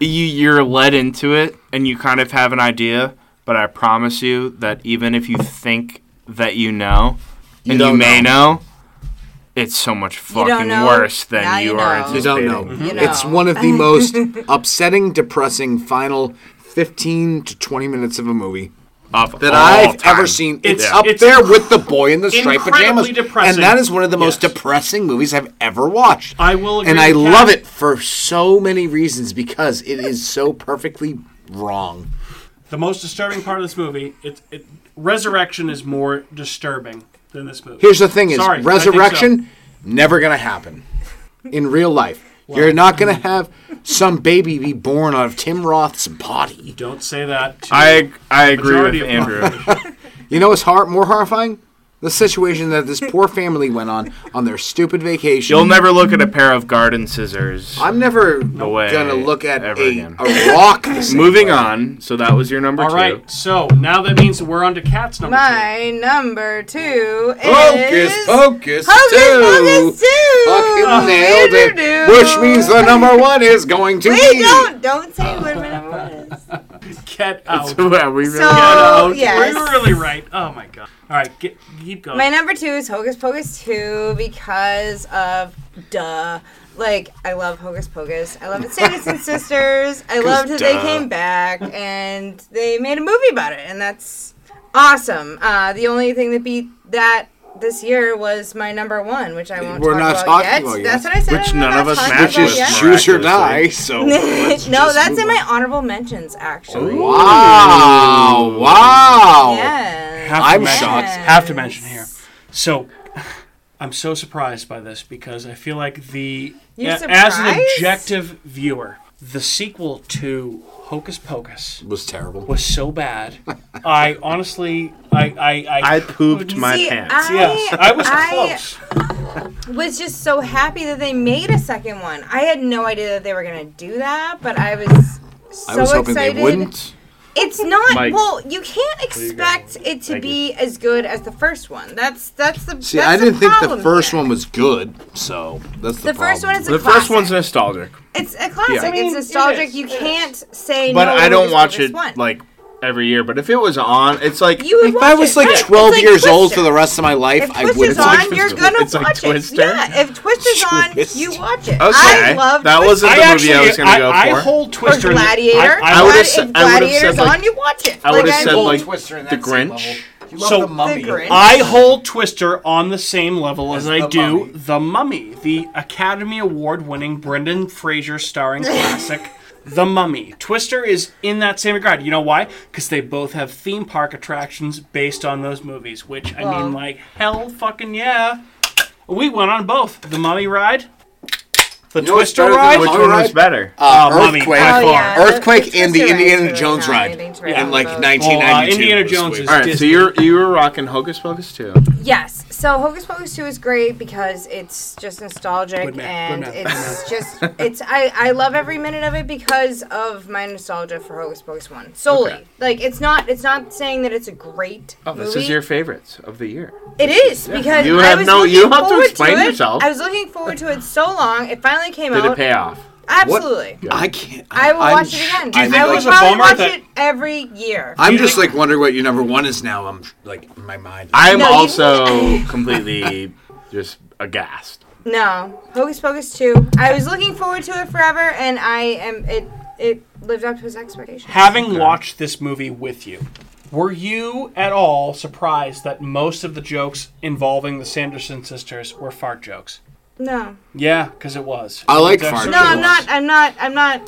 you. You're led into it, and you kind of have an idea. But I promise you that even if you think that you know, and you don't may know. it's so much You don't fucking know, worse than now you, you are know. You anticipating. don't know. You know. It's one of the most [laughs] upsetting, depressing final 15 to 20 minutes of a movie Of Mm-hmm. that all I've time. ever seen. It's It's- up it's there with The Boy in the Striped incredibly Pajamas. depressing. And that is one of the most Yes. depressing movies I've ever watched. I will agree And I with Kat. love it for so many reasons because it is so perfectly wrong. the most disturbing part of this movie it, it resurrection is more disturbing than this movie Here's the thing is Sorry, I think so. resurrection never going to happen in real life. You're not going to have some baby be born out of Tim Roth's body. don't say that to I I agree with majority of Andrew. population. You know what's hor- more horrifying? the situation that this poor family went on on their stupid vacation. You'll never look at a pair of garden scissors. [laughs] I'm never way gonna look at ever a, again. a rock. the same Moving way. on. So that was your number All two. right, so now that means that we're on to Cat's number two. My number two is Hocus Pocus Hocus Two. Pocus two. Oh, Fucking nailed it. Do-do-do. Which means the number one is going to Wait, be. don't don't say what my number one is. Get out. [laughs] So, yeah, we really So out. yes, We're really right. Oh my god. All right, get, keep going. My number two is Hocus Pocus 2 because of duh. Like, I love Hocus Pocus. I love its Saints and Sisters. [laughs] I loved that they came back and they made a movie about it, and that's awesome. Uh, the only thing that beat that this year was my number one, which I won't We're talk not about talking yet. about yet. That's what I said. Which I'm none not of us talking matched about Just with. yet. choose or Miraculously. die. So let's no, just that's move in on. my honorable mentions, actually. Wow! Oh, Wow! Yes. Have to I'm mention- shocked. Have to mention here. So, [sighs] I'm so surprised by this because I feel like the You're a- as an surprised? objective viewer, the sequel to Hocus Pocus It was terrible. was so bad. I honestly, I, I, I, I pooped my See, pants. I- yes, I was I- close. was just so happy that they made a second one. I had no idea that they were gonna do that, but I was so I was hoping excited. they wouldn't. It's not Mike. well. You can't expect it to Thank be as good as the first one. That's that's the. See, that's I the didn't think the problem first here. one was good, so that's the, The first problem. one is a the classic. first one's nostalgic, It's a classic. I it's nostalgic. you can't say but no. I to don't this watch previous it one. like every year. But if it was on, it's like you would If watch I was it, like right? It's 12 like years old Twister. for the rest of my life, If I would. Twister's have on, you're gonna It's like watch Twister. it. Yeah, [laughs] if Twister's on, you Twister. watch it. I okay, love that Twister. wasn't the I movie I was gonna I, go I for. hold Twister. or in the- Gladiator. I, I, would've Glad- said- if I would've Gladiator's said, like- on, you watch it. I would've I said, mean, like, The Grinch. You love So- The Mummy. Grinch. I hold Twister on the same level as, I The do Mummy. The Mummy, the Academy Award winning Brendan Fraser [laughs] starring classic The Mummy. Twister is in that same regard. You know why? Because they both have theme park attractions based on those movies, which I mean, like, hell fucking yeah. We went on both The Mummy Ride, the know what's Twister better than ride. The which All one was right. better? Uh, Oh, Mummy, earthquake, by Oh, yeah, far. the- earthquake, the and the Twister ride's Indiana really Jones not ride, anything to in remember like about. 1992. Well, uh, Indiana was Jones way- is- All right, so Disney. you're you were rocking Hocus Pocus too. Yes. So Hocus Pocus 2 is great because it's just nostalgic Good man, and good man, it's just it's I I love every minute of it because of my nostalgia for Hocus Pocus 1 solely. Okay. Like it's not it's not saying that it's a great Oh, this movie. is your favorites of the year. It is because You I have was no- looking you have to forward explain it. yourself. I was looking forward to it so long. It finally came Did out. it pay off? What? Absolutely. I can't. I will I'm watch it sh- again. I think I it will was a probably bummer watch that- it every year. I'm just like wondering what your number one is now. I'm like in my mind. I'm No, you- also [laughs] completely just aghast. No, Hocus Pocus two. I was looking forward to it forever, and I am it. It lived up to his expectations. Having watched this movie with you, were you at all surprised that most of the jokes involving the Sanderson sisters were fart jokes? No, Yeah, because it was. I like It was fart actually- no, I'm not. I'm not. I'm not.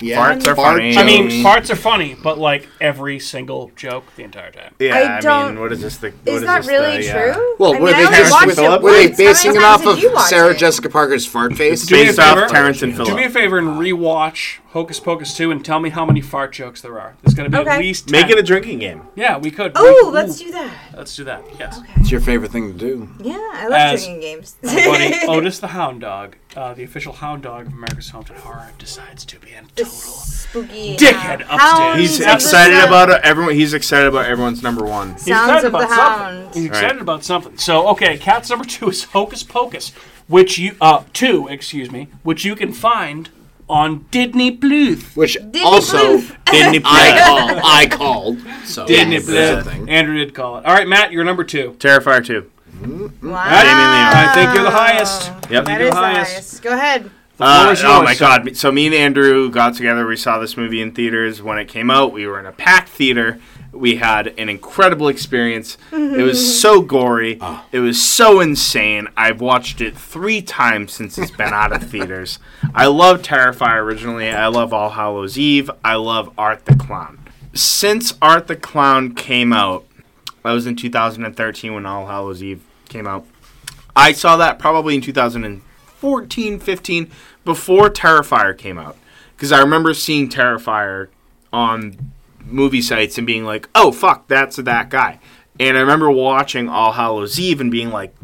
yeah, Farts are fart funny. I mean, jokes. farts are funny, but like every single joke the entire time. Yeah, I I, don't- mean, what is this? The, what Is that this, really the, uh, true? Well, I were mean, I they only Terrence watched just it with, once. were they How many basing it times off did of you watch Sarah it? Jessica Parker's fart face? Do me a Based off favor? Terrence and Do me a Phillip. favor and rewatch Hocus Pocus 2 and tell me how many fart jokes there are. There's going to be Okay. at least 10. Make it a drinking game. Yeah, we could. Oh, We- let's ooh, do that. Let's do that, yes. It's your favorite thing to do. Yeah, I love As- drinking games. [laughs] Buddy, Otis the Hound Dog, uh, the official hound dog of America's Haunted Horror, decides to be a total Spooky. Dickhead uh, upstairs. Hounds He's of the excited Sun- about uh, everyone. He's excited about everyone's number one. He's Sounds excited of the about something. Hound. He's excited about something. So okay, cat's number two is Hocus Pocus, which you uh two, excuse me, which you can find on Disney Plus. Which Disney [laughs] also [laughs] Plus. Didn't I called. I called. So Disney that's a Plus. thing. Andrew did call it. All right, Matt, you're number two. Terrifier two. Wow. I think you're the Ah. highest. Yep. Ah! That do is highest. nice. Go ahead. Uh, is oh yours. my god! So me and Andrew got together. We saw this movie in theaters when it came out. We were in a packed theater. We had an incredible experience. it [laughs] was so gory. It was so insane. I've watched it three times since it's been out of theaters. I love Terrifier originally. I love All Hallows Eve. I love Art the Clown. Since Art the Clown came out, that was in 2013 when All Hallows Eve came out. I saw that probably in 2014, 15, before Terrifier came out. Because I remember seeing Terrifier on movie sites and being like, oh, fuck, that's that guy. And I remember watching All Hallows Eve and being like,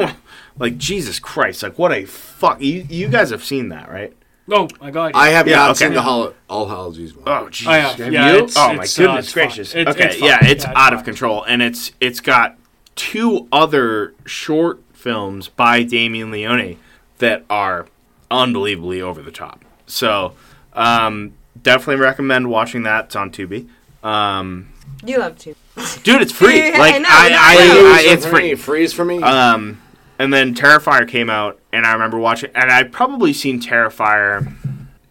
[laughs] like Jesus Christ, like what a fuck. You, you guys have seen that, right? Oh my god! I have Yeah, not okay. seen the Hol- All Hallows Eve one. Oh Jesus! I have. Have Yeah, you? it's- oh it's, uh, my goodness it's gracious! fun. It's- okay, it's fun. yeah, it's Yeah, it's out of fun. control, and it's it's got two other short films by Damien Leone that are unbelievably over the top. So um, definitely recommend watching that. It's on Tubi. Um, You love to. dude, it's free. Yeah, Like I know, I, not I, I, Freeze it's for free. Me. Freeze for me. Um, and then Terrifier came out, and I remember watching, and I've probably seen Terrifier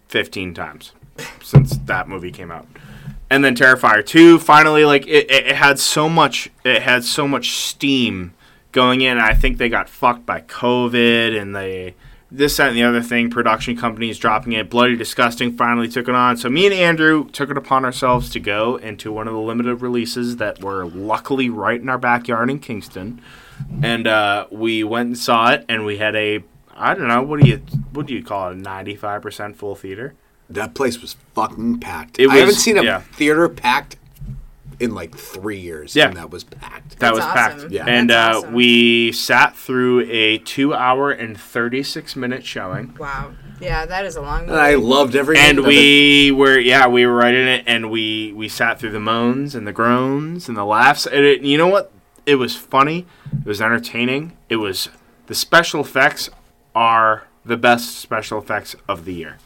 15 times since that movie came out. And then Terrifier 2, finally, like it, it, it had so much, it had so much steam going in. and I think they got fucked by COVID and they this that and the other thing. Production companies dropping it. Bloody disgusting. Finally took it on. So me and Andrew took it upon ourselves to go into one of the limited releases that were luckily right in our backyard in Kingston and uh, we went and saw it, and we had a I don't know what do you what do you call it ninety five percent full theater. that place was fucking packed. It I haven't was- seen a yeah. theater packed in like three years. Yeah. and that was packed. That That's was awesome. packed. Yeah. and uh, That's awesome. we sat through a two hour and thirty six minute showing, Wow. Yeah, that is a long and I movie. loved every. minute and of it. we were yeah we were right in it, and we we sat through the moans and the groans and the laughs, and it, you know what? It was funny. It was entertaining. It was the special effects are the best special effects of the year.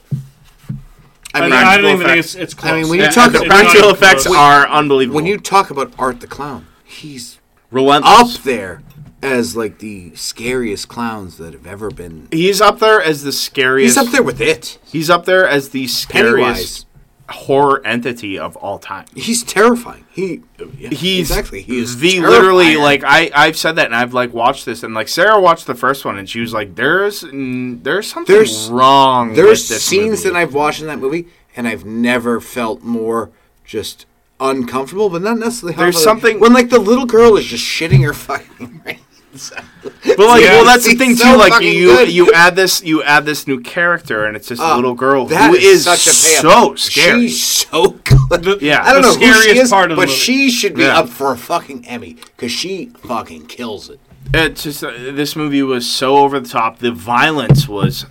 I I, mean, don't- I don't even effect. think it's, it's close. I mean, when you Yeah, talk it's- the about it's not practical even effects close. are unbelievable. when you talk about Art the Clown, he's up relentless, there as like the scariest clowns that have ever been. he's up there as the scariest. He's up there with it. He's up there as the Pennywise. scariest horror entity of all time. He's terrifying. He yeah, He's exactly. He is the terrifying. literally like I I've said that and I've like watched this and like Sarah watched the first one and she was like there's mm, there's something There's- wrong. There's with this scenes movie. that I've watched in that movie, and I've never felt more just uncomfortable, but not necessarily. There's horrible. something- when like the little girl is just shitting her fucking [laughs] brains. out. But like, Yeah. well, that's the He's thing too. so like, fucking you good. Uh, you add this you add this new character, and it's this little girl That who is, such a so payoff. scary. She's so good. Yeah. I don't The know who she scariest is, part of the but movie. she should be Yeah. up for a fucking Emmy because she fucking kills it. It's just uh, this movie was so over the top. The violence was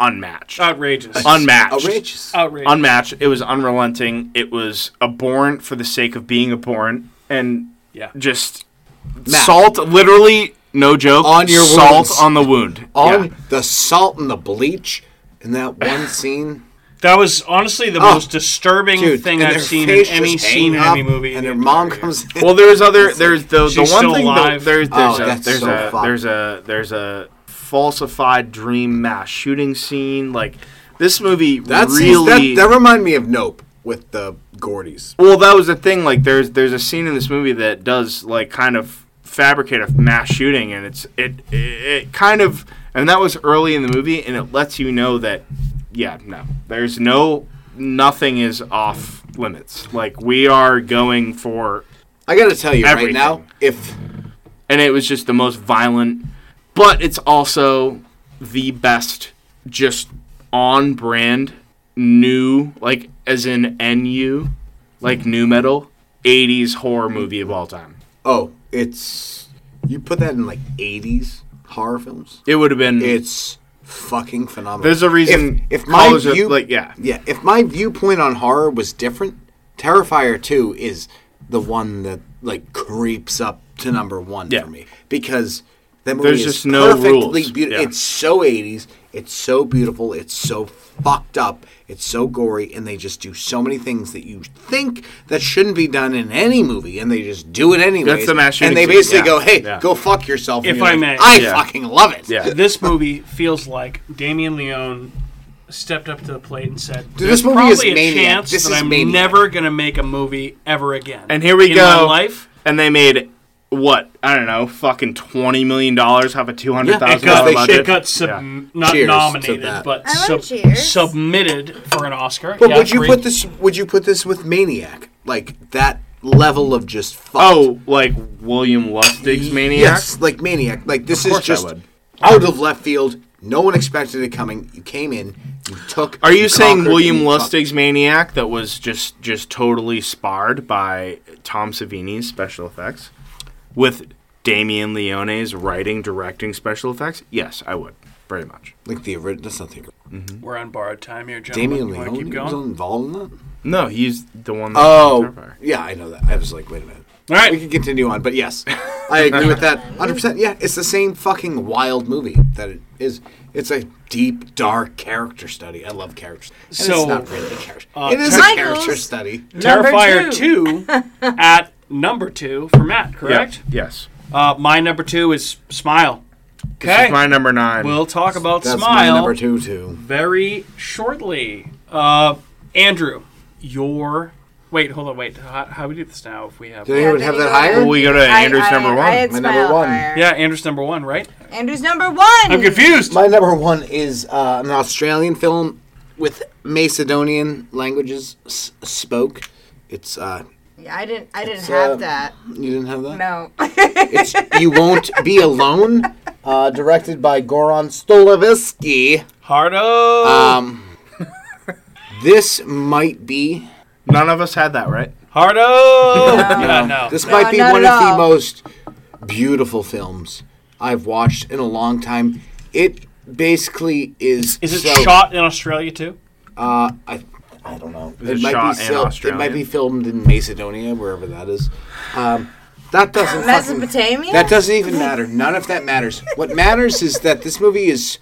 unmatched, Uh, outrageous. unmatched, Outrageous. outrageous. unmatched. It was unrelenting. It was abhorrent for the sake of being abhorrent, and Yeah. just salt. Literally, no joke. On your salt wounds. on the wound. on Yeah. the salt and the bleach [sighs] in that one scene. That was honestly the most disturbing Oh. Dude, thing and I've their seen face in any just scene in hang any up, movie. and in their the mom entire comes in. Well, there's other. There's the the She's one still thing. Though, alive. there's there's Oh, a that's there's so a fucked. there's a there's a falsified dream mass shooting scene. Like this movie That's really. that, that remind me of Nope with the Gordies. well, that was the thing. Like there's there's a scene in this movie that does like kind of fabricate a mass shooting, and it's it it, it kind of and that was early in the movie, and it lets you know that yeah no there's no nothing is off limits. Like we are going for I gotta tell you Everything. right now, if and it was just the most violent but it's also the best just on brand new like as in nu like new metal 80s horror movie of all time oh, it's you put that in like '80s horror films, it would have been it's fucking phenomenal. There's a reason If, if my college- view, like, yeah. yeah, if my viewpoint on horror was different, Terrifier Two is the one that like creeps up to number one Yeah. for me because that movie There's is just no perfectly rules. beautiful. Yeah. It's so '80s. It's so beautiful. It's so fucked up. It's so gory, and they just do so many things that you think that shouldn't be done in any movie, and they just do it anyway. the mass And shooting they scene, basically yeah, go, "Hey, yeah. go fuck yourself." and If you're I like, may. I Yeah. fucking love it. yeah This movie feels like Damien Leone stepped up to the plate and said, Dude, "There's this movie is probably a maniac. chance This that is I'm maniac." never gonna make a movie ever again." and here we in go My life. and they made what i don't know fucking 20 million dollars have a 200000 It Because got, they it budget got sub- not Cheers to nominated, that. but I sub- like cheers. submitted for an Oscar. But Yeah, would you three- put this? Would you put this with Maniac? Like that level of just fucked. oh like william lustig's maniac yes, like Maniac. Like this is course I just would. out of left field. No one expected it coming. You came in. You took. Are you saying conquered, William you fucked. Lustig's Maniac that was just just totally sparred by Tom Savini's special effects? with Damien Leone's writing, directing, special effects, yes, I would very much. Like the original. That's not the original. We're on borrowed time here, gentlemen. Damien you wanna Leone keep was going? involved in that. No, he's the one. That Oh, yeah, I know that. I was like, wait a minute. All right. [laughs] we can continue on, but yes, I agree with that 100. percent Yeah, it's the same fucking wild movie that it is. It's a deep, dark character study. I love characters. And So, it's not really a character. it is a Michael's- character study. Terrifier 2 [laughs] at number 2 for Matt, correct? Yes. Uh, my number 2 is Smile. Okay. My number nine. We'll talk about That's Smile my number two too. very shortly. Uh, Andrew, your. Wait, hold on, wait. How, how we do this now if we have. Did anyone Yeah, have there that you go. higher? we go to Andrew's number one. I had My smile number one. Fire. Yeah, Andrew's number 1, right? Andrew's number one. I'm confused. My number one is uh, an Australian film with Macedonian languages s- spoke. It's uh, Yeah, I didn't. I didn't It's, have uh, that. you didn't have that. No. [laughs] [laughs] It's you won't be alone. Uh, directed by Goran Stolovisky. Hardo. Um, this might be None of us had that, right? Hardo. yeah, no. this might be not one of at the all. most beautiful films I've watched in a long time. It basically is. Is it so- shot in Australia too? Uh, I, I don't know. it shot in fil- Australia? It might be filmed in Macedonia, wherever that is. Um, that doesn't. fucking- Mesopotamia? that doesn't even matter. None of that matters. What matters is that this movie is.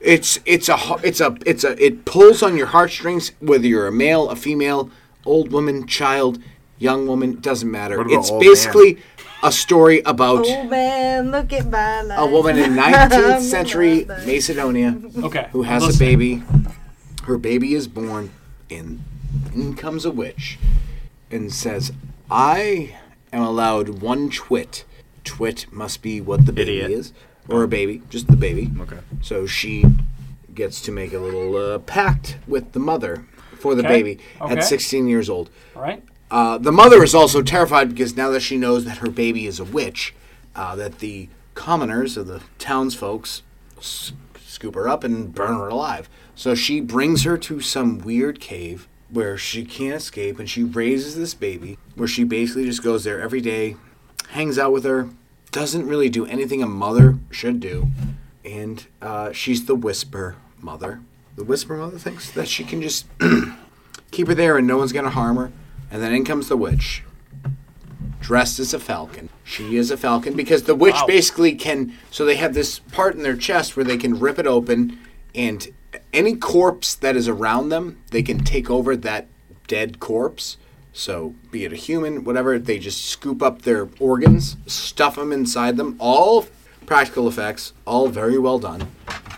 It's it's a har- it's a it's a it pulls on your heartstrings whether you're a male, a female, old woman, child, young woman, doesn't matter. about It's old basically a story about oh man, look at my life. a woman in 19th century Macedonia Okay. who has a Listen. baby. Her baby is born, and in comes a witch and says, I am allowed one twit. Twit must be what the baby Idiot. is, or a baby, just the baby. Okay. So she gets to make a little uh, pact with the mother for the Okay, baby okay. at 16 years old. All right. Uh, the mother is also terrified because now that she knows that her baby is a witch, uh, that the commoners or the townsfolks s- scoop her up and burn her alive. So she brings her to some weird cave where she can't escape, and she raises this baby. Where she basically just goes there every day, hangs out with her, doesn't really do anything a mother should do, and uh, she's the whisper mother. The whisper mother thinks that she can just keep her there and no one's gonna harm her. And then in comes the witch, dressed as a falcon. She is a falcon because the witch basically can. So they have this part in their chest where they can rip it open, and any corpse that is around them, they can take over that dead corpse. So be it a human, whatever, they just scoop up their organs, stuff them inside them. All practical effects, all very well done.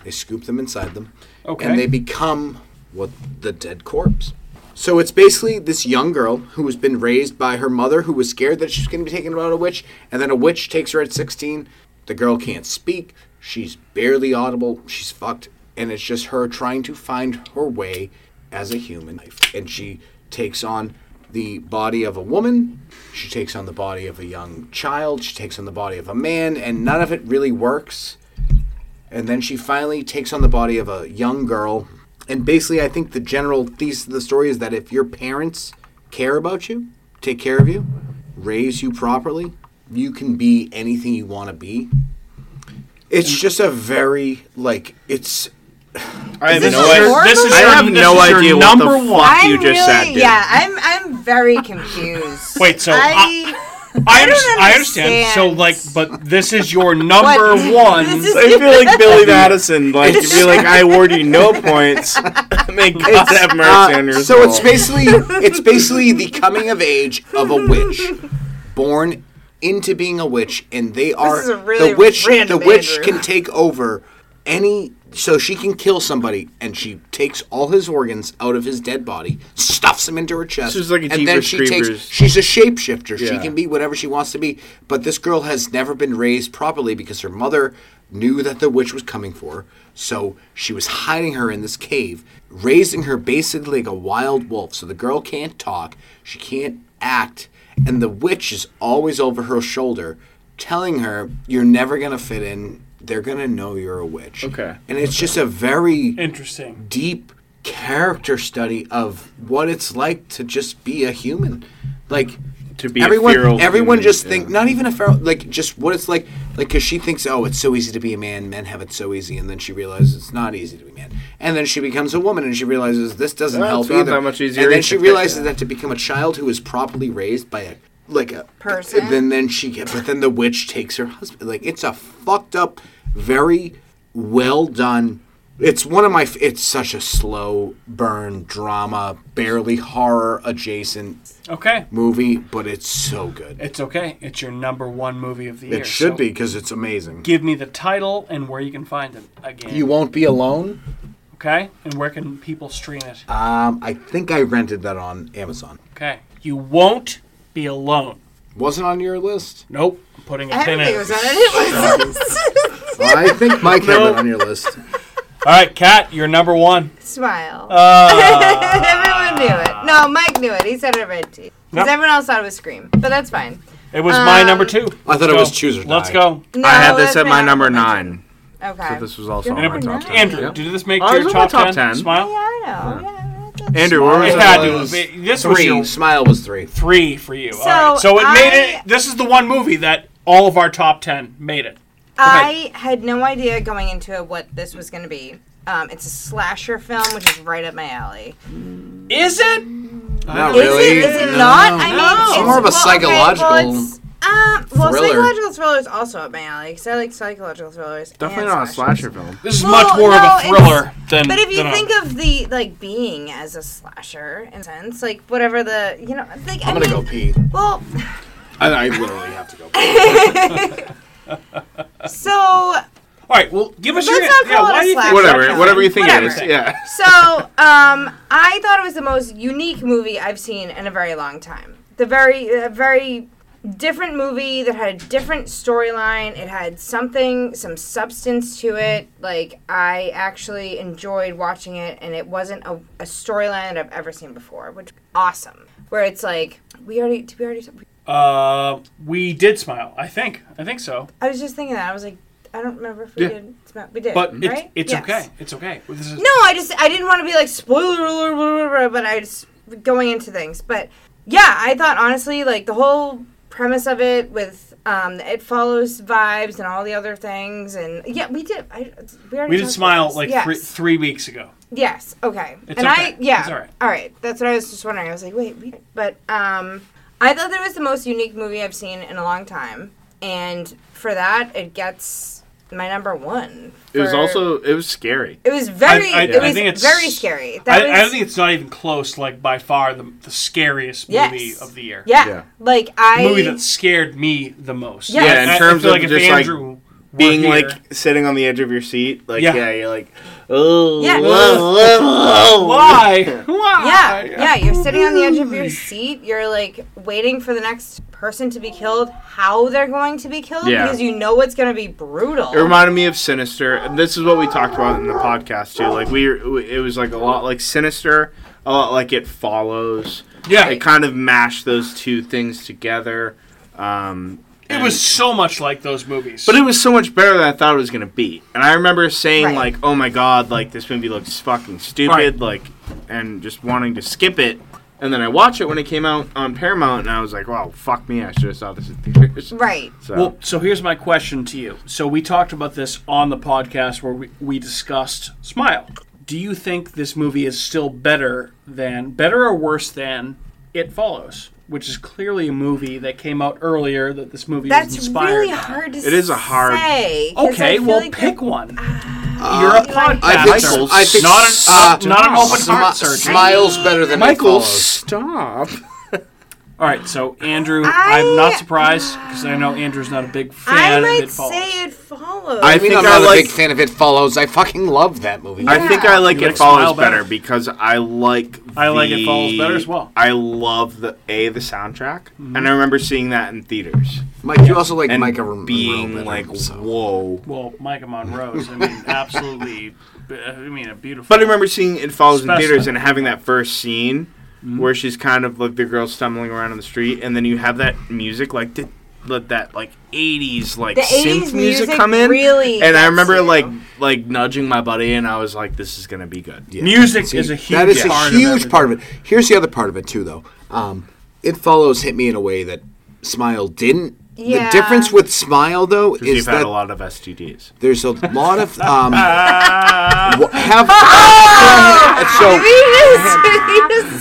They scoop them inside them, Okay. and they become what the dead corpse. So it's basically this young girl who has been raised by her mother, who was scared that she was going to be taken by a witch, and then a witch takes her at 16. The girl can't speak; she's barely audible. She's fucked, and it's just her trying to find her way as a human. And she takes on the body of a woman. She takes on the body of a young child. She takes on the body of a man, and none of it really works and then she finally takes on the body of a young girl. And basically, I think the general thesis of the story is that if your parents care about you, take care of you, raise you properly, you can be anything you want to be. It's just a very like it's I have this no a idea. horror This is I your, have this no is your idea what the number one. fuck I'm you just really, said, dude. Yeah, I'm. I'm very confused. [laughs] Wait, so I. I, I don't under- I understand. So like, understand. but this is your number This one. [laughs] is- I feel like [laughs] Billy Madison. Like you feel like I award you no [laughs] points. May God have mercy on your Uh, so it's soul. [laughs] basically it's basically the coming of age of a witch, born into being a witch, and they are is a really the witch. random The witch Andrew. can take over any. So she can kill somebody, and she takes all his organs out of his dead body, stuffs them into her chest, This is like a and then Jeepers she takes. Creepers. She's a shapeshifter. She Yeah. can be whatever she wants to be. But this girl has never been raised properly because her mother knew that the witch was coming for her. So she was hiding her in this cave, raising her basically like a wild wolf. So the girl can't talk, she can't act, and the witch is always over her shoulder telling her, You're never going to fit in. They're going to know you're a witch. Okay. And it's just a very Interesting. deep character study of what it's like to just be a human. Like to be a feral everyone everyone human, just yeah. think not even a feral like just what it's like like because she thinks oh it's so easy to be a man men have it so easy and then she realizes it's not easy to be a man and then she becomes a woman and she realizes this doesn't Well, help it's not either that much easier and then either. she realizes that to become a child who is properly raised by a like a Person? then then she get but then the witch takes her husband like it's a fucked up very well done it's one of my f- it's such a slow burn drama barely horror adjacent Okay. movie but it's so good It's okay. It's your number one movie of the year. it should so be because it's amazing. Give me the title and where you can find it again. You won't be alone. okay? And where can people stream it? Um, I think I rented that on Amazon. Okay. You won't be alone. Wasn't on your [laughs] list. Nope. I'm putting a I pin didn't in. think it [laughs] it. was on it. It was I think Mike had that on your list. All right, Kat, you're number one. smile. Ah. Uh, [laughs] everyone knew it. No, Mike knew it. He said it red tea. Because Yep. everyone else thought it was Scream. But that's fine. it was Um, my number two. I thought it was choose or Let's die. go. No, I had this that's at my not- number nine. Okay. This was also on And my it- top ten. Andrew, did this make Oh, it your was on my top, 10? top 10. yeah, Smile? I know. Yeah, that's- Andrew, where was It it? had it to have was been- This was Three. your Smile was three. three for you. So, So so it made I- it. This is the one movie that all of our top 10 made it. I had no idea going into it what this was going to be. Um, it's a slasher film, which is right up my alley. Is it? Not Is really. it? Is it No. not? I mean, No. It's more of a psychological Okay, well, it's- uh, well, thriller. psychological thriller is also up my alley because I like psychological thrillers. Definitely and not a slashers. slasher film. This is Well, much more no, of a it's- thriller than. But if you than a- think of the like being as a slasher in a sense, like whatever the you know, like I'm gonna I mean, go pee. Well, [laughs] I, I literally have to go. Pee. so All right, well, give us your. Let's not call it a why do you think- slasher. Whatever, Okay. whatever you think it Whatever. is. Yeah. So, um, I thought it was the most unique movie I've seen in a very long time. The very, a very different movie that had a different storyline. It had something, some substance to it. Like I actually enjoyed watching it, and it wasn't a, a storyline that I've ever seen before, which awesome. Where it's like we already, did we already? Uh, we did smile. I think. I think so. I was just thinking that I was like, I don't remember if we Yeah. did. We Mm-hmm. did, But it's, right? it's Yes. okay. It's okay. This is- No, I just I didn't want to be like spoiler alert, blah, blah, blah, but I just going into things. But yeah, I thought honestly, like the whole premise of it with um, the it follows vibes and all the other things, and yeah, we did. I, we already We did talked about smile this. like yes. three, three weeks ago. Yes. Okay. It's and okay. I yeah. It's all right. All right. That's what I was just wondering. I was like, wait, we, but um, I thought that it was the most unique movie I've seen in a long time, and for that, it gets my number one. It was for- also it was scary. It was very. I- I- it I was think it's- very scary. I, That I was- think it's not even close. Like by far the, the scariest Yes. movie of the year. Yeah. Yeah. Like I. movie that scared me the most. Yeah, Yeah, in I- I terms feel of if just, like, Andrew were Being here- like sitting on the edge of your seat, like Yeah. yeah, you're like, oh, Yeah. [laughs] why? yeah, Why? yeah, you're sitting on the edge of your seat. You're like waiting for the next person to be killed, how they're going to be killed, Yeah. because you know it's going to be brutal. It reminded me of Sinister. And this is what we talked about in the podcast too. Like we, it was like a lot like Sinister, a lot like It Follows. Yeah. it kind of mashed those two things together. Um, It was so much like those movies. but it was so much better than I thought it was gonna be. And I remember saying Right. like, "Oh my god, like this movie looks fucking stupid," Right. like, and just wanting to skip it. And then I watch it when it came out on Paramount, and I was like, "Wow, fuck me! I should have saw this in theaters." [laughs] right. So Well, so here's my question to you. So we talked about this on the podcast where we, we discussed Smile. Do you think this movie is still better than, better or worse than It Follows, which is clearly a movie that came out earlier that this movie was That's inspired really by? hard to It is a hard- say. 'cause I Okay, feel well, like uh, pick that- one. You're a podcaster. I think, Michael's I think not an- uh, not an open heart smi- surgery. Smiles better than Michael, Michael. stop. All right, so Andrew, I- I, am not surprised because I know Andrew's not a big I fan of might It Follows. say it follows. I [laughs] I mean, think I'm I not a like- big fan of It Follows. I fucking love that movie. I think Yeah. I like You it like Smile follows better? better. because I like. I like It Follows better as well. Mm-hmm. I love the a the soundtrack, and I remember seeing that in theaters Mike, you also like and Micah Monroe being better, like, so. "Whoa!" Well, Micah Monroe's, I [laughs] mean, absolutely, I mean, a beautiful. But I remember seeing it follows in Specimen. theaters and having that first scene Mm-hmm. where she's kind of like the girl stumbling around in the street, and then you have that music like the, the, that like eighties like The 80s synth music music come in, really and I gets remember you. like like nudging my buddy, and I was like, "This is gonna be good." music is a huge that is part a of huge everything. part of it. Here's the other part of it too, though. Um, It Follows hit me in a way that Smile didn't. Yeah. The difference with Smile though Because is you've had that a lot of STDs. there's a lot of um, wha- have so.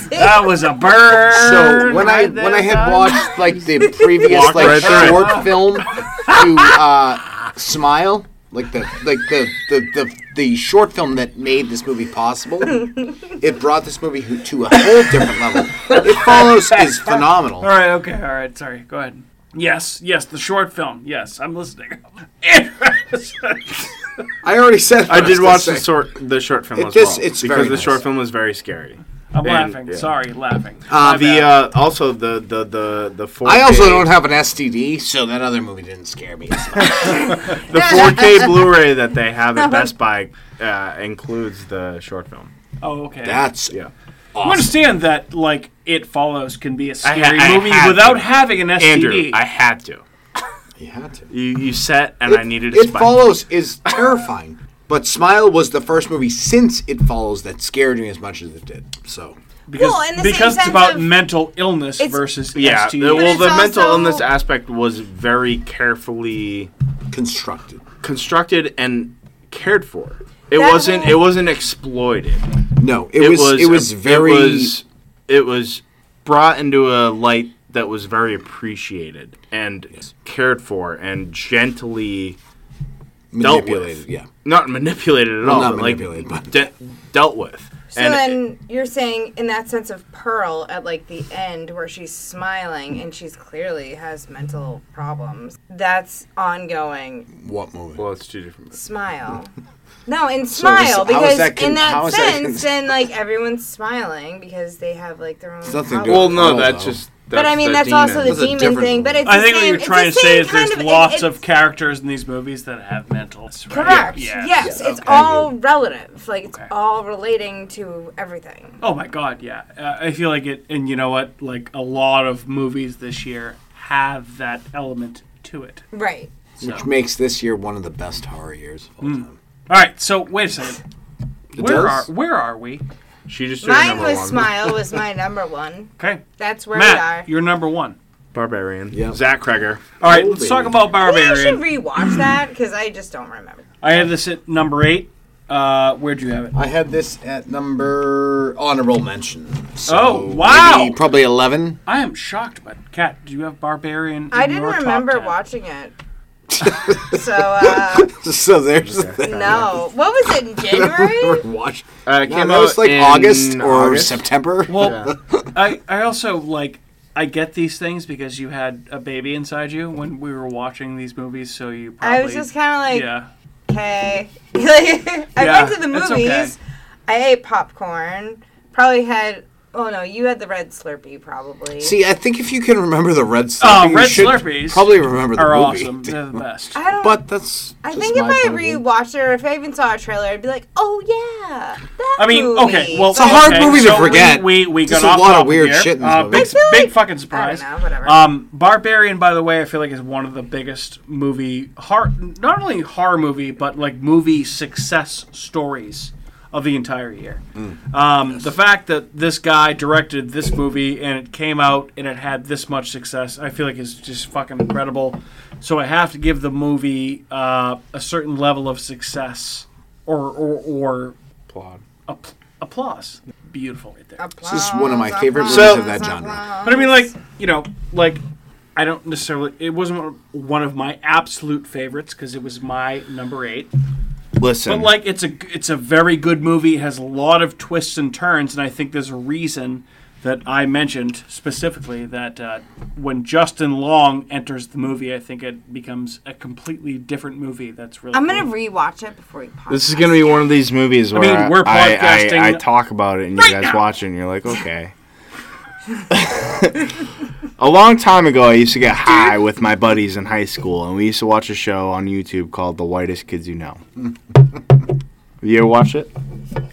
[laughs] [laughs] That was a bird. So when I right when I there, had Doug. watched like [laughs] the previous Walk like right through short film to uh, Smile, like the like the, the the the short film that made this movie [laughs] possible, it brought this movie ho- to a whole different level. It follows is phenomenal. All right, okay, all right, sorry. Go ahead. Yes, yes, the short film. Yes, I'm listening. [laughs] Anyways, I already said what I did was watch gonna the say. short the short film It- as this- well it's because very the short nice. film was very scary. I'm And- laughing. yeah. Sorry, laughing. Uh, My the bad. uh, also the the the the four. I also don't have an STD, so that other movie didn't scare me. as much. the 4K Blu-ray that they have [laughs] at Best Buy uh, includes the short film. oh, okay. That's Yeah, You understand that, like, It Follows can be a scary ha- I movie had without to. having an STD. Andrew, I had to. you had to. You you set and I needed. A It spike. Follows is terrifying, but Smile was the first movie since It Follows that scared me as much as it did. So because Well, in the same because it's sense about of- mental illnness It's- versus Yeah, STD. the- well, it's the mental also- illness aspect was very carefully constructed. constructed and cared for. It That wasn't. whole- It wasn't exploited. No, it, was, it was very It was, it was brought into a light that was very appreciated and cared for and gently dealt manipulated. with. Yeah, not manipulated at all. not but, like, manipulated, but- de- dealt with. So then you're saying in that sense of Pearl at like the end where she's smiling and she's clearly has mental problems. That's ongoing. what movie? well, it's two different. Smile. No, and is- smile how is because that con- in how that is that sense, con- then like everyone's smiling because they have like their own. nothing to do problems. Well, no, Oh, that's though. just. But I mean, the that's also the That's a demon different thing. But it's I the think same, what you're it's the trying to same say is kind there's it- lots it's- of characters in these movies that have mental. right? Correct. Yeah. Yes, it's all relative. Like it's Okay. all relating to everything. Oh my god, yeah. Uh, I feel like it, and you know what? Like a lot of movies this year have that element to it. Right. Which makes this year one of the best horror years of all time. All right, so wait a second. Hmm. Where does? are where are we? She just did Mine number was one. smile was my number one. Okay, That's where Matt, we are. you're number one. Barbarian. Yep. Zach Kreger. All right, Oh, let's talk baby. about I should Barbarian. rewatch that because I just don't remember. I have this at number eight. Uh, where'd you have it? I had this at number honorable mention. So Oh, wow. maybe Probably eleven. [laughs] I am shocked, but Kat, do you have Barbarian? in I didn't your top remember 10? watching [laughs] it. so uh, So there's that. no, what [laughs] was it in January? Watch. Uh, Yeah, that was like in August or August. September. Well, I I also like I get these things because you had a baby inside you when we were watching these movies, so you probably I was just kind of like, yeah. okay. [laughs] Like, I Yeah, went to the it's movies. okay. I ate popcorn. Probably had. Oh no, you had the red Slurpee probably. See, I think if you can remember the red Oh, Slurpee, you Red should Slurpees probably remember the are movie. awesome. They're the best. I don't. But that's. I just think if my I point of view. rewatched it or if I even saw a trailer, I'd be like, oh yeah, that I mean, movie. okay, well, But a hard okay, movie to so forget. We, we, we There's got a off lot of topic weird here. shit in this uh, movie. big, I feel big like- fucking surprise. know, whatever. Um, Barbarian, by the way, I feel like is one of the biggest movie horror, not only horror movie, but like movie success stories of the entire year. Um, The fact that this guy directed this movie and it came out and it had this much success, I feel like is just fucking incredible. So I have to give the movie uh, a certain level of success or or, or Applaud. app- applause. Beautiful right there. Applause, This is one of my favorite movies applause, of that genre. But I mean, like you know, like I don't necessarily. It wasn't one of my absolute favorites because it was my number eight. Listen, But like, it's a it's a very good movie. It has a lot of twists and turns, and I think there's a reason that I mentioned specifically that uh, when Justin Long enters the movie, I think it becomes a completely different movie. That's really. I'm gonna cool. rewatch it before we podcast. This is gonna be one of these movies where I mean, we're I, podcasting I, talk about it and you right guys now. watch it and you're like, okay. [laughs] a long time ago, I used to get high with my buddies in high school, and we used to watch a show on YouTube called "The Whitest Kids [laughs] You Know." you ever watch it?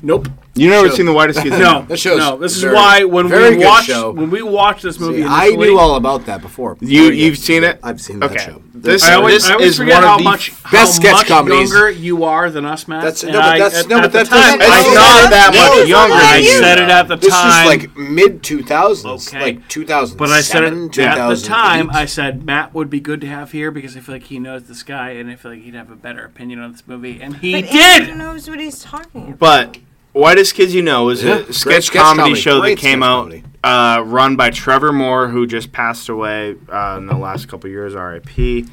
nope. You never seen "The Whitest Kids"? You No, Know? That show's no. This is very- why when very we good watched show. when we watched this movie, I initially- knew all about that before. You Very good. you've seen it? I've seen that Okay, show. This- I always, this I always is forget one of how the much how best sketch much comedies. younger you are than us, Matt. That's- and no, but I- that's- at, no, at but the that's- time, it's I not thought that that much much younger. younger than I you. said it at the This time. is like mid 2000s, Okay. like 2007, but I said it at the 2008. time. I said Matt would be good to have here because I feel like he knows this guy, and I feel like he'd have a better opinion on this movie, and he But did. Andrew knows what he's talking about. But Whitest Kids You Know was Yeah, a great sketch, sketch comedy, comedy, show great that came sketch out comedy. uh, run by Trevor Moore, who just passed away uh, in the last couple years, RIP.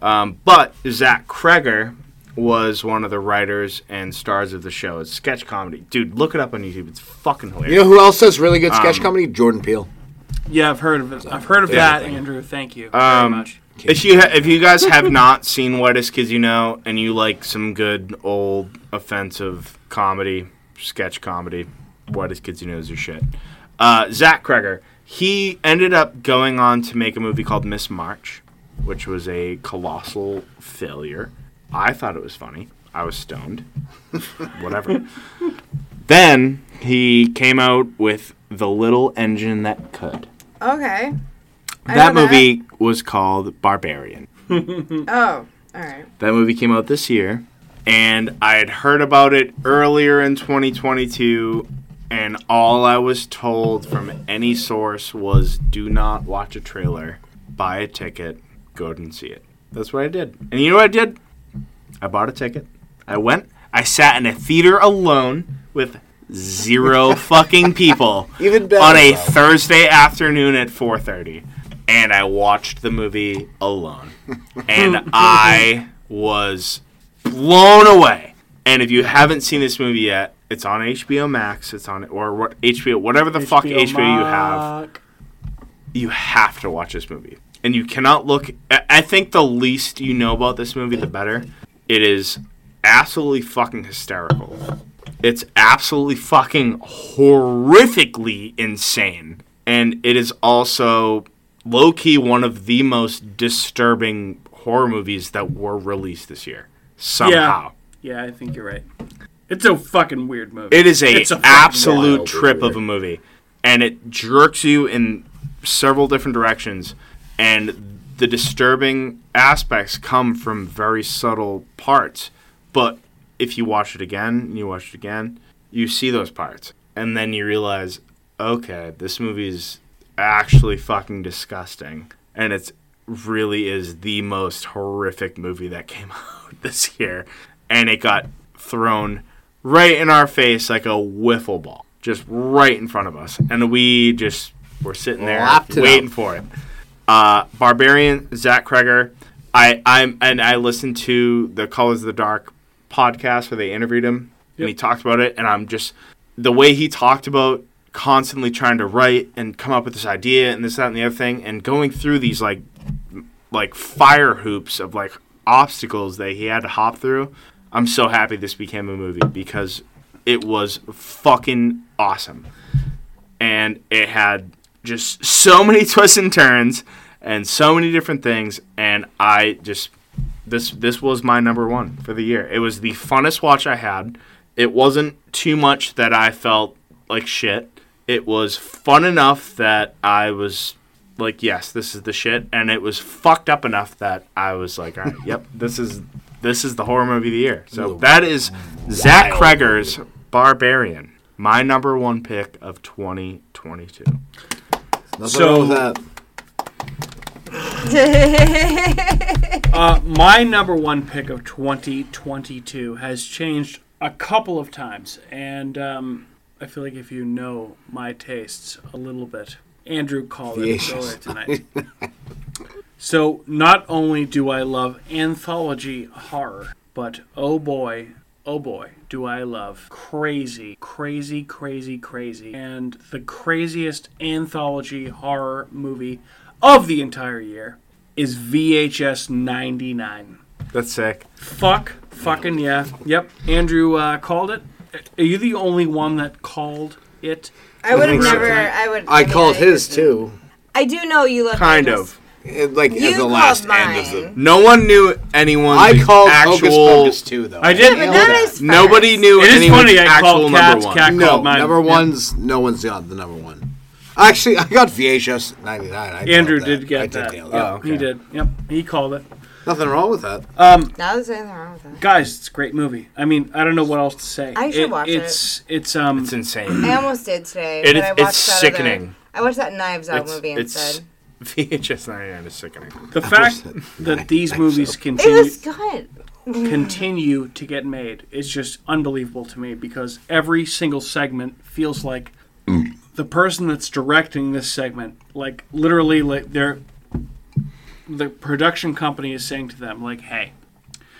Um, but Zach Kreger was one of the writers and stars of the show. It's sketch comedy. Dude, look it up on YouTube. It's fucking hilarious. You know who else does really good Um, sketch comedy? Jordan Peele. Yeah, I've heard of it. I've heard of that, Andrew. Thank you Um, very much. If you ha- if you guys have not seen Whitest Kids You Know and you like some good old offensive comedy, sketch comedy, Whitest Kids You Know is your shit. Uh, Zach Kreger, he ended up going on to make a movie called Miss March, which was a colossal failure. I thought it was funny. I was stoned. [laughs] Whatever. then he came out with The Little Engine That Could. Okay. I That know movie was called Barbarian. Oh, all right. That movie came out this year, and I had heard about it earlier in 2022, and all I was told from any source was do not watch a trailer, buy a ticket, go and see it. That's what I did. And you know what I did? I bought a ticket. I went. I sat in a theater alone with [laughs] zero fucking people Even better, on a though. Thursday afternoon at 4:30 and I watched the movie alone and I was blown away. And if you haven't seen this movie yet, it's on HBO Max. It's on or what HBO, whatever the fuck HBO you have, Mac. you have to watch this movie. And you cannot look. I I think the least you know about this movie, the better. It is absolutely fucking hysterical. It's absolutely fucking horrifically insane. And it is also low key one of the most disturbing horror movies that were released this year. Somehow. Yeah, I think you're right. It's a fucking weird movie. It is a, It's fucking absolute wild trip movie. of a movie, and it jerks you in several different directions, and the disturbing aspects come from very subtle parts. But if you watch it again, and you watch it again, you see those parts, and then you realize, okay, this movie is actually fucking disgusting, and it's really is the most horrific movie that came [laughs] out this year, and it got thrown right in our face like a wiffle ball, just right in front of us, and we just were sitting there Lapped it waiting up. for it. Uh, Barbarian Zach Kreger, I I'm and I listened to the Colors of the Dark podcast where they interviewed him and he talked about it, and I'm just the way he talked about constantly trying to write and come up with this idea and this that and the other thing and going through these like like fire hoops of like obstacles that he had to hop through. I'm so happy this became a movie because it was fucking awesome. And it had just so many [laughs] twists and turns and so many different things and I just this this was my number 1 for the year. It was the funnest watch I had. It wasn't too much that I felt like shit. It was fun enough that I was like, yes, this is the shit, and it was fucked up enough that I was like, all right, [laughs] yep, this is this is the horror movie of the year. So that is Zach Kreger's Barbarian, my number one pick of 2022. Nothing So- wrong with that. Uh, my number one pick of 2022 has changed a couple of times, and um, I feel like if you know my tastes a little bit, Andrew called it Yes. earlier tonight. [laughs] so not only do I love anthology horror, but oh boy, oh boy, do I love crazy, crazy, crazy, crazy, and the craziest anthology horror movie of the entire year is VHS 99. That's sick. Fuck, fucking yeah. Yep, Andrew uh, called it. Are you the only one that called it? I would have think so. never. I would. I mean, called I- his too. I do know you love. Kind Vegas. of. It, like You at the called last mine. end of the. No one knew anyone's I called Hocus actual. Pocus too, though. I did. But Nailed that is Nobody first. knew It is anyone's funny I actual called number Cat- one. Cat- I No, called mine. number Yep. one's no one's got the number one. Actually, I got VHS ninety nine. Andrew did get I that. Did nail Yep, that. He did. Yep, he called it. Nothing wrong with that. Now there's anything wrong with that. Guys, it's a great movie. I mean, I don't know what else to say. I should watch it. it's, it. It's um. It's insane. I almost did today. It but is- I watched it's that other- sickening. I watched that Knives Out It's- movie it's- instead. [laughs] VHS 99 is sickening. the fact that these movies It continue was good. continue to get made is just unbelievable to me because every single segment feels like the person that's directing this segment, like literally, like they're the production company is saying to them, like, "Hey,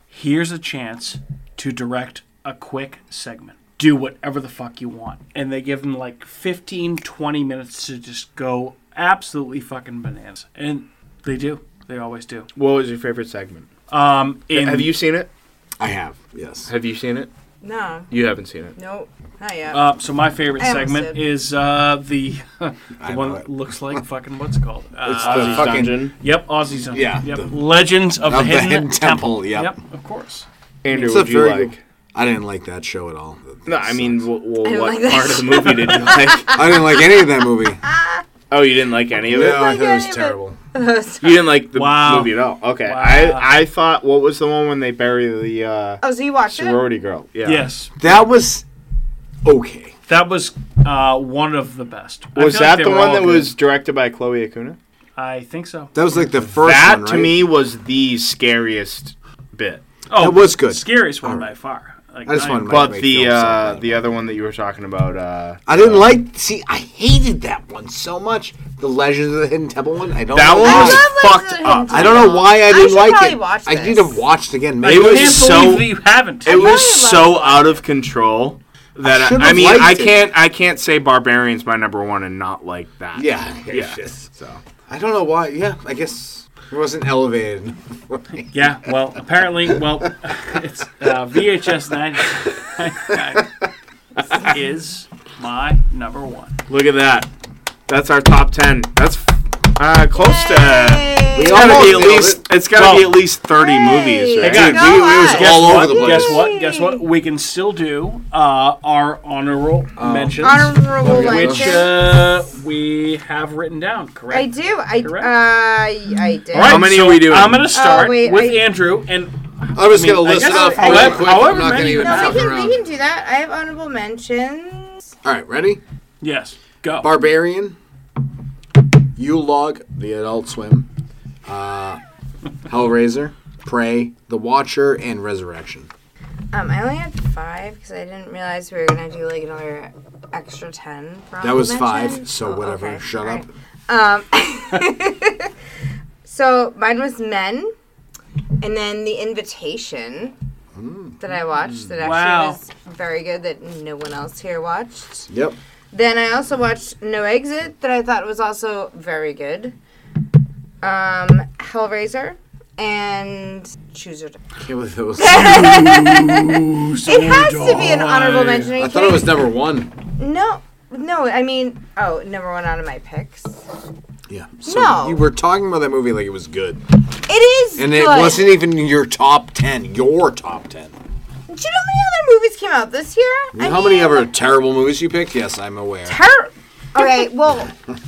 here's a chance to direct a quick segment." Do whatever the fuck you want. And they give them like 15, 20 minutes to just go absolutely fucking bananas. And they do. They always do. What was your favorite segment? In- Have you seen it? I have, yes. Have you seen it? No, You haven't seen it. nope, not yet. Uh, so my favorite I almost segment did. is uh, the [laughs] the know one it. that looks like fucking what's it called? It's Uh, the fucking yep, Aussies. Zone. Yeah, Yep. the- Legends of, the Hidden, Temple. yep. Yep, of course. Andrew, It's a would you very like? good- I didn't like that show at all. That- No, that I mean, sucks. well, I well, don't what like that. part of the movie did you like? [laughs] I didn't like any of that movie. Oh, you didn't like any of it? No, I thought it was any of it. Oh, terrible. [laughs] You didn't like the Wow. movie at all? Okay. Wow. I, I thought, what was the one when they bury the uh, oh, so you watched it? sorority girl? Yeah. Yes, That was okay. that was uh, one of the best. I Was feel like they that the were one all that good. was directed by Chloe Acuna? I think so. That was like the first that one, to right? me was the scariest bit. Oh, that was good. Scariest one All right. by far. Like, I just not wanted even- my- But make the films like uh, that. the other one that you were talking about, uh, I didn't like. See, I hated that one so much. The Legends of the Hidden Temple one. I don't. That know one why. was love Legends of fucked the Hidden up. I don't know why I didn't should like probably it. watch I this. need to watch it again. Maybe It I was can't so- believe that you haven't. It was love so out of control that should've I, I mean I liked it. can't I can't say Barbarians my number one and not like that. yeah, yeah. So I don't know why. Yeah, I guess it wasn't elevated. [laughs] Yeah, well, apparently, well, [laughs] it's uh, VHS 9 [laughs] is my number one. look at that. That's our top ten. That's uh, close to. Hey, We It's gotta almost be at nailed least. it. It's gotta Well- be at least thirty movies. Hey, Right? guys, Dude, we- we was God. Guess all over what? the place. Guess what? Guess what? We can still do uh, our honorable Um, mentions, Honorable Which, which mention. uh, we have written down. Correct. I do. I Correct. uh, I did. All right, How many so are we doing? I'm going to start Oh, wait, with I- Andrew, and I'm just I mean, gonna I list it guess- off however- real quick. I'm however not gonna many- even No, we No, fuck we can around. we can do that. I have honorable mentions. All right, ready? yes, go. Barbarian, Ulog, The Adult Swim, uh, Hellraiser, Prey, The Watcher, and Resurrection. Um, I only had five because I didn't realize we were gonna do like another extra ten. For That was honorable mention. five, so Oh, whatever. okay. Shut All up. right. So mine was Men, and then The Invitation Hmm. that I watched that actually Wow. was very good that no one else here watched. Yep. Then I also watched No Exit that I thought was also very good. Um, Hellraiser and Choose Your. Can't believe that [laughs] was. It has to be an honorable mention. I thought it was number one. No, no. I mean, oh, number one out of my picks. Yeah. So No. You were talking about that movie like it was good, It is. and it good. wasn't even in your top ten. Your top ten. Do you know how many other movies came out this year? I How many mean, other terrible movies you picked? Yes, I'm aware. Her. Okay, [laughs] well,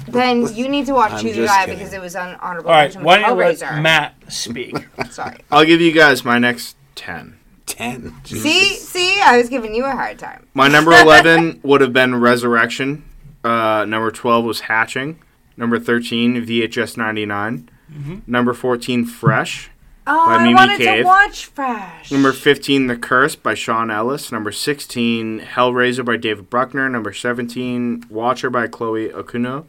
then you need to watch I'm Choose Your just Die kidding. because it was on honorable All right, mention why with don't you let Hellraiser. Matt speak? [laughs] Sorry. I'll give you guys my next ten. ten. See, see, I was giving you a hard time. My number 11 would have been Resurrection. Uh, number 12 was Hatching. Number 13, VHS 99. Mm-hmm. Number 14, Fresh. Oh, By I Mimi wanted Cave. to watch Fresh. Number 15, The Curse by Sean Ellis. Number 16, Hellraiser by David Bruckner. Number 17, Watcher by Chloe Okuno.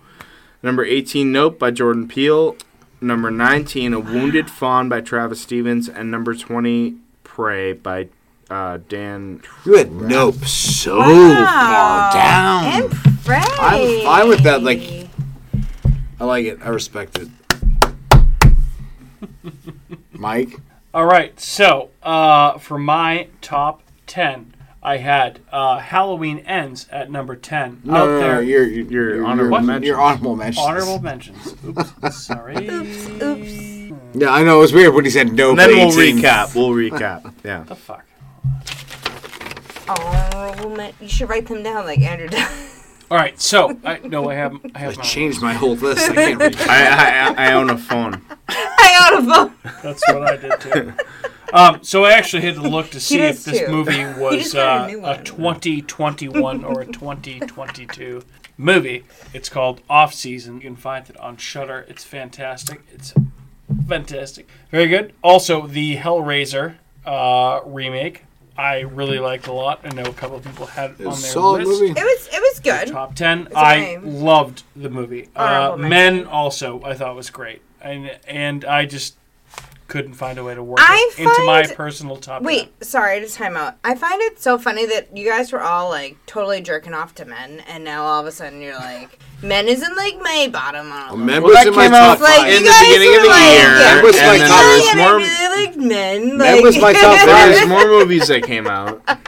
Number 18, Nope by Jordan Peele. Number 19, A Wounded Fawn by Travis Stevens. And number 20, Prey by uh, Dan. You had nope so far down. and Fresh. I'm fine with that. Like, I like it. I respect it. Mike, All right, so uh, for my top 10, I had uh, Halloween Ends at number 10. out there. you're you're, Your honorable mentions. Your honorable mention. Honorable mentions. Oops, sorry. [laughs] oops. Yeah, I know. It was weird when he said nope. Then we'll 18. recap. [laughs] We'll recap. Yeah. The fuck. Honorable men- Oh, You should write them down like Andrew does. [laughs] All right, so I no, I have I I have my [laughs] changed my whole list. I can't read. I, I, I own a phone. I beautiful. That's what I did too. [laughs] Um, so I actually had to look to see if does this too. [laughs] movie was just got a uh, new a one. 2021 [laughs] or a 2022 movie. It's called Off Season. You can find it on Shudder. It's fantastic. It's fantastic. Very good. Also, the Hellraiser uh, remake. I really liked a lot. I know a couple of people had it on their Solid list. movie. It was it was good. Top ten. Mm-hmm. a I name. loved the movie. Uh, Honorable Men also I thought was great, and and I just couldn't find a way to work I it into my find- personal top. Wait, sorry to time out. I find it so funny that you guys were all like totally jerking off to men, and now all of a sudden you're like, men isn't like my bottom on. a list." Men Well, was that in my came out top five. you in the That beginning of the year, guys were was my and then top five. more- there was Yeah, yeah, and I really like men. That like- was my top There's five. more movies that came out.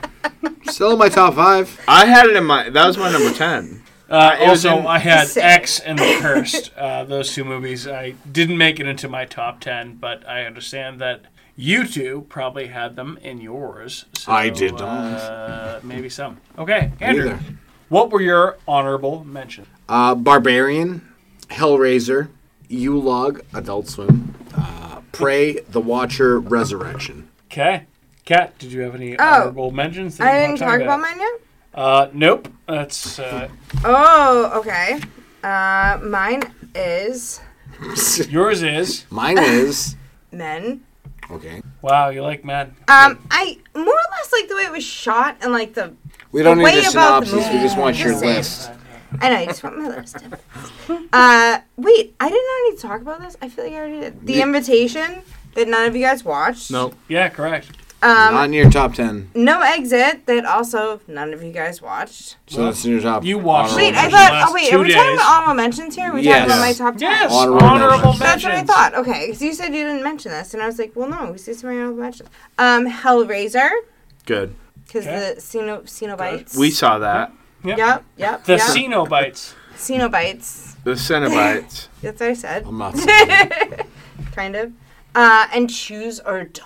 Still in my top five. I had it in my. That was my number ten. Uh, it was also, in- I had Just saying. X and The Cursed. Uh, those two movies I didn't make it into my top ten, but I understand that you two probably had them in yours. So, I did not. Uh, maybe some. Okay, Andrew, Neither. what were your honorable mentions? Uh, Barbarian, Hellraiser, U-Log, Adult Swim, uh, Prey, The Watcher, Resurrection. Okay. Kat, did you have any Oh. honorable mentions? That [laughs] I you wanna didn't talk about mine yet. Uh, nope. That's uh, Oh, okay. Uh, mine is yours. Is Mine is men. okay. wow. You like men? Um, I more or less like the way it was shot and like the. We don't The need a way about the synopsis. We movie. just want your Just saying. list. I know. I just want my list. Uh, wait. I didn't already talk about this. I feel like I already did. The The- invitation that none of you guys watched. Um, No. Yeah, correct. Not in your top ten. No exit that also none of you guys watched. So that's in your top. You watched. Wait, I Mentioned thought. last Oh wait, are two we talking days. about honorable mentions here? Are we Yes. talking about my Yes. top ten? Yes, Honorable honorable, mentions. mentions. That's what I thought. Okay, because you said you didn't mention this, and I was like, well, no, because these are my honorable mentions. Um, Hellraiser, Good. because Okay. the Ceno- Cenobites. We saw that. Yep, yep, The yep. Cenobites. Cenobites. The Cenobites. That's what I said. I'm not. [laughs] I Kind of. Uh, and Choose or Die.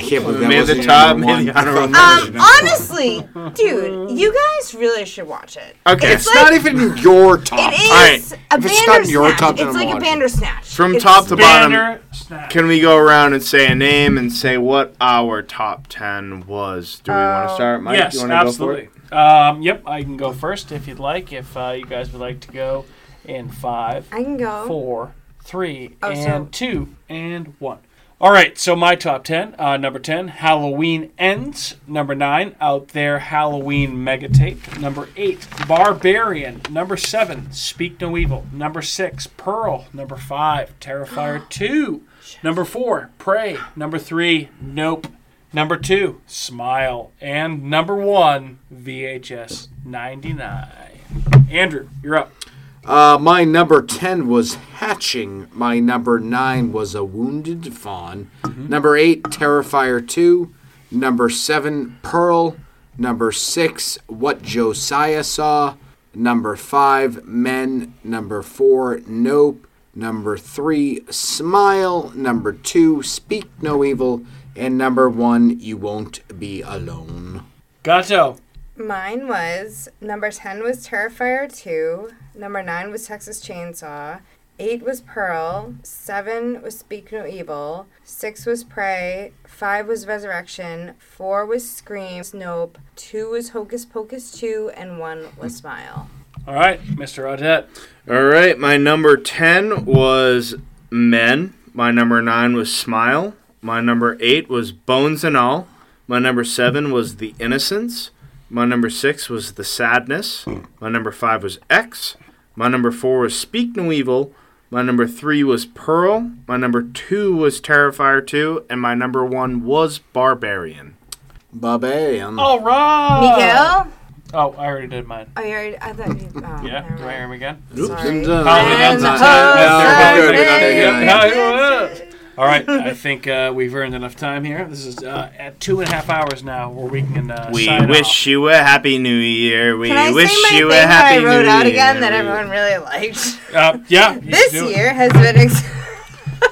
can't believe that Made was the top, made the honorable Um, honestly, [laughs] dude, you guys really should watch it. Okay. It's It's not even your top. It is Alright, a if it's not in your Bandersnatch. top, then It's I'm like a watching. Bandersnatch. From It's- top to bottom, Banner snap. can we go around and say a name and say what our top ten was? Do we want to start, Mike? yes, you want to absolutely. Um, yep, I can go first if you'd like. If uh, you guys would like to go in five, I can go. four, three, Oh, so- and two, and one. All right, so my top 10. Uh, number 10, Halloween Ends. Number 9, Out There Halloween Mega Tape. Number 8, Barbarian. Number 7, Speak No Evil. Number 6, Pearl. Number 5, [gasps] Terrifier 2. Number 4, Prey. Number 3, Nope. Number 2, Smile. And number 1, VHS 99. Andrew, you're up. Uh, my number 10 was Hatching. My number 9 was A Wounded Fawn. Number 8, Terrifier 2. Number 7, Pearl. Number 6, What Josiah Saw. Number 5, Men. Number 4, Nope. Number 3, Smile. Number 2, Speak No Evil. And number 1, You Won't Be Alone. Gato. Mine was number 10 was Terrifier 2, number 9 was Texas Chainsaw, 8 was Pearl, 7 was Speak No Evil, 6 was Prey, 5 was Resurrection, 4 was Scream, Nope, 2 was Hocus Pocus 2, and 1 Hmm. was Smile. All right, Mr. Audette. All right, my number 10 was Men. My number 9 was Smile. My number 8 was Bones and All. My number 7 was The Innocence. My number 6 was The Sadness. My number 5 was X. My number 4 was Speak No Evil. My number 3 was Pearl. My number 2 was Terrifier 2. And my number 1 was Barbarian. Barbarian. All right. Miguel? Oh, I already did mine. Oh, you already, I thought you, oh, Yeah, do I never hear mind. him again? Sorry. Oh, that's And a tie. Yeah, Jose we're good, we're good, Reyes. we're No, you're up. All right, I think uh, we've earned enough time here. This is uh, at two and a half hours now where we can uh, We sign wish you a happy new year. We Can I wish say my you thing a that happy I wrote new out year. again that We- [laughs] everyone really liked? off. Uh, yeah, you should This do it. year has been. Ex-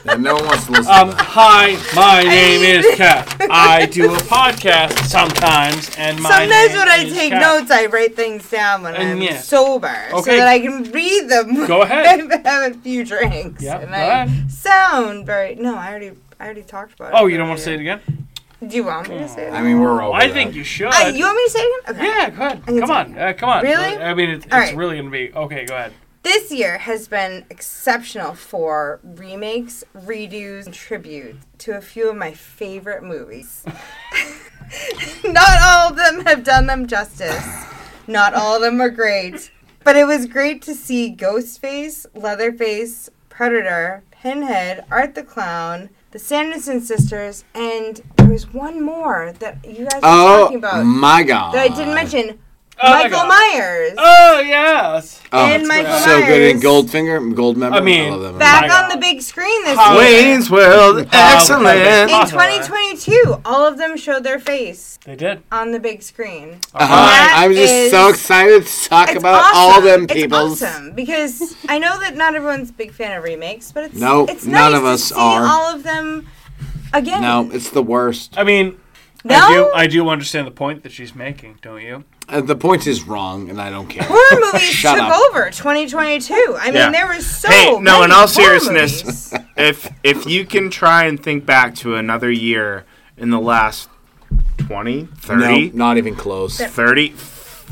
and no one wants to listen Um, to that. hi, my name is Cap. I do a podcast sometimes, and my Sometimes name when I is take Cap. notes, I write things down when And I'm yeah. sober Okay. so that I can read them. [laughs] Go ahead. when I've had a few drinks. Yep, and go I ahead. sound very. No, I already, I already talked about it. Oh, you don't want to say it again? again? Do you want me to say it? I Again? mean, we're over I that. think you should. Uh, you want me to say it again? Okay. yeah, go ahead. can Come say on, uh, come on. Really? I mean, it, it's All right. really gonna be okay. Go ahead. This year has been exceptional for remakes, redos, and tributes to a few of my favorite movies. [laughs] Not all of them have done them justice. Not all of them are great. But it was great to see Ghostface, Leatherface, Predator, Pinhead, Art the Clown, the Sanderson sisters, and there was one more that you guys were talking Oh about my god! that I didn't mention. Oh my Michael God. Myers. Oh yes. Oh, and Michael so good in Myers. Goldfinger, Goldmember. I mean, love that movie. back My on the God. big screen this How- year. Wayne's Oh, World, excellent. In Possible, eh? 2022, all of them showed their face They did. on the big screen. Uh, I'm just That so is- excited to talk It's about awesome. all them It's peoples. awesome because I know that not everyone's a big fan of remakes, but it's Nope, it's none nice of us to see are. all of them again. No, it's the worst. I mean, No? I do. I do understand the point that she's making, don't you? Uh, the point is wrong, and I don't care. [laughs] horror movies Shut took up. over 2022. I mean, Yeah. there were so Hey, no, many in all horror seriousness- movies. if if you can try and think back to another year in the last 20 30 No, not even close. 30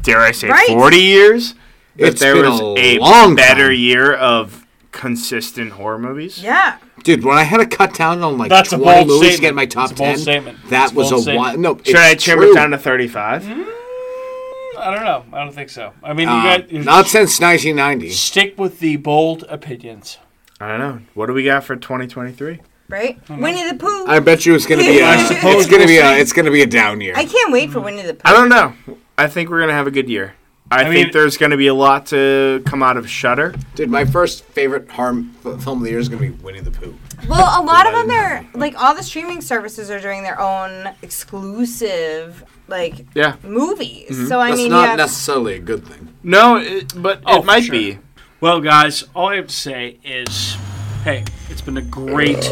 dare i say Right. 40 years that It's there been was a a, long better time. year of consistent horror movies yeah, Dude, when I had to cut down on like That's a 20 bold movies to statement. get my top It's a bold 10, statement. that It's a was bold a statement. one. No, should it's i trim true. it down to 35 Mm-hmm. I don't know. I don't think so. I mean, Uh, you got not since [laughs] 1990. stick with the bold opinions. i don't know what do we got for 2023 [laughs] right. Winnie the Pooh. I, I bet you it's gonna be a. I suppose it's gonna we'll be a. see. It's gonna be a down year. can't wait for Winnie the Pooh. i don't know i think we're gonna have a good year I, think mean- there's going to be a lot to come out of Shutter. Dude, my first favorite harm f- film of the year is gonna be Winnie the Pooh. Well, a lot of them are like all the streaming services are doing their own exclusive like Yeah. movies. So I That's mean, not yeah, necessarily a good thing. No, it, but Oh, it might for sure. be. Well, guys, all I have to say is, hey, it's been a great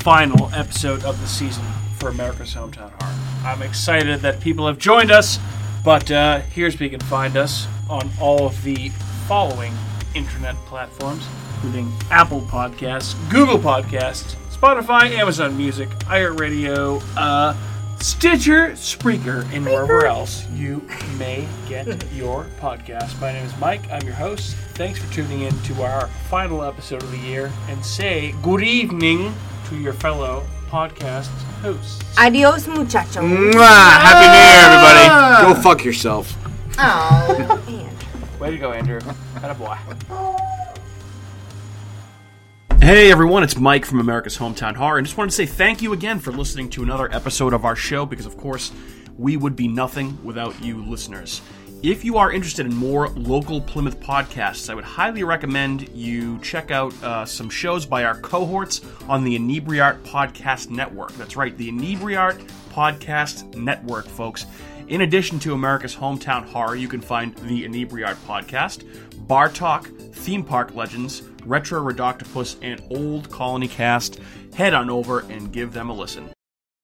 final episode of the season for America's Hometown Horror. I'm excited that people have joined us, but uh, here's where you can find us on all of the following internet platforms, including Apple Podcasts, Google Podcasts, Spotify, Amazon Music, iHeartRadio, uh, Stitcher, Spreaker, and wherever else you may get your podcast. My name is Mike. I'm your host. Thanks for tuning in to our final episode of the year and say good evening to your fellow podcast hosts. adios, muchacho. Mwah! Happy New Year, everybody. Ah. Go fuck yourself. Oh, man. Way to go, Andrew. Atta boy. Hey everyone, it's Mike from America's Hometown Horror, and just wanted to say thank you again for listening to another episode of our show because, of course, we would be nothing without you listeners. If you are interested in more local Plymouth podcasts, I would highly recommend you check out uh, some shows by our cohorts on the Inebriart Podcast Network. That's right, the Inebriart Podcast Network, folks. In addition to America's Hometown Horror, you can find the Inebriart Podcast, Bar Talk, Theme Park Legends, Retro Redoctopus, and Old Colony Cast, head on over and give them a listen.